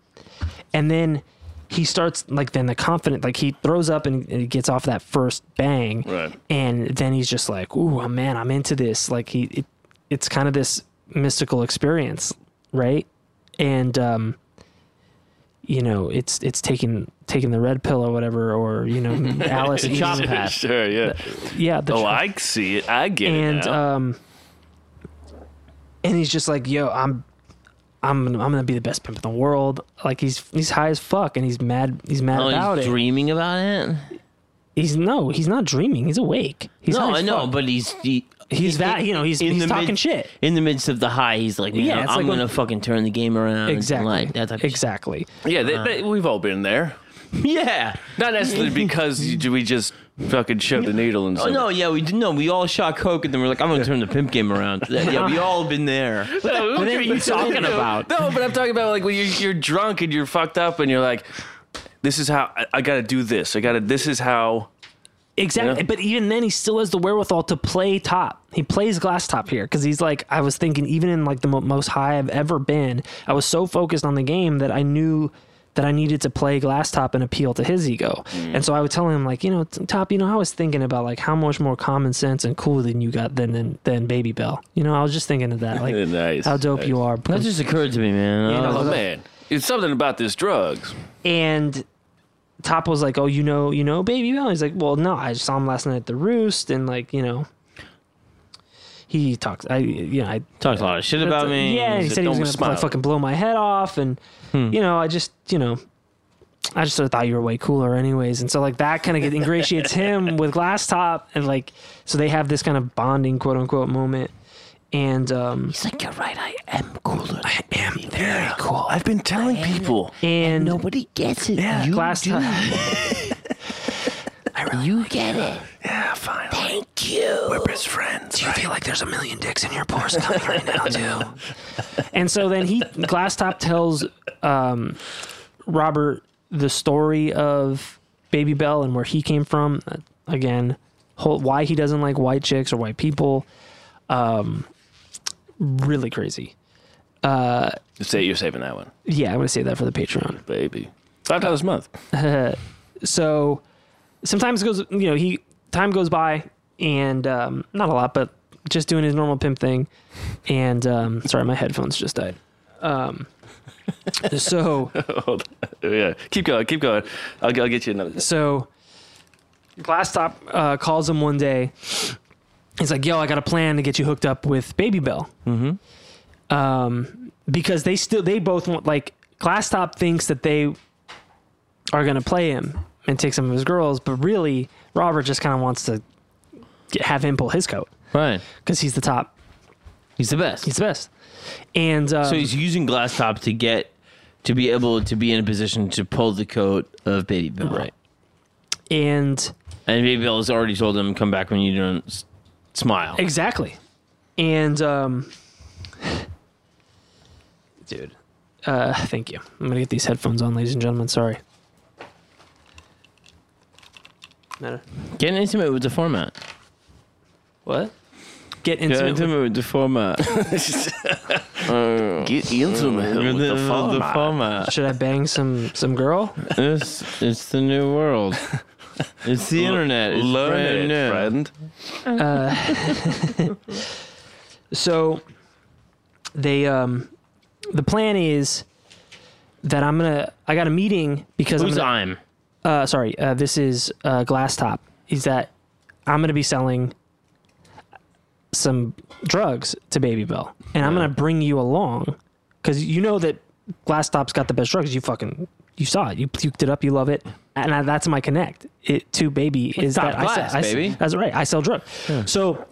And then he starts, like, then the confident, like, he throws up and, and he gets off that first bang.
Right.
And then he's just like, ooh, man, I'm into this. Like, he, it, it's kind of this mystical experience, right? And um, you know, it's it's taking taking the red pill or whatever, or
[laughs]
you know, Alice the
chop hat.
sure, yeah.
Yeah, the
Oh,
chop-
I see it. I get
and
it. Now.
um, and he's just like, yo, I'm. I'm, I'm gonna be the best pimp in the world. Like he's he's high as fuck and he's mad he's mad
Oh,
about
he's
it.
dreaming about it.
he's no he's not dreaming. He's awake. He's
no,
high as
I know,
fuck.
but he's he,
he's that you know he's, he's talking
mid-
shit.
in the midst of the high. He's like,
Yeah,
yeah,
it's
I'm
like
gonna
when-
fucking turn the game around.
Exactly.
Like that type of shit.
exactly.
yeah,
Uh-huh.
they, they, we've all
[laughs]
been there.
Yeah.
Not necessarily because you, we just fucking shoved the needle and
Oh
something.
no, yeah, we did. No, we all shot coke, and then we're like, I'm gonna turn the pimp game around. Yeah, yeah, we all been
[laughs]
there.
What are you talking about?
No, but I'm talking about like when you're, you're drunk and you're fucked up and you're like, this is how I, I gotta do this. I gotta, this is how.
Exactly.
Yeah.
But even then, he still has the wherewithal to play top. He plays glass top here because he's like, I was thinking, even in like the mo- most high I've ever been, I was so focused on the game that I knew that I needed to play glass top and appeal to his ego.
Mm.
And so I would tell him like, you know, t- top, you know, I was thinking about like how much more common sense and cool than you got than than, than Baby Bell. You know, I was just thinking of that,
[laughs]
like
Nice,
how dope you are.
That just occurred to me, man.
You know,
Oh man, it's something about this drugs.
and Top was like, oh, you know, you know, Baby Bell. He's like, well, no, I saw him last night at the Roost, and like, you know, he talks. I, you know, I
talks Uh, a lot of shit about me.
Yeah, and he
said,
said he was
"Don't
gonna
smile."
like, fucking blow my head off, and you know, I just, you know, I just sort of thought you were way cooler, anyways. And so like that kind of ingratiates him with Glass Top, and like, so they have this kind of bonding, quote unquote, moment. And um,
He's like, you're right, I am cooler. I am very
cool. I've been telling people.
and
Nobody gets it.
yeah,
you
Glass
do.
[laughs] Top.
You get it.
Yeah, fine.
Thank you.
Best friends.
I feel like there's a million dicks in your pores coming right [laughs] now, too. and so then he, Glasstop tells um, Robert the story of Baby Bell and where he came from. Uh, Again, whole, why he doesn't like white chicks or white people. Um, really crazy.
Say you're saving that one,
Yeah, I'm gonna save that for the Patreon.
baby. Five dollars a month.
So sometimes it goes, you know, he time goes by and um, not a lot, but just doing his normal pimp thing. And um, sorry, my headphones just died. Um, [laughs] so
[laughs] Hold on. Yeah, keep going, keep going. I'll, I'll get you another.
so Glass Top uh, calls him one day. He's like, "Yo, I got a plan to get you hooked up with Baby Bell." Mm-hmm. Um, because they still they both want like Glass Top thinks that they are gonna play him and take some of his girls, but really Robert just kind of wants to get, have him pull his coat
Right.
because he's the top,
He's the best.
he's the best, and um,
so he's using glass top to get to be able to be in a position to pull the coat of Baby Bill. Right.
and
And Baby Bill has already told him, "Come back when you don't s- smile."
Exactly. And um dude. Uh thank you. I'm gonna get these headphones on, ladies and gentlemen. Sorry. Matter.
Get intimate with the format.
What? Get intimate. with-
with the [laughs] format. Oh.
Get intimate
with the, format.
Should I bang some some girl?
It's, it's the new world. It's the internet. It's
Learn
brand
it,
new.
friend.
So they um the plan is that I'm gonna I got a meeting because I'm
Who's
gonna-
I'm?
uh, sorry, uh, this is uh, Glass Top. Is that I'm going to be selling some drugs to Baby Bill, and I'm going to bring you along because you know that Glass Top's got the best drugs. You fucking you saw it. You puked it up. You love it, and I, that's my connect it to Baby is
Top
that I
class,
sell, I s-
baby.
that's right. I sell drugs. So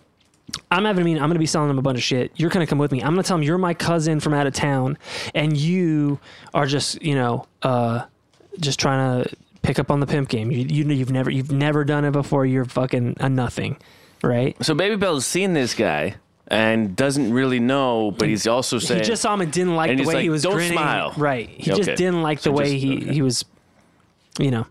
I'm having a meeting. I'm going to be selling them a bunch of shit. You're going to come with me. I'm going to tell them you're my cousin from out of town, and you are just you know uh, just trying to pick up on the pimp game. You you know you've never you've never done it before. You're fucking a nothing, right?
So Baby Bell's seen this guy and doesn't really know, but he's also saying
He just saw him and didn't like
And
the
he's
way
like,
he was
"Don't
grinning.
smile."
Right. He
Okay.
just didn't like
So
the way
just-
he
okay.
he was, you know.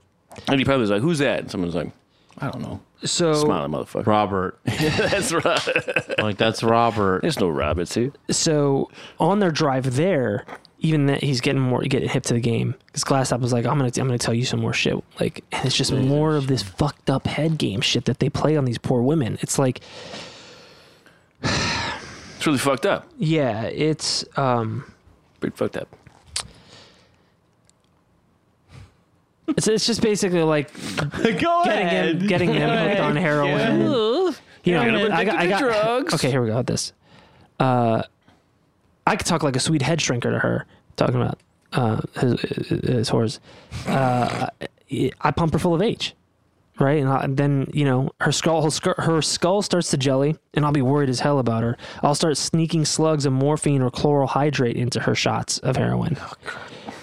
and he probably was like, "Who's that?" And someone's like, "I don't know."
So
Smiling motherfucker.
Robert.
That's right.
like that's Robert.
There's no Roberts here.
so on their drive there, even that he's getting more getting hip to the game because Glasstop was like, I'm gonna I'm gonna tell you some more shit. Like and it's just more of this fucked up head game shit that they play on these poor women. It's like
It's really fucked up.
yeah, it's um
Pretty fucked up.
it's, it's just basically like
Go
getting him getting him hooked on heroin. You know, I got, I got drugs. Okay, here we go. with This, uh, I could talk like a sweet head shrinker to her, talking about uh, his, his whores. Uh, I pump her full of H, right? And, I, and then you know her skull, her skull, her skull starts to jelly, and I'll be worried as hell about her. I'll start sneaking slugs of morphine or chloral hydrate into her shots of heroin,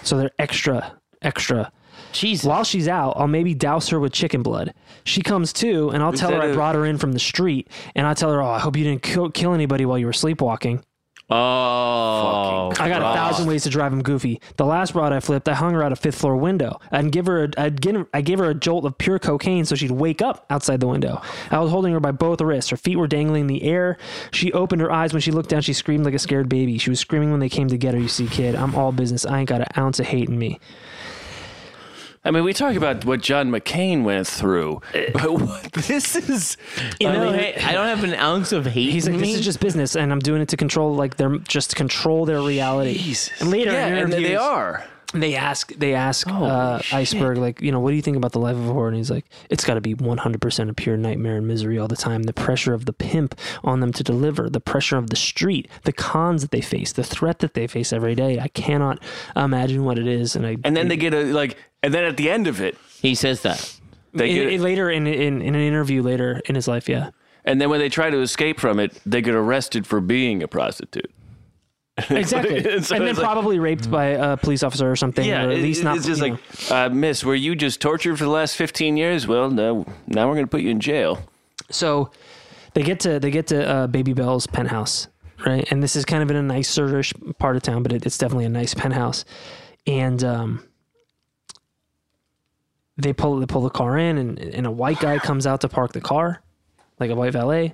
so they're extra, extra.
Jesus.
While she's out, I'll maybe douse her with chicken blood. She comes to, and I'll tell her
that
I
a-
brought her in from the street, and I tell her, "Oh, I hope you didn't kill, kill anybody while you were sleepwalking."
Oh.
I got a thousand ways to drive him goofy. The last rod I flipped, I hung her out a fifth floor window. I'd give her, a, I'd give, I gave her a jolt of pure cocaine so she'd wake up outside the window. I was holding her by both wrists. Her feet were dangling in the air. She opened her eyes when she looked down. She screamed like a scared baby. She was screaming when they came to get her. You see, kid, I'm all business. I ain't got an ounce of hate in me.
I mean, we talk about what John McCain went through,
Eh.
but what, [laughs] this is
You
I
know,
don't ha- I don't have an ounce of hate.
He's
in
like,
me.
this is just business, and I'm doing it to control, like they're just to control their reality.
Jesus.
And later,
yeah,
in
and they
interviews,
are.
They ask, they ask uh, Iceberg, like, you know, what do you think about the life of a whore? And he's like, it's got to be 100% a pure nightmare and misery all the time. The pressure of the pimp on them to deliver, the pressure of the street, the cons that they face, the threat that they face every day. I cannot imagine what it is. And I
And then they get a like, and then at the end of it,
He says that.
they
In-
get,
in- later in, in in an interview later in his life,
[laughs]
yeah.
and then when they try to escape from it, they get arrested for being a prostitute.
[laughs] Exactly.
[laughs] And so
and then
it's like-
probably raped by a police officer or something, or at
it-
least not.
It's just
you
like,
know.
uh, Miss, were you just tortured for the last fifteen years? Well, no. Now we're going to put you in jail. [laughs]
So they get to they get to uh, Baby Bell's penthouse, right? And this is kind of in a nicerish part of town, but it, it's definitely a nice penthouse. And um, they pull they pull the car in, and, and a white guy comes out to park the car, like a white valet.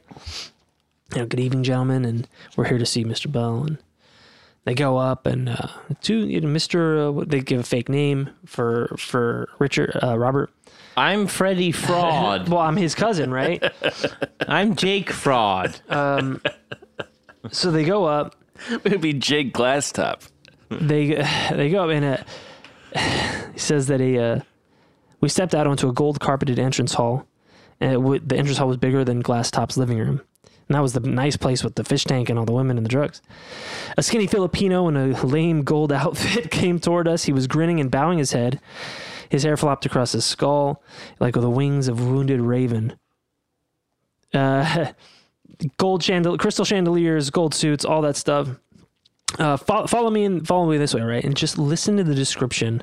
you know, good evening, gentlemen, and we're here to see Mr. Bell. And they go up and uh, to you know, Mr. Uh, what- they give a fake name for for Richard uh, Robert.
I'm Freddy Fraud.
[laughs] Well, I'm his cousin, right?
I'm Jake
[laughs]
Fraud.
Um, so they go up.
It'd be Jake Glasstop.
They they go up and uh, he says that he uh, we stepped out onto a gold carpeted entrance hall, and it w- the entrance hall was bigger than Glass Top's living room. And that was the nice place with the fish tank and all the women and the drugs. A skinny Filipino in a lame gold [laughs] outfit came toward us. He was grinning and bowing his head. His hair flopped across his skull like the wings of wounded raven. Uh, [laughs] gold chandel, crystal chandeliers, gold suits, all that stuff. Uh, fo- follow me and follow me this way, right? And just listen to the description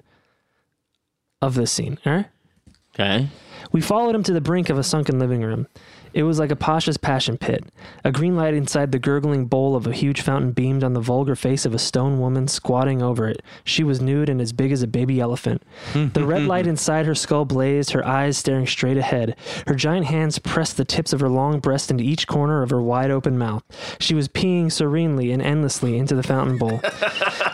of this scene. All right.
Okay.
We followed him to the brink of a sunken living room. It was like a pasha's passion pit. A green light inside the gurgling bowl of a huge fountain beamed on the vulgar face of a stone woman squatting over it. She was nude and as big as a baby elephant. the red light inside her skull blazed, her eyes staring straight ahead. Her giant hands pressed the tips of her long breast into each corner of her wide open mouth. She was peeing serenely and endlessly into the fountain bowl.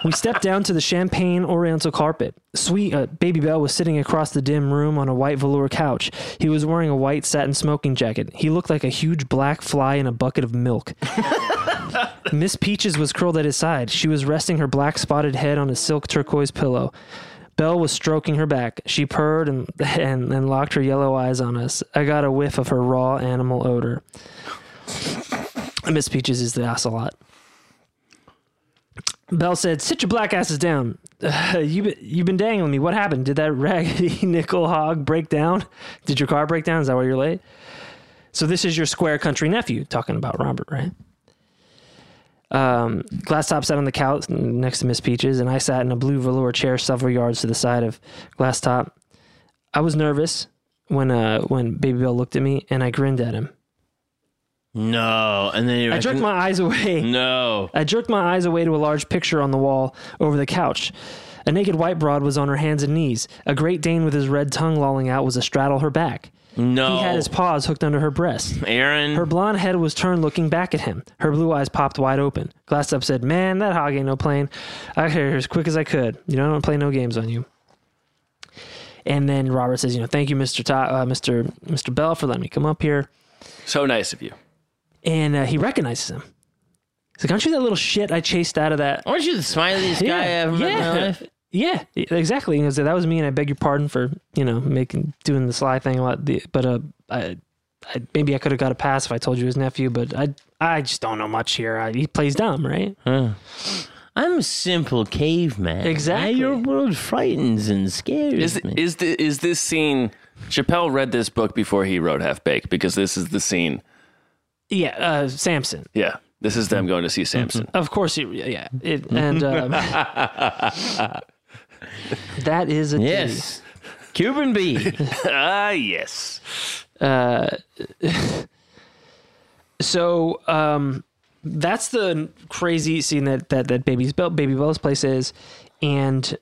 We stepped down to the champagne oriental carpet. Sweet uh, Baby Bell was sitting across the dim room on a white velour couch. He was wearing a white satin smoking jacket. He looked like a huge black fly in a bucket of milk. Miss Peaches was curled at his side. She was resting her black spotted head on a silk turquoise pillow. Belle was stroking her back. She purred and, and, and locked her yellow eyes on us. I got a whiff of her raw animal odor. Miss Peaches is the ocelot. Bell said, "Sit your black asses down. [sighs] you been, you been dangling me. What happened? Did that raggedy [laughs] nickel hog break down? Did your car break down? Is that why you're late?" So this is your square country nephew talking about Robert, right? Um, Glasstop sat on the couch next to Miss Peaches, and I sat in a blue velour chair several yards to the side of Glasstop. I was nervous when uh, when Baby Bell looked at me, and I grinned at him.
No. And then you
I jerked
reckon-
my eyes away.
No.
I jerked my eyes away to a large picture on the wall over the couch. A naked white broad was on her hands and knees. A Great Dane with his red tongue lolling out was astraddle her back.
No.
He had his paws hooked under her breast.
Aaron.
Her blonde head was turned looking back at him. Her blue eyes popped wide open. Glassup said, Man, that hog ain't no playing. I got here as quick as I could. You know, I don't play no games on you. And then Robert says, You know, thank you, Mr. To- uh, Mr. Mr. Bell, for letting me come up here
So nice of you.
and uh, he recognizes him. He's like, "Aren't you that little shit I chased out of that?"
Aren't you the smiliest guy I ever met in my
yeah,
life?
yeah, yeah, exactly. He goes, "That was me, and I beg your pardon for you know making doing the sly thing a lot." The- But uh, I, I, maybe I could have got a pass if I told you his nephew, but I, I just don't know much here. I, he plays dumb, right?
I'm a simple caveman.
Exactly.
Now Your world frightens and scares
Is
me.
is the, is this scene? Chappelle read this book before he wrote Half Baked because this is the scene.
Yeah, uh, Samson.
Yeah, this is them going to see Samson.
Mm-hmm.
Of course, he, yeah, it, and um, that is a titty.
yes. Cuban B.
Ah, yes.
so um that's the crazy scene that that that baby's Bell, baby Bella's place is and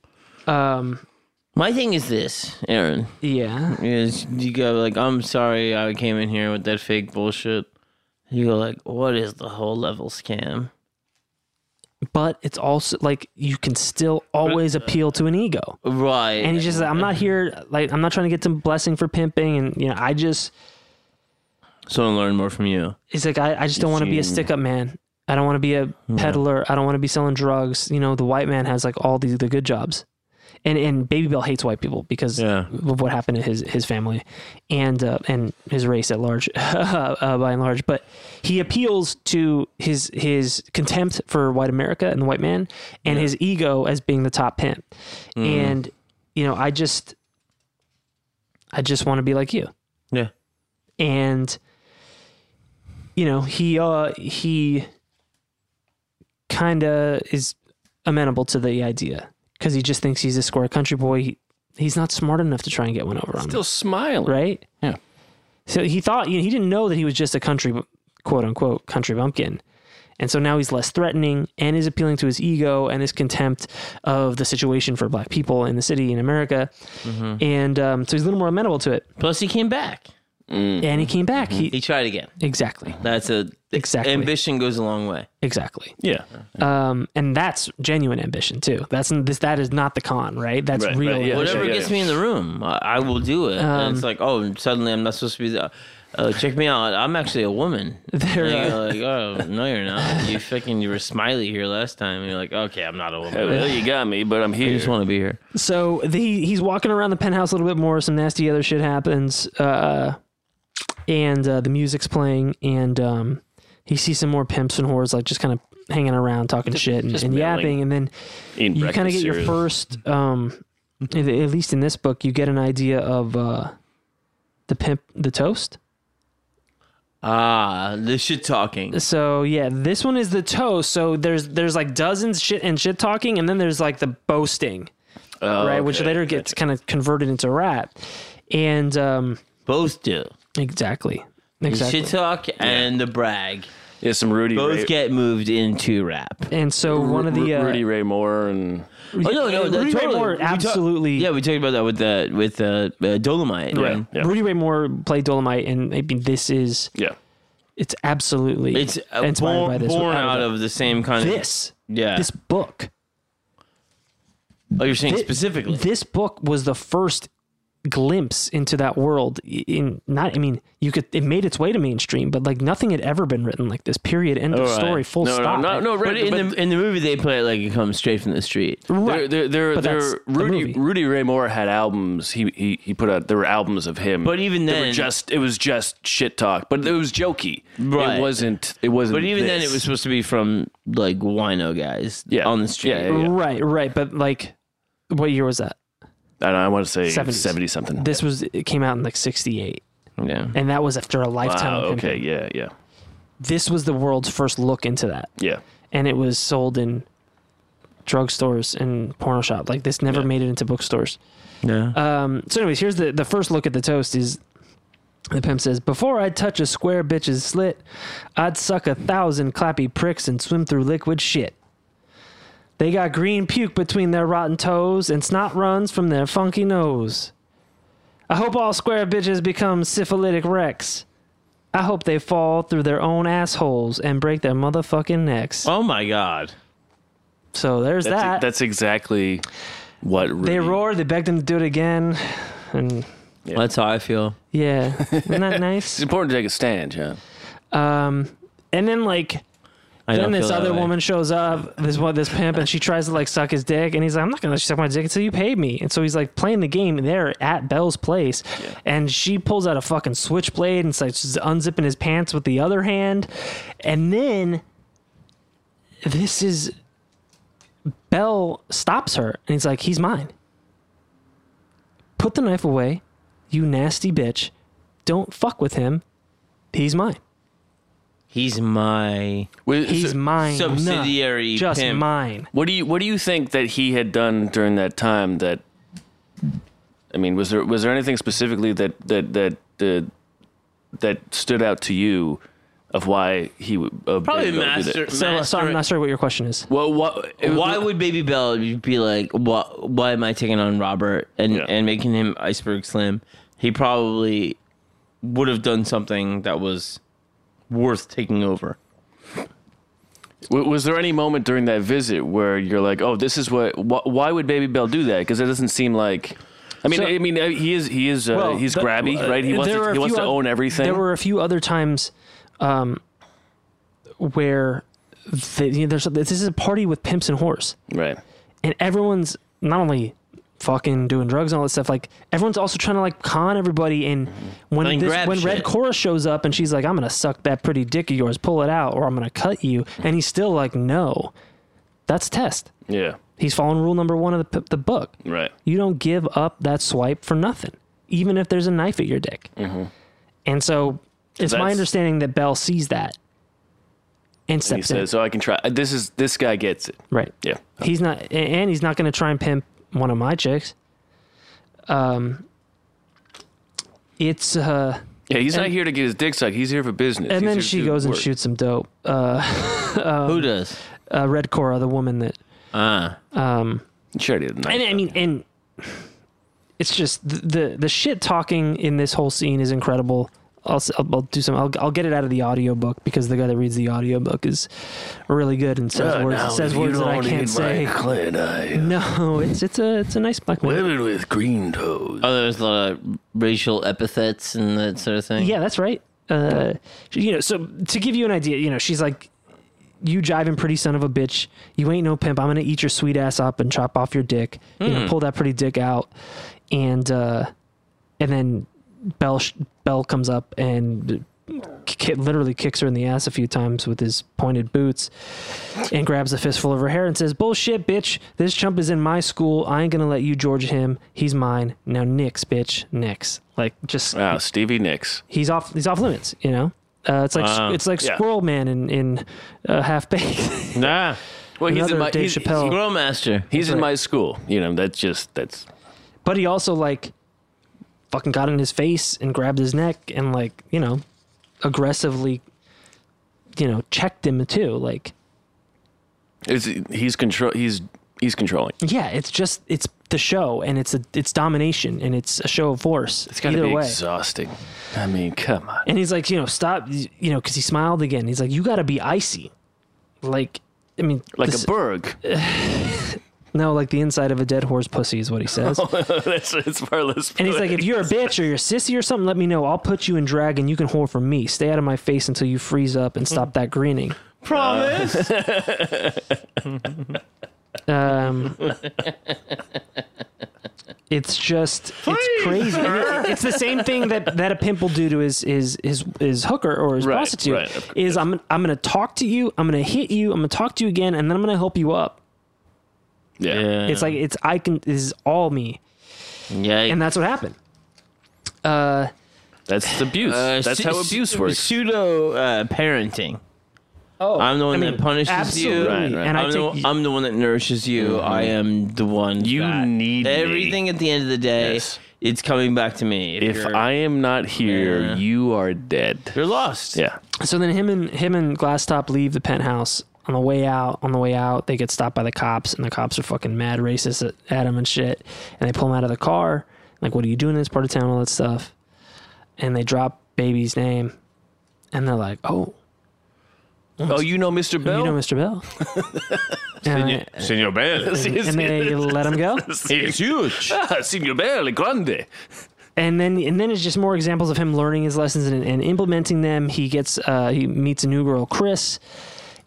um
my thing is this, Aaron.
yeah
Is you go like, I'm sorry I came in here with that fake bullshit. You go like, what is the whole level scam?
but it's also like you can still always appeal to an ego
Right.
and he's just like, i'm not here like i'm not trying to get some blessing for pimping and you know i just
so I learn more from you.
it's like i, I just don't want to be a
Eugene.
stick-up man i don't want to be a peddler i don't want to be selling drugs you know the white man has like all these the good jobs and and baby bell hates white people because
Yeah.
of what happened to his his family and uh, and his race at large [laughs] uh, by and large but he appeals to his his contempt for white america and the white man and his ego as being the top pimp and you know i just i just want to be like you
Yeah.
and you know he uh he kind of is amenable to the idea because he just thinks he's a square country boy he, he's not smart enough to try and get one over on him
Still smiling.
right
Yeah.
so he thought you know, he didn't know that he was just a country quote unquote country bumpkin and so now he's less threatening and is appealing to his ego and his contempt of the situation for black
Mm-hmm.
people in the city in america and um, so he's a little more amenable to it
Plus he came back.
Mm-hmm.
and he came back. He,
He tried again.
exactly,
That's a
Exactly.
ambition goes a long way.
exactly.
Yeah.
Um, and that's genuine ambition too. That's this. That is not the con, right? That's
Right,
real.
right, yeah.
ambition.
Whatever
yeah,
gets
yeah.
me in the room, I, I will do it.
Um,
and it's like, oh, suddenly I'm not supposed to be there. Uh, check me out. I'm actually a woman.
[laughs] There,
And you're
uh,
like, oh, no, you're not. You fucking, you were smiley here last time. And you're like, okay, I'm not a woman.
Well, you got me, but I'm
I
here.
just want to be here.
So the, he's walking around the penthouse a little bit more. Some nasty other shit happens, uh, and uh, the music's playing, and um, he sees some more pimps and whores like just kind of hanging around, talking shit and,
just
and
milling.
yapping, and then
Eating
you kind of
breakfast
get your
cereal.
first, um, at at least in this book, you get an idea of uh, the pimp, the toast.
Ah, the shit talking.
So yeah, this one is the toast. So there's there's like dozens shit and shit talking, and then there's like the boasting,
Oh,
right? Which
okay.
later gets kind of converted into rap, and um,
Both do.
exactly,
The
exactly.
shit talk and the brag.
Yeah, some Rudy.
Both
Ray,
get moved into rap.
And so one of the uh,
Rudy Ray Moore and
Oh no, no,
Rudy
that-
Ray
totally.
Moore
We talk-
absolutely.
yeah, we talked about that with the with uh, uh, Dolomite.
yeah,
and
yeah,
Rudy Ray Moore played Dolomite, and I mean this is
yeah.
it's absolutely
It's uh,
inspired
born,
by this
born
without
out
a doubt.
of the same kind of
this
Yeah.
this book.
oh, you're saying
Thi-
specifically.
this book was the first glimpse into that world in not i mean you could it made its way to mainstream but like nothing had ever been written like this period end of
All right.
story full
no,
stop
No, no, no,
Oh, but
right,
in the in the movie, they play it like it comes straight from the street.
There, there, there,
But
there,
that's the
Rudy,
movie.
Rudy Ray Moore had albums. He, he he put out. There were albums of him.
But even
They were
then-
just it was just shit talk. But it was jokey.
Right.
It wasn't. It wasn't.
But even then, it
this.
was supposed to be from like wino guys
Yeah.
on the street.
Yeah, yeah, yeah.
right right but like what year was that
I, don't know, I want to say
70s.
seventy something.
this was it came out in like 68
Yeah.
and that was after a lifetime
Wow.
of
Okay.
pimping.
Yeah. Yeah.
this was the world's first look into that
Yeah.
and it was sold in drugstores and porno shop like this never made it into bookstores
Yeah.
Um, so, anyways, here's the, the first look at the toast is the pimp says, Before I'd touch a square bitch's slit, I'd suck a thousand clappy pricks and swim through liquid shit. They got green puke between their rotten toes and snot runs from their funky nose. I hope all square bitches become syphilitic wrecks. I hope they fall through their own assholes and break their motherfucking necks.
oh my god.
So there's
That's,
that.
that's exactly what Rudy,
they roared, they begged him to do it again. And
That's how I feel.
yeah,
[laughs]
isn't that nice?
It's important to take a stand, John.
Um, and then like
I
then
don't
this
feel that
other
way.
woman shows up, this one, this pimp, and she tries to like suck his dick, and he's like, "I'm not gonna let you suck my dick until you pay me." And so he's like playing the game there at Belle's place, and she pulls out a fucking switchblade and starts unzipping his pants with the other hand, and then this is Belle stops her, and he's like, "He's mine. Put the knife away, you nasty bitch. Don't fuck with him. He's mine."
He's my
Wait, so-
He's mine. no,
subsidiary
just
pimp.
mine.
What do you What do you think that he had done during that time? That I mean, was there was there anything specifically that that that uh, that stood out to you of why he would uh,
Probably
Baby Bell did it?
master.
So uh,
master-
sorry, I'm not sure what your question is.
Well, what,
Why would Baby Bell be like? Why, why am I taking on Robert and
Yeah.
and making him iceberg slim? He probably would have done something that was worth taking over.
w- was there any moment during that visit where you're like, oh, this is what? Wh- why would Baby Bell do that? Because it doesn't seem like. I mean,
So-
I mean, uh, he is he is uh,
Well,
he's
the-
grabby, right? He wants
There were
to,
a
he wants
few
to
oth-
own everything.
There were a few other times um, where the, you know, there's this is a party with pimps and whores,
right.
and everyone's not only fucking doing drugs and all this stuff. Like everyone's also trying to like con everybody. And when
And
this,
grab
when Red
shit.
Cora shows up and she's like, "I'm gonna suck that pretty dick of yours, pull it out, or I'm gonna cut you," and he's still like, "No, that's test."
Yeah.
He's following rule number one of the, the book.
Right.
You don't give up that swipe for nothing, even if there's a knife at your dick. And so it's my
Mm-hmm. That's-
understanding that Bell sees that and
He
steps in.
says, so I can try. uh, This is this guy gets it.
right.
Yeah.
He's not, a- and he's not going to try and pimp one of my chicks. Um, it's, uh,
Yeah, he's not here to get his dick sucked. He's here for business.
and
He's
then
here
she
to
goes and
work.
shoots some dope. Uh,
Who does?
uh, Red Cora, the woman that,
Ah,
Sure, he didn't.
and I mean, and it's just the, the, the shit talking in this whole scene is incredible. I'll, s- I'll, I'll do some. I'll, I'll get it out of the audiobook because the guy that reads the audiobook is really good and says
Uh,
words
now
says
you
words that I
don't
can't
need
say.
My
[laughs]
cyanide.
No, it's it's a it's a nice black man.
Women with green toes.
Oh, there's a lot of racial epithets and that sort of thing.
Yeah, that's right. Uh, she- you know, so to give you an idea, you know, she's like, "You jiving pretty son of a bitch. You ain't no pimp. I'm gonna eat your sweet ass up and chop off your dick. You know, pull that pretty dick out." And uh, and then Bell sh- Bell comes up and ki- literally kicks her in the ass a few times with his pointed boots and grabs a fistful of her hair and says, Bullshit, bitch. This chump is in my school. I ain't going to let you George him. He's mine. Now, Nix, bitch. Nix. Like, just
Wow, Stevie Nicks.
he's off he's off limits you know uh, it's like
Wow.
it's like
Yeah.
squirrel man in in uh, half baked [laughs]
Nah.
Well, he's
Another
in my
Dave
he's,
Chappelle.
Grow master.
he's in my school. You know, that's just that's
but he also like fucking got in his face and grabbed his neck and like you know aggressively you know checked him too like
it's, he's control he's he's controlling.
yeah it's just it's the show and it's a it's domination and it's a show of force
It's gotta
either
be
way
exhausting. I mean, come on.
and he's like you know stop you know because he smiled again he's like you got to be icy like i mean
Like
this-
a burg.
no like the inside of a dead horse pussy is what he says
[laughs] [laughs] that's, that's far less.
And he's like, if you're a bitch or you're a sissy or something, let me know. I'll put you in drag and you can whore from me. Stay out of my face until you freeze up and stop that greening.
Promise.
Um, it's just, it's crazy. And it- It's the same thing that, that a pimp will do to his, his, his, his hooker or his
Right,
prostitute
right, of course.
is I'm, I'm going to talk to you. I'm going to hit you. I'm going to talk to you again. And then I'm going to help you up.
yeah.
It's like, it's, I can, this is all me.
Yeah.
And that's what happened. Uh,
that's abuse.
Uh,
that's
su-
how
su-
abuse works.
Pseudo uh, parenting.
Oh,
I'm the one
I mean,
that punishes you.
absolutely.
Right, right.
And I
I'm, the,
think
one- I'm the one that nourishes you. I am the one.
Mm-hmm. You
that-
need me.
everything at the end of the day.
Yes.
It's coming back to me.
if
you're-
I am not here,
Yeah.
you are dead.
you're lost.
Yeah.
So then him and him and Glasstop leave the penthouse. On the way out, on the way out, they get stopped by the cops, and the cops are fucking mad racist at, at him and shit. And they pull him out of the car, like, "What are you doing in this part of town?" All that stuff. And they drop baby's name, and they're like, "Oh,
Oh, you know Mr. Bell?
you know Mr. Bell." and, I-
[laughs]
Senor Bell.
and they let him go.
It's huge.
[laughs] Ah, Senor Bell, grande.
and then and then it's just more examples of him learning his lessons and, and implementing them. He gets uh, he meets a new girl, Chris,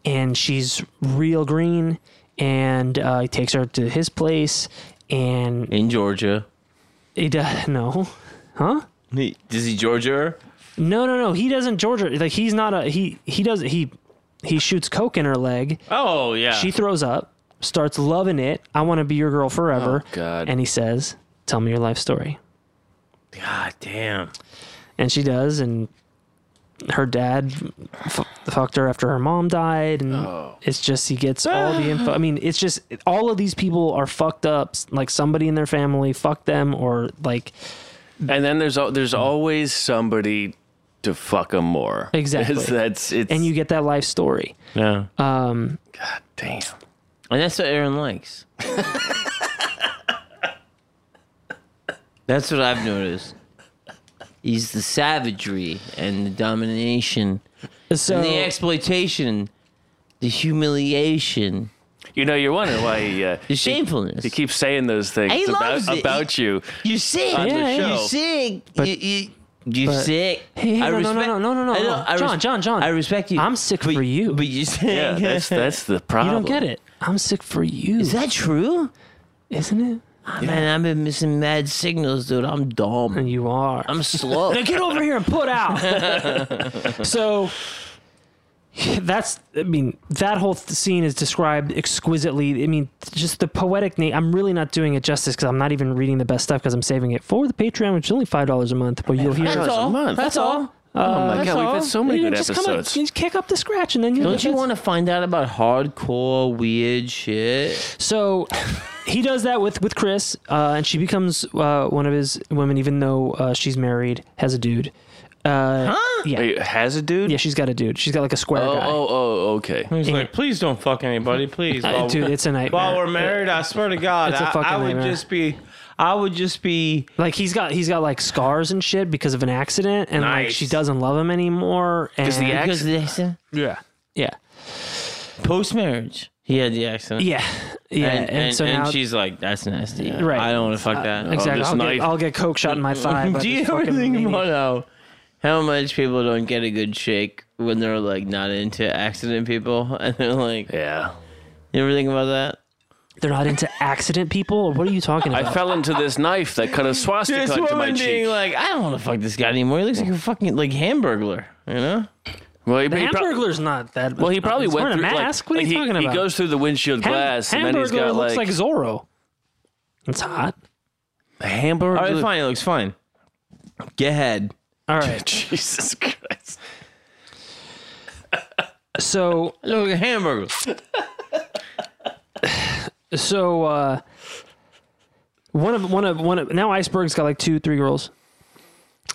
and she's real green, and uh, he takes her to his place, and
In Georgia.
he does [laughs] no, huh?
He- Does he Georgia? her?
No, no, no. He doesn't Georgia like he's not a he he doesn't he he shoots coke in her leg.
Oh yeah.
She throws up, starts loving it. I want to be your girl forever.
Oh, God.
And he says, "Tell me your life story."
God damn.
and she does and her dad f- fucked her after her mom died and
Oh.
it's just he gets all the info i mean it's just all of these people are fucked up S- like somebody in their family fucked them or like
And then there's al- there's always somebody to fuck them more.
Exactly.
It's, [laughs] that's it's.
and you get that life story
Yeah.
God damn.
And that's what Aaron likes. that's what I've noticed. He's the savagery and the domination
so
and the exploitation, the humiliation,
You know, you're wondering why he, uh,
the shamefulness.
he keeps saying those things
He
about
loves it.
about you.
You're sick.
On
the Yeah,
You're
show.
sick. you, you, you're
but-
sick.
Hey, hey, no, no,
I
no,
respect-
no, no, no, no,
I know,
no.
I
John,
res-
John, John.
I respect you.
I'm sick
but-
for you.
But you're sick. [laughs]
[laughs]
Yeah, that's that's the
you
problem.
don't get it i'm sick for you
Is that true?
isn't it
Ah, Man, I've been missing mad signals, dude. I'm
[laughs]
dumb.
and you are
I'm slow.
Now get over here and put out. so that's I mean that whole th- scene is described exquisitely. I mean just the poetic name. I'm really not doing it justice because I'm not even reading the best stuff because I'm saving it for the Patreon, which is only five dollars a month. But you'll hear.
That's
Dollars a
all.
month.
That's all.
Oh my god, we've had so many
You
good
just come and-
episodes.
you just kick up the scratch and then you
Don't you want to find out about hardcore weird shit?
So he does that with with Chris, uh, and she becomes uh, one of his women, even though uh, she's married, has a dude. Uh, Yeah,
Wait, has a dude?
yeah, she's got a dude. She's got like a square
Oh,
guy.
oh, oh, okay.
He's like, please don't fuck anybody, please.
Uh,
oh.
While-
dude, it's a nightmare.
While we're married, I swear to God,
It's a
I-
fucking
I would
nightmare.
just be.
I would just be
Like he's got he's got like scars and shit because of an accident, and like
Nice.
she doesn't love him anymore. And
the act-
Because of the accident?
yeah, yeah,
Post marriage, he had the accident.
yeah, yeah.
And, and,
so
and
now,
she's like, that's nasty.
Right.
I don't want to fuck that.
exactly,
this
I'll
knife.
get, I'll get coke shot in my
[laughs]
thigh. by
Do
this
you ever
fucking
think
maniac.
about how, how much people don't get a good shake when they're like not into accident people? [laughs] And they're like,
Yeah.
you ever think about that?
They're not into accident people. Or what are you talking about?
I fell into this knife that
[laughs]
cut a swastika
This
into my
woman
cheek.
being like, I don't want to fuck this guy anymore. He looks like a fucking like hamburglar, you know?
well, he,
the
he prob-
hamburglar's not that.
well, he probably
he's
went
wearing
through
a
like-
mask. what are
like,
you
he,
talking about?
He goes through the windshield
Ham-
glass, and then
hamburglar
he's got
looks
like,
like Zorro. It's hot.
hamburger.
All right, fine. It looks fine. Get ahead.
All right.
[laughs] Jesus Christ!
So
Look at hamburger.
so uh one of one of one of now iceberg's got like two three girls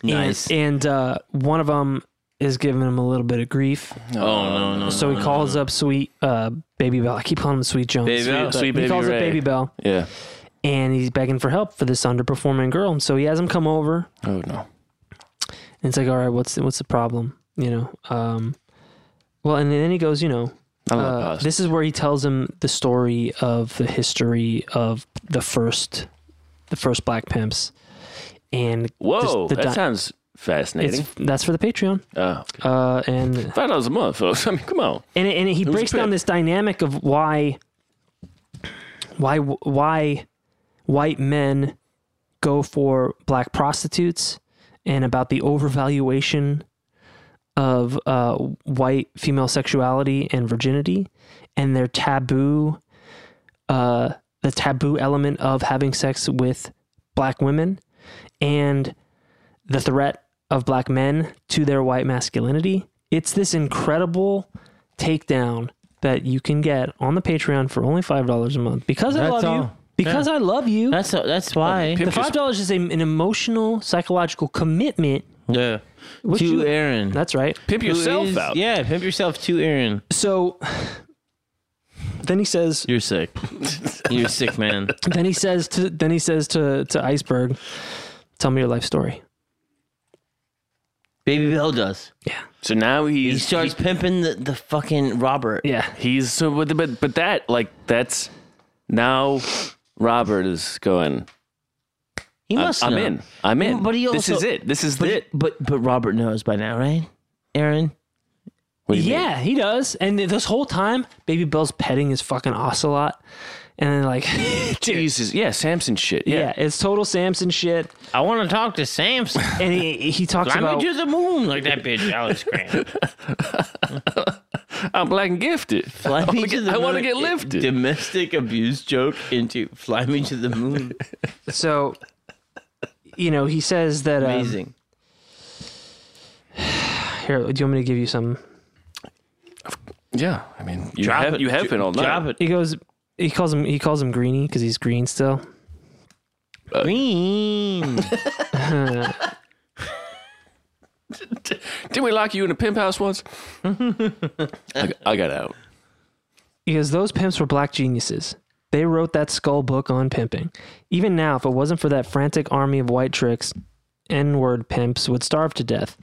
Nice.
and, and uh one of them is giving him a little bit of grief
oh no no.
so he calls up sweet uh baby bell i keep calling him sweet jones
Baby Bell.
But
Sweet
he
Baby
calls up
Ray.
baby bell
Yeah.
and he's begging for help for this underperforming girl so he has him come over
Oh no.
and it's like all right what's the, what's the problem you know um well and then he goes you know
I love
uh,
us.
this is where he tells him the story of the history of the first the first black pimps and
Whoa,
this- the
that
di-
sounds
it's,
fascinating.
that's for the patreon
Uh,
uh and
Five dollars a month, folks. [laughs] I mean, come on.
and, it- and he
was
breaks
a
down
pimp.
this dynamic of why why why white men go for black prostitutes and about the overvaluation of uh, white female sexuality and virginity and their taboo uh, the taboo element of having sex with black women and the threat of black men to their white masculinity it's this incredible takedown that you can get on the patreon for only $5 a month because i
That's
love you
all.
because i love you
That's uh, that's why.
the five dollars is a, an emotional, psychological commitment.
Yeah.
What
to
you-
Aaron.
That's right.
Pimp
Who
yourself
is-
out.
Yeah, pimp yourself to Aaron.
So then he says.
You're sick. You're a sick man.
Then he says to. Then he says to to Iceberg, "Tell me your life story."
Baby Bell does.
So now he's
He starts pimping the, the fucking Robert.
Yeah.
He's so, but, but but that like that's now Robert is going.
He
I'm,
must
I'm
know.
in. I'm in.
But he
this
also-
is it. This is
But,
it.
but but Robert knows by now, right? Aaron?
What do you mean?
Yeah, he does. And this whole time, Baby Bell's petting his fucking ocelot, and then like, [laughs] dude,
Jesus. Yeah, Samson shit. Yeah.
yeah, it's total Samson shit.
I want to talk to [laughs] Samson.
And he he talks about
the moon like that bitch, Alice Grant.
I'm black and
[laughs]
gifted.
Fly me
wanna
to
get-
the
[laughs] I wanna
moon.
get lifted.
Domestic abuse joke into fly me to the moon.
so, you know, he says that. um,
Amazing.
here, do you want me to give you some?
Yeah. I mean, you
Drop
have
it.
you have been all night.
Drop it.
He goes. He calls him. He calls him Greeny because he's green still.
Green.
Did we lock you in a pimp house once? I, I got out.
Because those pimps were black geniuses. They wrote that skull book on pimping. Even now, if it wasn't for that frantic army of white tricks, N word pimps would starve to death.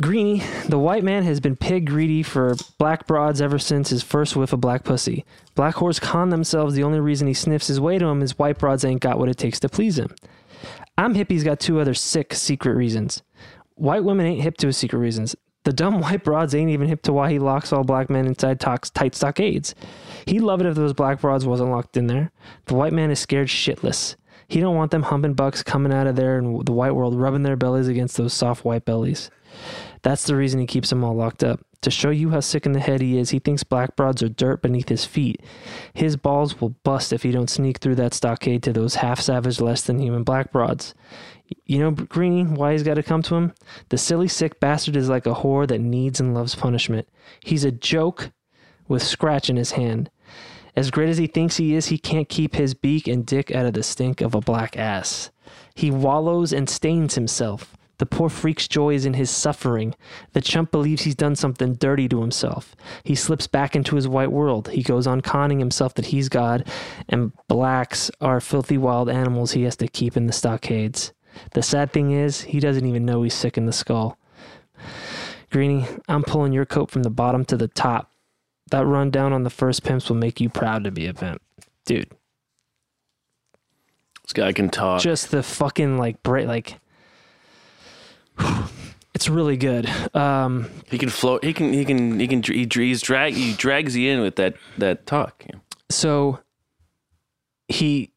Greeny, the white man, has been pig greedy for black broads ever since his first whiff of black pussy. Black whores con themselves the only reason he sniffs his way to 'em is white broads ain't got what it takes to please him. I'm hippie's got two other sick secret reasons. White women ain't hip to his secret reasons. The dumb [laughs] white broads ain't even hip to why he locks all black men inside tox- tight stockades. He'd love it if those black broads wasn't locked in there. The white man is scared shitless. He don't want them humping bucks coming out of there and the white world rubbing their bellies against those soft white bellies. That's the reason he keeps them all locked up. To show you how sick in the head he is, he thinks black broads are dirt beneath his feet. His balls will bust if he don't sneak through that stockade to those half savage, less than human black broads. You know, Greeny, why he's got to come to him? The silly, sick bastard is like a whore that needs and loves punishment. He's a joke with scratch in his hand. As great as he thinks he is, he can't keep his beak and dick out of the stink of a black ass. He wallows and stains himself. The The poor freak's joy is in his suffering. The chump believes he's done something dirty to himself. He slips back into his white world. He goes on conning himself that he's God, and blacks are filthy wild animals he has to keep in the stockades. The sad thing is, he doesn't even know he's sick in the skull. Greeny, I'm pulling your coat from the bottom to the top. That run down on the first pimps will make you proud to be a pimp. Dude,
This guy can talk.
just the fucking like break like [sighs] it's really good. Um
he can float. He can. He can. He can. He, he's drag. He drags you in with that that talk.
so he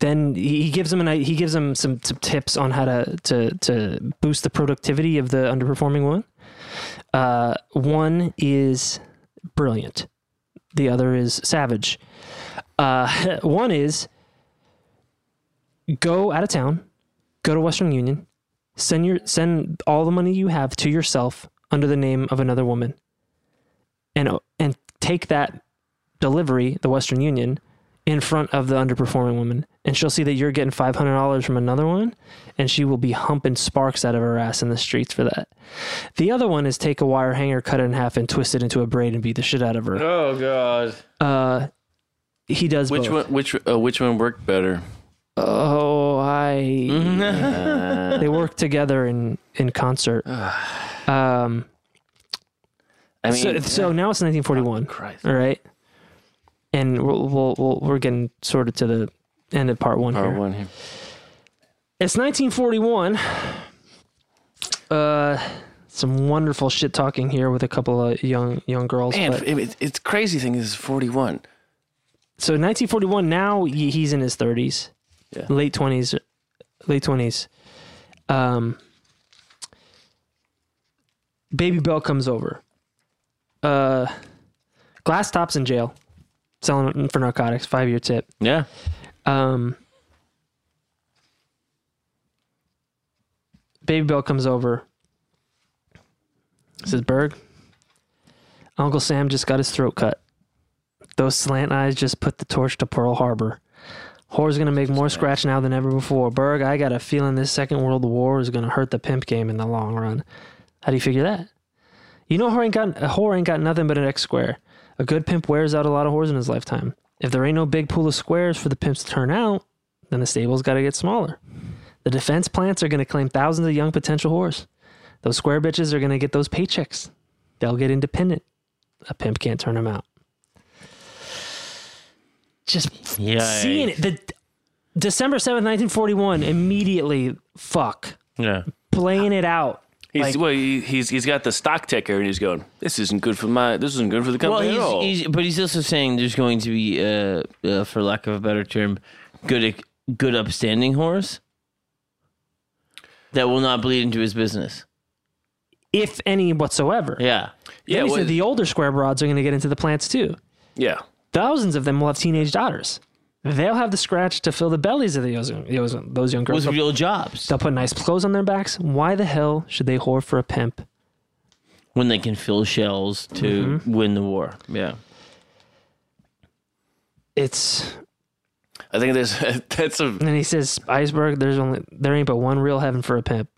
then he he gives him an he gives him some, some tips on how to to to boost the productivity of the underperforming woman. Uh, one is brilliant, the other is savage. Uh, [laughs] one is go out of town, go to Western Union, send your send all the money you have to yourself under the name of another woman, and and take that delivery, the Western Union, in front of the underperforming woman, and she'll see that you're getting five hundred dollars from another one, and she will be humping sparks out of her ass in the streets for that. The other one is take a wire hanger, cut it in half, and twist it into a braid and beat the shit out of her. Uh,
Oh God.
He does
Which
both.
one? Which uh, which one worked better?
Oh,
[laughs]
I. they work together in in concert. Um,
I mean, Oh,
so, so now it's 1941.
Christ.
All right, and we'll, we'll, we'll we're getting sorted to the end of part one
Part
here.
one here.
It's 1941. Uh, some wonderful shit talking here with a couple of young young girls.
Man,
but-
it, it's crazy thing is 41.
so 1941 now he- he's in his 30s
Yeah.
late 20s late 20s um baby bell comes over uh glass tops in jail selling for narcotics five year tip
Yeah.
um, Baby Bill comes over. Says, Berg, Uncle Sam just got his throat cut. Those slant eyes just put the torch to Pearl Harbor. Whore's gonna make more scratch now than ever before. Berg, I got a feeling this Second World War is gonna hurt the pimp game in the long run. How do you figure that? You know, whore ain't got a whore ain't got nothing but an X square. A good pimp wears out a lot of whores in his lifetime. If there ain't no big pool of squares for the pimps to turn out, then the stable's got to get smaller. The defense plants are going to claim thousands of young potential whores. Those square bitches are going to get those paychecks. They'll get independent. A pimp can't turn them out. Just seeing it. The December 7th, 1941, immediately, fuck.
Yeah.
Playing it out.
He's
Like-
well, he, he's he's got the stock ticker, and he's going, "This isn't good for my. This isn't good for the
Well,
company at all."
he's, he's but he's also saying there's going to be, uh, uh, for lack of a better term, good good upstanding whores that will not bleed into his business.
if any whatsoever.
Yeah,
yeah,
Then he
well,
said the older square broads are going to get into the plants too.
yeah.
Thousands of them will have teenage daughters. They'll have the scratch to fill the bellies of those, those, those young girls.
with real jobs
They'll put nice clothes on their backs. Why the hell should they whore for a pimp?
when they can fill shells to win the war. Yeah,
It's
I think there's that's [laughs] a
and he says iceberg. There's only there ain't but one real heaven for a pimp.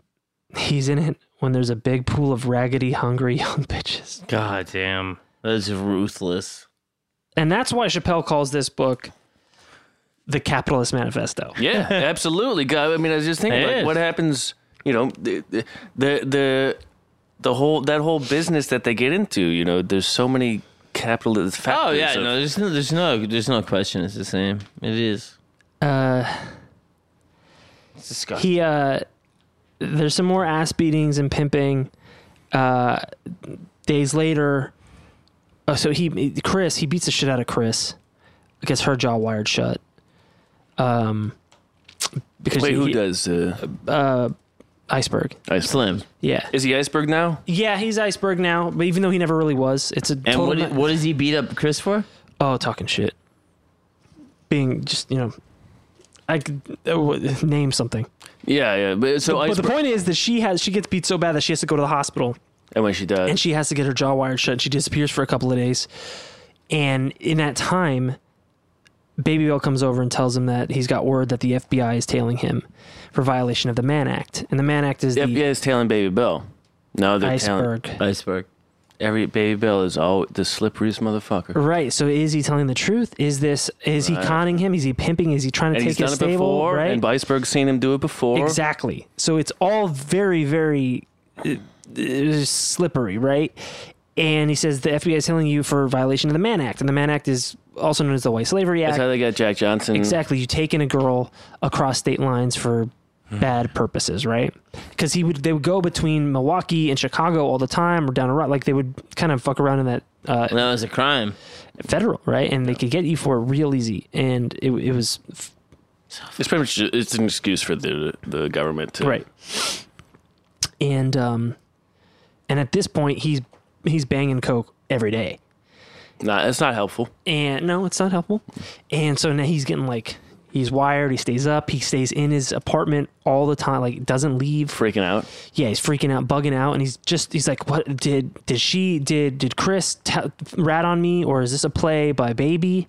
He's in it when there's a big pool of raggedy, hungry young [laughs] bitches,
God damn.
that's ruthless.
and that's why Chappelle calls this book the Capitalist Manifesto.
yeah, absolutely. God, I mean, I was just thinking,
It
like,
is.
what happens? You know, the the the the whole that whole business that they get into. You know, there's so many capitalist factors.
Oh yeah,
of-
no, there's no, there's no, there's no question. It's the same. It is.
it's disgusting.
Uh, he uh there's some more ass beatings and pimping uh days later oh, so he chris he beats the shit out of chris gets her jaw wired shut um because
Wait,
he,
who does? Uh,
iceberg
iceberg?
Slim.
yeah
Is he iceberg now?
yeah he's iceberg now but even though he never really was it's a
And
total
what,
ma-
did- what does he beat up Chris for?
oh talking shit being just you know i could uh, w- name something
Yeah, yeah. But so
but
iceberg,
the point is that she has she gets beat so bad that she has to go to the hospital
and when oh, she does,
and she has to get her jaw wired shut. She disappears for a couple of days, and in that time, Baby Bill comes over and tells him that he's got word that the FBI is tailing him for violation of the Mann Act, and the Mann Act is
The
the
FBI is tailing Baby Bill. No, they're
iceberg.
tailing
Iceberg.
every Baby Bill is all the slipperiest motherfucker.
Right. So is he telling the truth? Is this is he conning him? Is he pimping? Is he trying to
And
take
he's done
his
it
stable?
before,
right.
and Iceberg's seen him do it before.
Exactly. So it's all very, very uh, uh, slippery, right? And he says the FBI is telling you for violation of the Mann Act, and the Mann Act is also known as the White Slavery Act.
That's how they got Jack Johnson.
exactly. You taking a girl across state lines for bad purposes, right? Because he would they would go between Milwaukee and Chicago all the time, or down a route. Like they would kind of fuck around in that uh,
That was a crime.
federal, right? And they could get you for it real easy, and it, it was f-
It's pretty much ju- it's an excuse for the the government to
right. And um, and at this point, he's he's banging coke every day,
Nah, it's not helpful.
and no, it's not helpful. And so now he's getting like he's wired. He stays up. He stays in his apartment all the time. Like doesn't leave.
Freaking out.
yeah, he's freaking out, bugging out, and he's just he's like, "What did did she did did Chris ta rat on me, or is this a play by Baby?"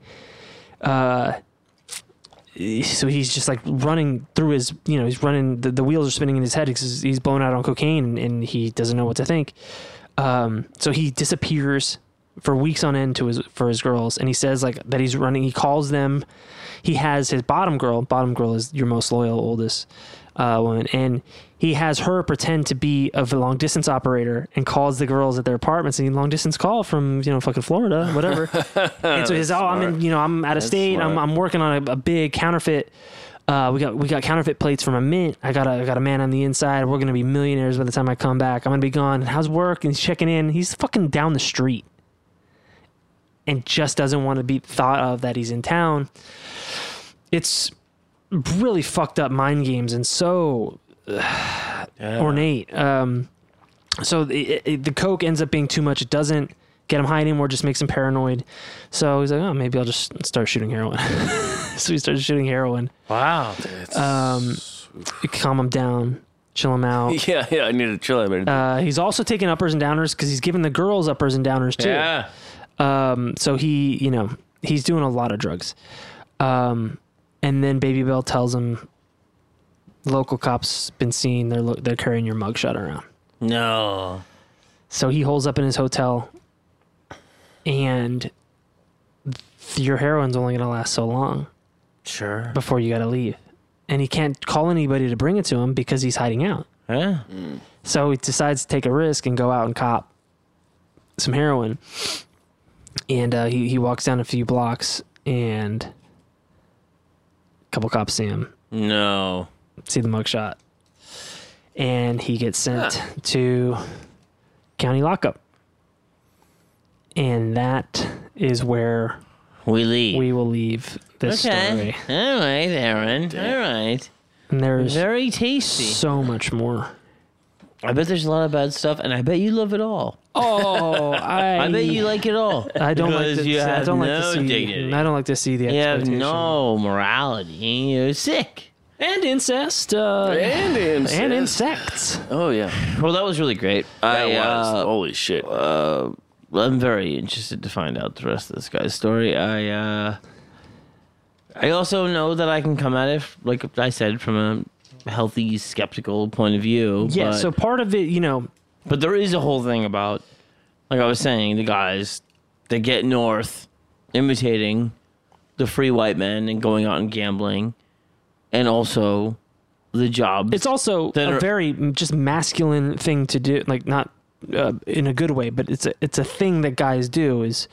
Uh, so he's just like running through his, you know, he's running. The, the wheels are spinning in his head because he's blown out on cocaine and, and he doesn't know what to think. Um, so he disappears for weeks on end to his for his girls, and he says like that he's running. He calls them. He has his bottom girl. Bottom girl is your most loyal, oldest uh, woman, and he has her pretend to be a long distance operator and calls the girls at their apartments and long distance call from you know fucking Florida, whatever. and so he's oh I'm in you know I'm out of state. I'm
smart.
I'm working on a, a big counterfeit. Uh, we got we got counterfeit plates from a mint. I got a I got a man on the inside. We're gonna be millionaires by the time I come back. I'm gonna be gone. How's work? And he's checking in. He's fucking down the street, and just doesn't want to be thought of that he's in town. It's really fucked up mind games and so ornate. Um, so the, it, the coke ends up being too much. It doesn't get him high anymore. Just makes him paranoid. So he's like, oh, maybe I'll just start shooting heroin. [laughs] so he starts shooting heroin.
Wow.
Um, calm him down, chill him
[laughs]
out.
[laughs] Yeah, yeah. I need to chill out a minute.
Uh, he's also taking uppers and downers because he's giving the girls uppers and downers too.
Yeah.
Um, so he, you know, he's doing a lot of drugs. Um, and then Baby Bell tells him, local cops been seen. They're lo- they're carrying your mugshot around.
No.
So he holds up in his hotel, and th- your heroin's only gonna last so long
Sure.
before you gotta leave. And he can't call anybody to bring it to him because he's hiding out.
Yeah.
So he decides to take a risk and go out and cop some heroin. And uh, he he walks down a few blocks, and a couple cops see him,
No.
see the mugshot, and he gets sent to county lockup. And that is where
We leave.
we will leave this
okay.
story.
All right, Aaron. All right.
And there's
Very tasty.
so much more.
I bet there's a lot of bad stuff, and I bet you love it all.
[laughs] Oh, I,
I bet you like it all.
[laughs] I don't like
Because
to.
you
I
have
don't like
no
to see.
dignity.
I don't like to see the
You have
exploitation.
no morality. You're sick.
and incest uh,
and incest.
and insects.
Oh yeah.
Well, that was really great.
That
I
was.
uh,
Holy shit.
I'm very interested to find out the rest of this guy's story. I uh, I also know that I can come at it, like I said, from a healthy skeptical point of view.
Yeah.
but,
so part of it, you know,
but there is a whole thing about, like I was saying, the guys that get north, imitating the free white men and going out and gambling, and also the jobs.
it's also
That
a
are-
very just masculine thing to do. Like not uh, in a good way, but it's a it's a thing that guys do is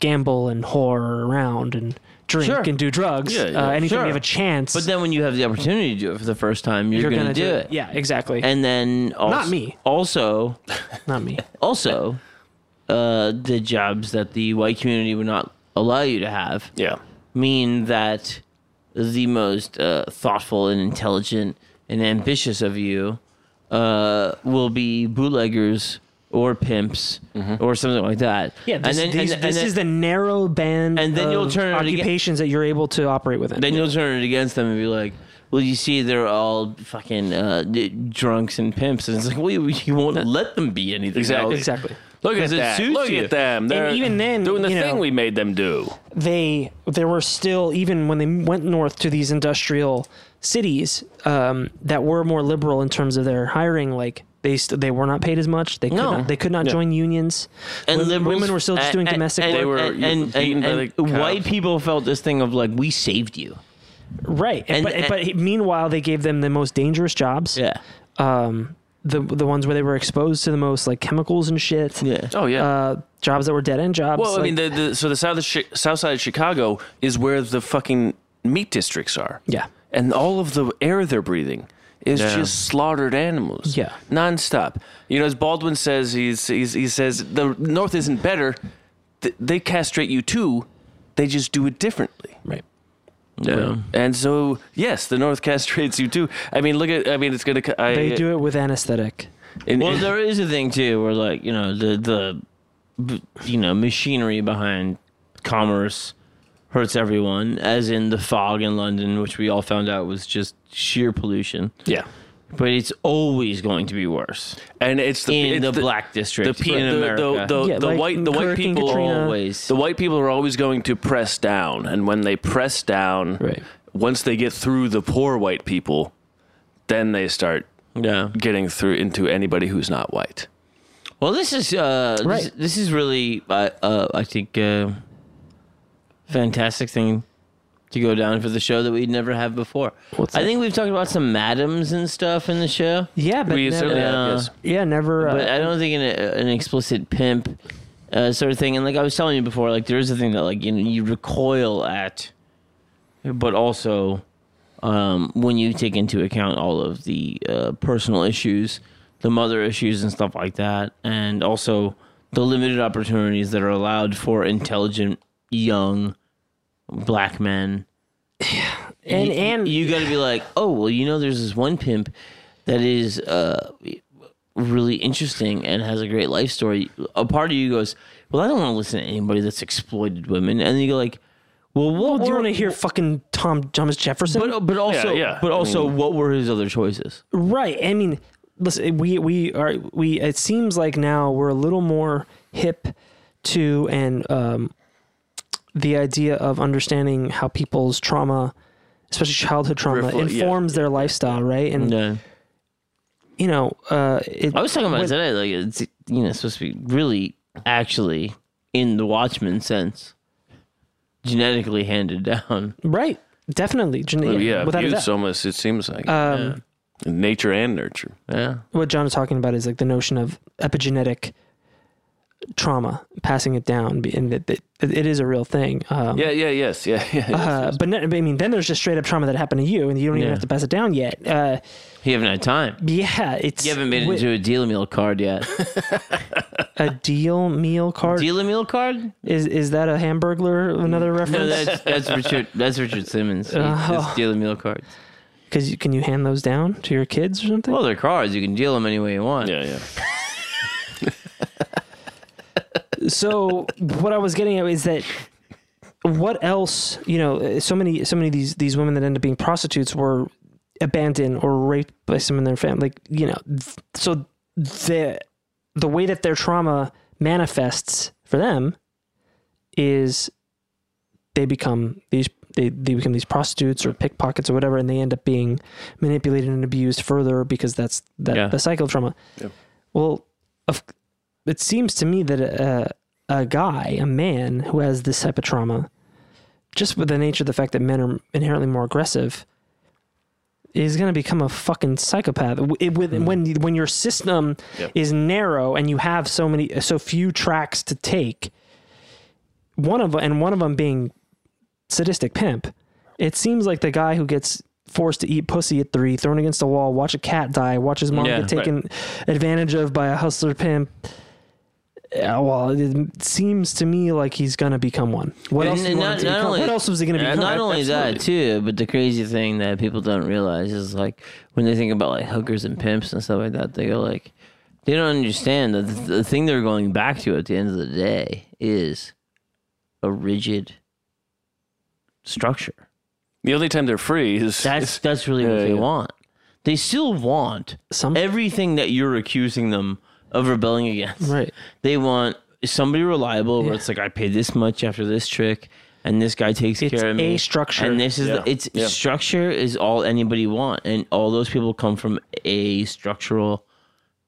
gamble and whore around and drink
Sure.
and do drugs.
Yeah, yeah,
uh, anything
sure.
you have a chance,
but then when you have the opportunity to do it for the first time, you're,
you're
going to do, it.
Yeah, exactly.
And then also,
Not me.
Also,
not me.
also uh, the jobs that the white community would not allow you to have
yeah.
mean that the most uh, thoughtful and intelligent and ambitious of you uh, will be bootleggers or pimps or something like that.
Mm-hmm. Yeah, this,
and then,
these,
and,
this
and
is the narrow band
and then
of
you'll turn it again-
occupations that you're able to operate within.
then you'll turn it against them and be like. Well, you see, they're all fucking uh, d- drunks and pimps, and it's like, well, you, you won't let them be anything.
Exactly.
else.
exactly.
Look at
'Cause it
that.
suits
Look
you.
at them. They're
even then,
doing the
you know-
thing we made them do.
they there were still even when they went north to these industrial cities um, that were more liberal in terms of their hiring like they st- they were not paid as much they could
No.
not, they could not join unions
and
women,
liberals-
women were still just
and-
doing
and-
domestic
and,
work
They were
and, and,
beaten
and,
by
and
the cow.
white people felt this thing of like we saved you
right
and-
but,
and-
but he- meanwhile they gave them the most dangerous jobs
yeah
um, the the ones where they were exposed to the most like chemicals and shit
yeah
Oh yeah.
uh, jobs that were dead end jobs
well, I
like-
mean, the, the, so the south of Chi- south side of Chicago is where the fucking meat districts are.
yeah
and all of the air they're breathing is
Yeah.
just slaughtered animals.
Yeah.
nonstop. You know, as Baldwin says, he's, he's he says the North isn't better. Th- They castrate you too. They just do it differently.
right
yeah
And so, yes, the North [laughs] castrates you too. I mean, look at. I mean, it's gonna. ca- I,
they do it with anesthetic
in-
well
in-
there is a thing too where like you know the the b- you know machinery behind commerce hurts everyone as in the fog in london which we all found out was just sheer pollution
yeah.
but it's always going to be worse
And it's the
in
it's
the, black district
pe-
in
the,
America.
the, the,
Yeah,
the
like
white the white
Hurricane
people
Katrina.
always.
the white people are always going to press down, and when they press down,
Right.
once they get through the poor white people, then they start
yeah.
getting through into anybody who's not white.
Well, this is uh, this-
Right.
this, is really uh, uh, I think uh, fantastic thing to go down for the show that we'd never have before.
What's
I
that?
think we've talked about some madams and stuff in the show,
yeah but
we
never,
certainly
uh,
have, yes.
yeah never uh,
but I don't think an, an explicit pimp uh, sort of thing. And like I was telling you before, like there is a thing that like you know, you recoil at, but also um, when you take into account all of the uh, personal issues, the mother issues and stuff like that, and also the limited opportunities that are allowed for intelligent young black men
and and
you got to be like, oh well, you know, there's this one pimp that is uh, really interesting and has a great life story. A part of you goes, well, I don't want to listen to anybody that's exploited women, and then you go like, well, what
Well, do you
were-
want to hear fucking Tom Thomas Jefferson?
[laughs] But but also
Yeah, yeah.
but
I
also, what were his other choices?
right. I mean, listen, we we are we. It seems like now we're a little more hip to and um, the idea of understanding how people's trauma, especially childhood trauma,
Refle- yeah.
informs their lifestyle, right? And
Yeah.
you know, uh, it,
I was talking about
When-
it today, like it's you know supposed to be really actually in the Watchmen sense, genetically handed [laughs] down.
right. Definitely, Gen-
Oh,
Yeah,
without a
abuse
doubt.
almost it seems like
um,
nature and nurture.
Yeah.
what John is talking about is like the notion of epigenetic trauma, passing it down, and that that- it is a real thing. Um,
Yeah, yeah, yes, yeah, [laughs] yeah.
Uh, but no, I mean, then there's just straight up trauma that happened to you, and you don't even
Yeah.
have to pass it down yet. Uh,
You haven't had time.
yeah, it's
You haven't made it
wi-
into a deal meal card yet.
a deal meal card.
Deal a meal card?
Is is that a Hamburglar? Another
No,
reference?
that's that's Richard. That's Richard Simmons. He
Oh.
just deal a meal cards.
Because can you hand those down to your kids or something?
Well, they're cards. You can deal them any way you want.
yeah, yeah.
so what I was getting at is that what else? You know, so many so many of these these women that end up being prostitutes were abandoned or raped by someone in their family. Like you know, th- so the the way that their trauma manifests for them is they become these they, they become these prostitutes or pickpockets or whatever and they end up being manipulated and abused further because that's that
Yeah.
the cycle of trauma
Yeah.
well of, it seems to me that a, a guy a man who has this type of trauma just with the nature of the fact that men are inherently more aggressive is going to become a fucking psychopath W- it, with, when when your system
Yep.
is narrow and you have so many so few tracks to take one of and one of them being sadistic pimp it seems like the guy who gets forced to eat pussy at three thrown against a wall watch a cat die watch his mom
Yeah,
get taken advantage of by a hustler pimp yeah, well, it seems to me like he's gonna become one. What
And
else? do you
not-
want him to
not
become?
only-
what else was he gonna
And
become?
not only that too, but the crazy thing that people don't realize is like when they think about like hookers and pimps and stuff like that, they go like they don't understand that the, the thing they're going back to at the end of the day is a rigid structure.
The only time they're free is
That's
is-
that's really what
Yeah,
they
yeah.
want. They still want
Some-
everything that you're accusing them of rebelling against.
Right.
They want somebody reliable where
Yeah.
it's like I paid this much after this trick and this guy takes
It's
care of me.
a structure.
And this is
Yeah.
the, it's
Yeah.
structure is all anybody want and all those people come from a structural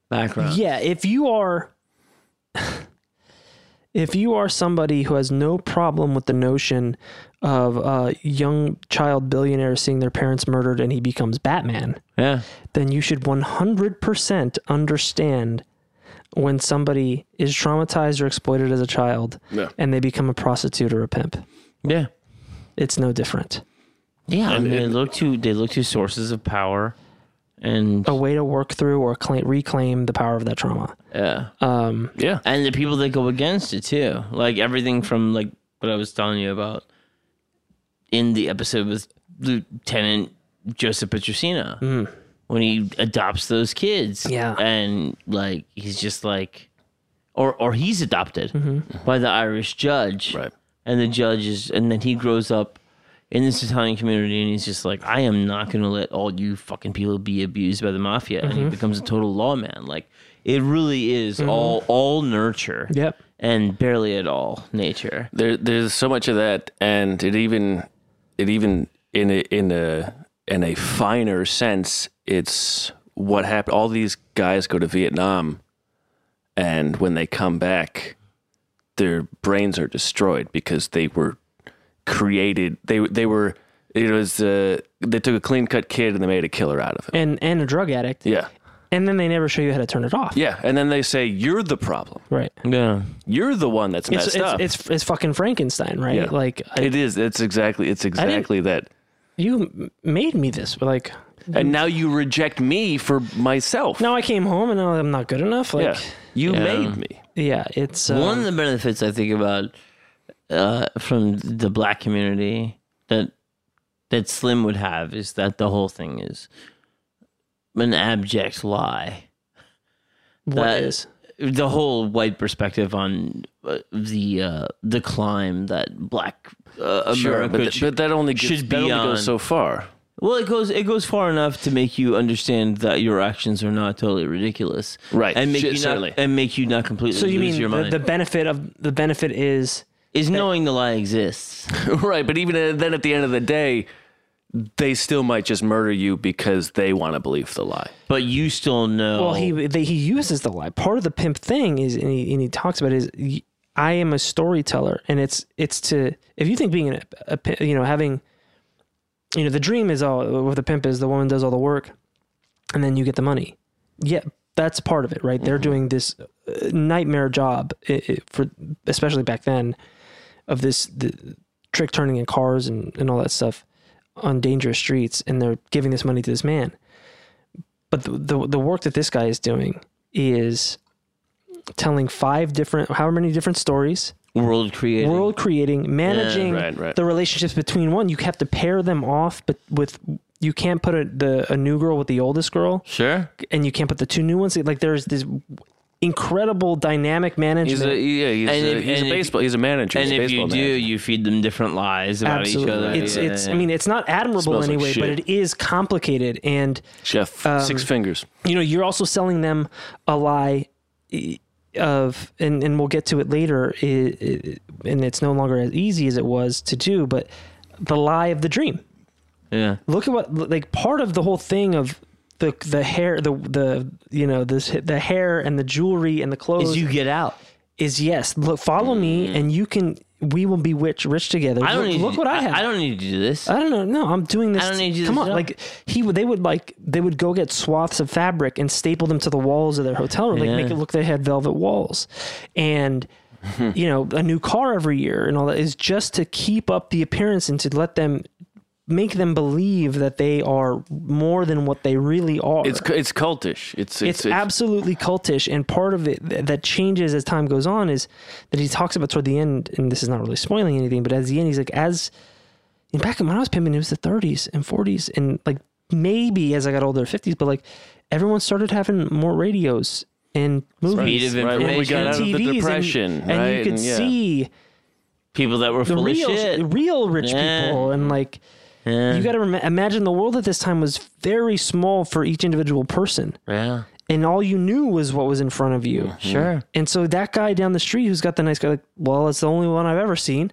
background.
Yeah, if you are if you are somebody who has no problem with the notion of a young child billionaire seeing their parents murdered and he becomes Batman,
Yeah.
then you should 100% understand when somebody is traumatized or exploited as a child
Yeah.
and they become a prostitute or a pimp.
Yeah.
It's no different.
Yeah, I mean,
it-
they look to they look to sources of power, and
A way to work through or claim, reclaim the power of that trauma.
yeah,
Yeah.
and the people that go against it too, like everything from like what I was telling you about in the episode with Lieutenant Joseph Petrosina when he adopts those kids,
Yeah.
and like he's just like, or or he's adopted by the Irish judge,
Right.
and the judge is, and then he grows up in this Italian community, and he's just like, I am not going to let all you fucking people be abused by the mafia, and he becomes a total lawman. Like it really is all all nurture,
Yep.
and barely at all nature.
there there's so much of that and it even it even in a, in a in a finer sense it's what happened all these guys go to Vietnam and when they come back their brains are destroyed because they were created they they were it was uh, they took a clean cut kid and they made a killer out of him
And, and a drug addict.
yeah
And then they never show you how to turn it off.
yeah and then they say you're the problem
Right.
Yeah,
you're the one that's
It's,
messed
it's,
up
it's, it's fucking Frankenstein, right?
Yeah.
Like, I,
it is it's exactly it's exactly that
you m- made me this. but, Like,
and now you reject me for myself.
now I came home and now I'm not good enough.
yeah,
Like,
you made me.
yeah, it's. Uh,
One of the benefits I think about uh, from the black community that that Slim would have is that the whole thing is an abject lie.
what
that-
is?
The whole white perspective on uh, the uh, the climb that black uh, America
but, th-
sh-
but that only gets,
should
that
be
only
on.
goes so far. [laughs]
well, it goes it goes far enough to make you understand that your actions are not totally ridiculous,
Right.
And make
Shit,
you not,
certainly.
and make you not completely
So you
lose
mean
your
the,
mind.
the benefit of the benefit is
is knowing the lie exists.
right, but even at- then, at the end of the day, they still might just murder you because they want to believe the lie.
But you still know.
well he they, he uses the lie. Part of the pimp thing is and he, and he talks about it is y- I am a storyteller and it's it's to if you think being an, a pi- you know having you know the dream is all with the pimp is the woman does all the work and then you get the money. Yeah, that's part of it, right? They're doing this uh, nightmare job i i for especially back then of this the trick turning in cars and, and all that stuff on dangerous streets and they're giving this money to this man but the, the, the work that this guy is doing is telling five different how many different stories
world creating.
world creating managing
right, right.
the relationships between one you have to pair them off but with you can't put a, the, a new girl with the oldest girl
Sure.
and you can't put the two new ones like there's this incredible dynamic management
He's a yeah, he's,
And
a,
if-
he's a
and if-
baseball. He's a manager.
And
he's a
if you
baseball
do,
manager.
you feed them different lies about
Absolutely.
each other.
It's
Yeah,
it's
yeah,
I mean it's not admirable
Smells like
anyway, but
shit.
it is complicated and
Chef
Um,
Six Fingers.
you know, you're also selling them a lie eh, of and and we'll get to it later i- i- and it's no longer as easy as it was to do, but the lie of the dream.
yeah.
Look at what like part of the whole thing of the the hair the the you know this the hair and the jewelry and the clothes
Is you get out.
is yes look follow me and you can we will be rich rich together
I don't
look,
need.
look
to,
what I have Uh,
I don't need to do this.
I don't know. No, I'm doing this.
I don't need you to
Come on,
sell.
like he would. They would like they would go get swaths of fabric and staple them to the walls of their hotel room,
Yeah.
like make it look they had velvet walls,
[laughs]
and you know a new car every year and all that is just to keep up the appearance and to let them make them believe that they are more than what they really are.
It's
uh,
cu- it's cultish.
It's
It's it's, it's
absolutely cultish, and part of it th- that changes as time goes on is that he talks about toward the end, and this is not really spoiling anything, but as the end, he's like, as in back when I was pimping, it was the 30s and 40s, and like maybe as I got older, 50s, but like everyone started having more radios and
Speed
movies
of
right, when we
information.
got out of the
TVs, and-
depression,
and,
right?
you could
And, yeah.
see
People that were
the
full
real,
of shit.
real rich
Yeah.
people, and like
yeah.
you got to rem- imagine the world at this time was very small for each individual person
yeah.
and all you knew was what was in front of you.
Sure.
And so that guy down the street who's got the nice guy, like, well, it's the only one I've ever seen.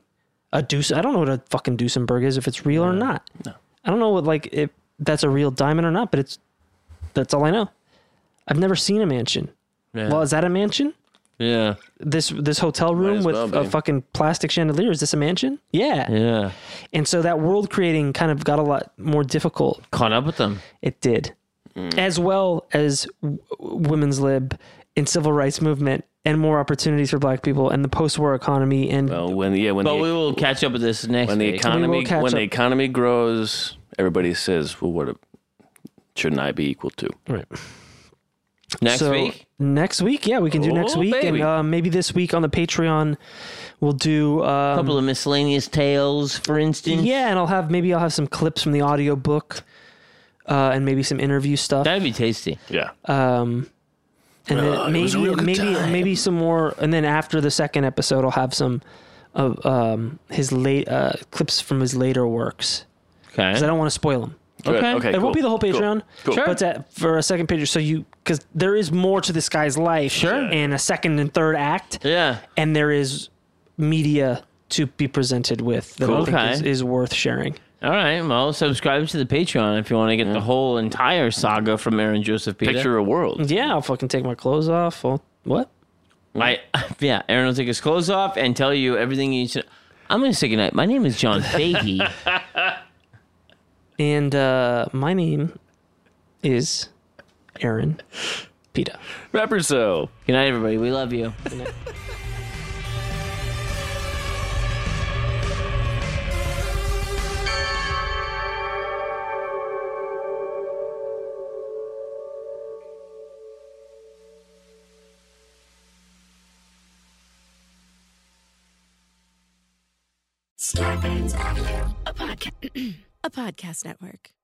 A deuce. I don't know what a fucking Duesenberg is, if it's real or not. No. I don't know what like if that's a real diamond or not, but it's that's all I know. I've never seen a mansion. Well, is that a mansion?
Yeah.
This this hotel room
as
with
well
a
be.
fucking plastic chandelier. Is this a mansion? Yeah.
Yeah.
And so that world creating kind of got a lot more difficult.
Caught up with them.
It did,
Mm.
as well as w- women's lib and civil rights movement and more opportunities for black people and the post-war economy and
Well, when yeah when
But
the,
we will catch up with this next
when the
week.
economy
catch
when the
up.
economy grows, everybody says, "Well, what a, shouldn't I be equal to?"
Next
so
week.
next week yeah we can do next
Oh,
week
baby.
and uh, maybe this week on the patreon we'll do
A
um,
couple of miscellaneous tales, for instance.
yeah and i'll have maybe i'll have some clips from the audiobook uh, and maybe some interview stuff
That'd be tasty.
Yeah.
um, and then
Oh, it was a
maybe
real good
maybe
time.
maybe some more and then after the second episode i'll have some of um, his late uh, clips from his later works
Okay.
because i don't want to spoil them
Good.
Okay.
Okay.
it won't be the whole Patreon,
Cool. Sure.
but that for a second Patreon, so you because there is more to this guy's life, sure, and a second and third act,
yeah.
and there is media to be presented with that I
Cool.
think
Okay.
is, is worth sharing.
All right. Well, subscribe to the Patreon if you want to get the whole entire saga from Aaron Joseph Peter.
Picture a world.
Yeah, I'll fucking take my clothes off. I'll, what?
I, [laughs] yeah, Aaron will take his clothes off and tell you everything you need to I'm going to say goodnight. My name is John Fahey.
And uh, my name is Aaron Pita.
Rapper so.
Good night, everybody. We love you.
Scorpions Audio, a, podca- a podcast network.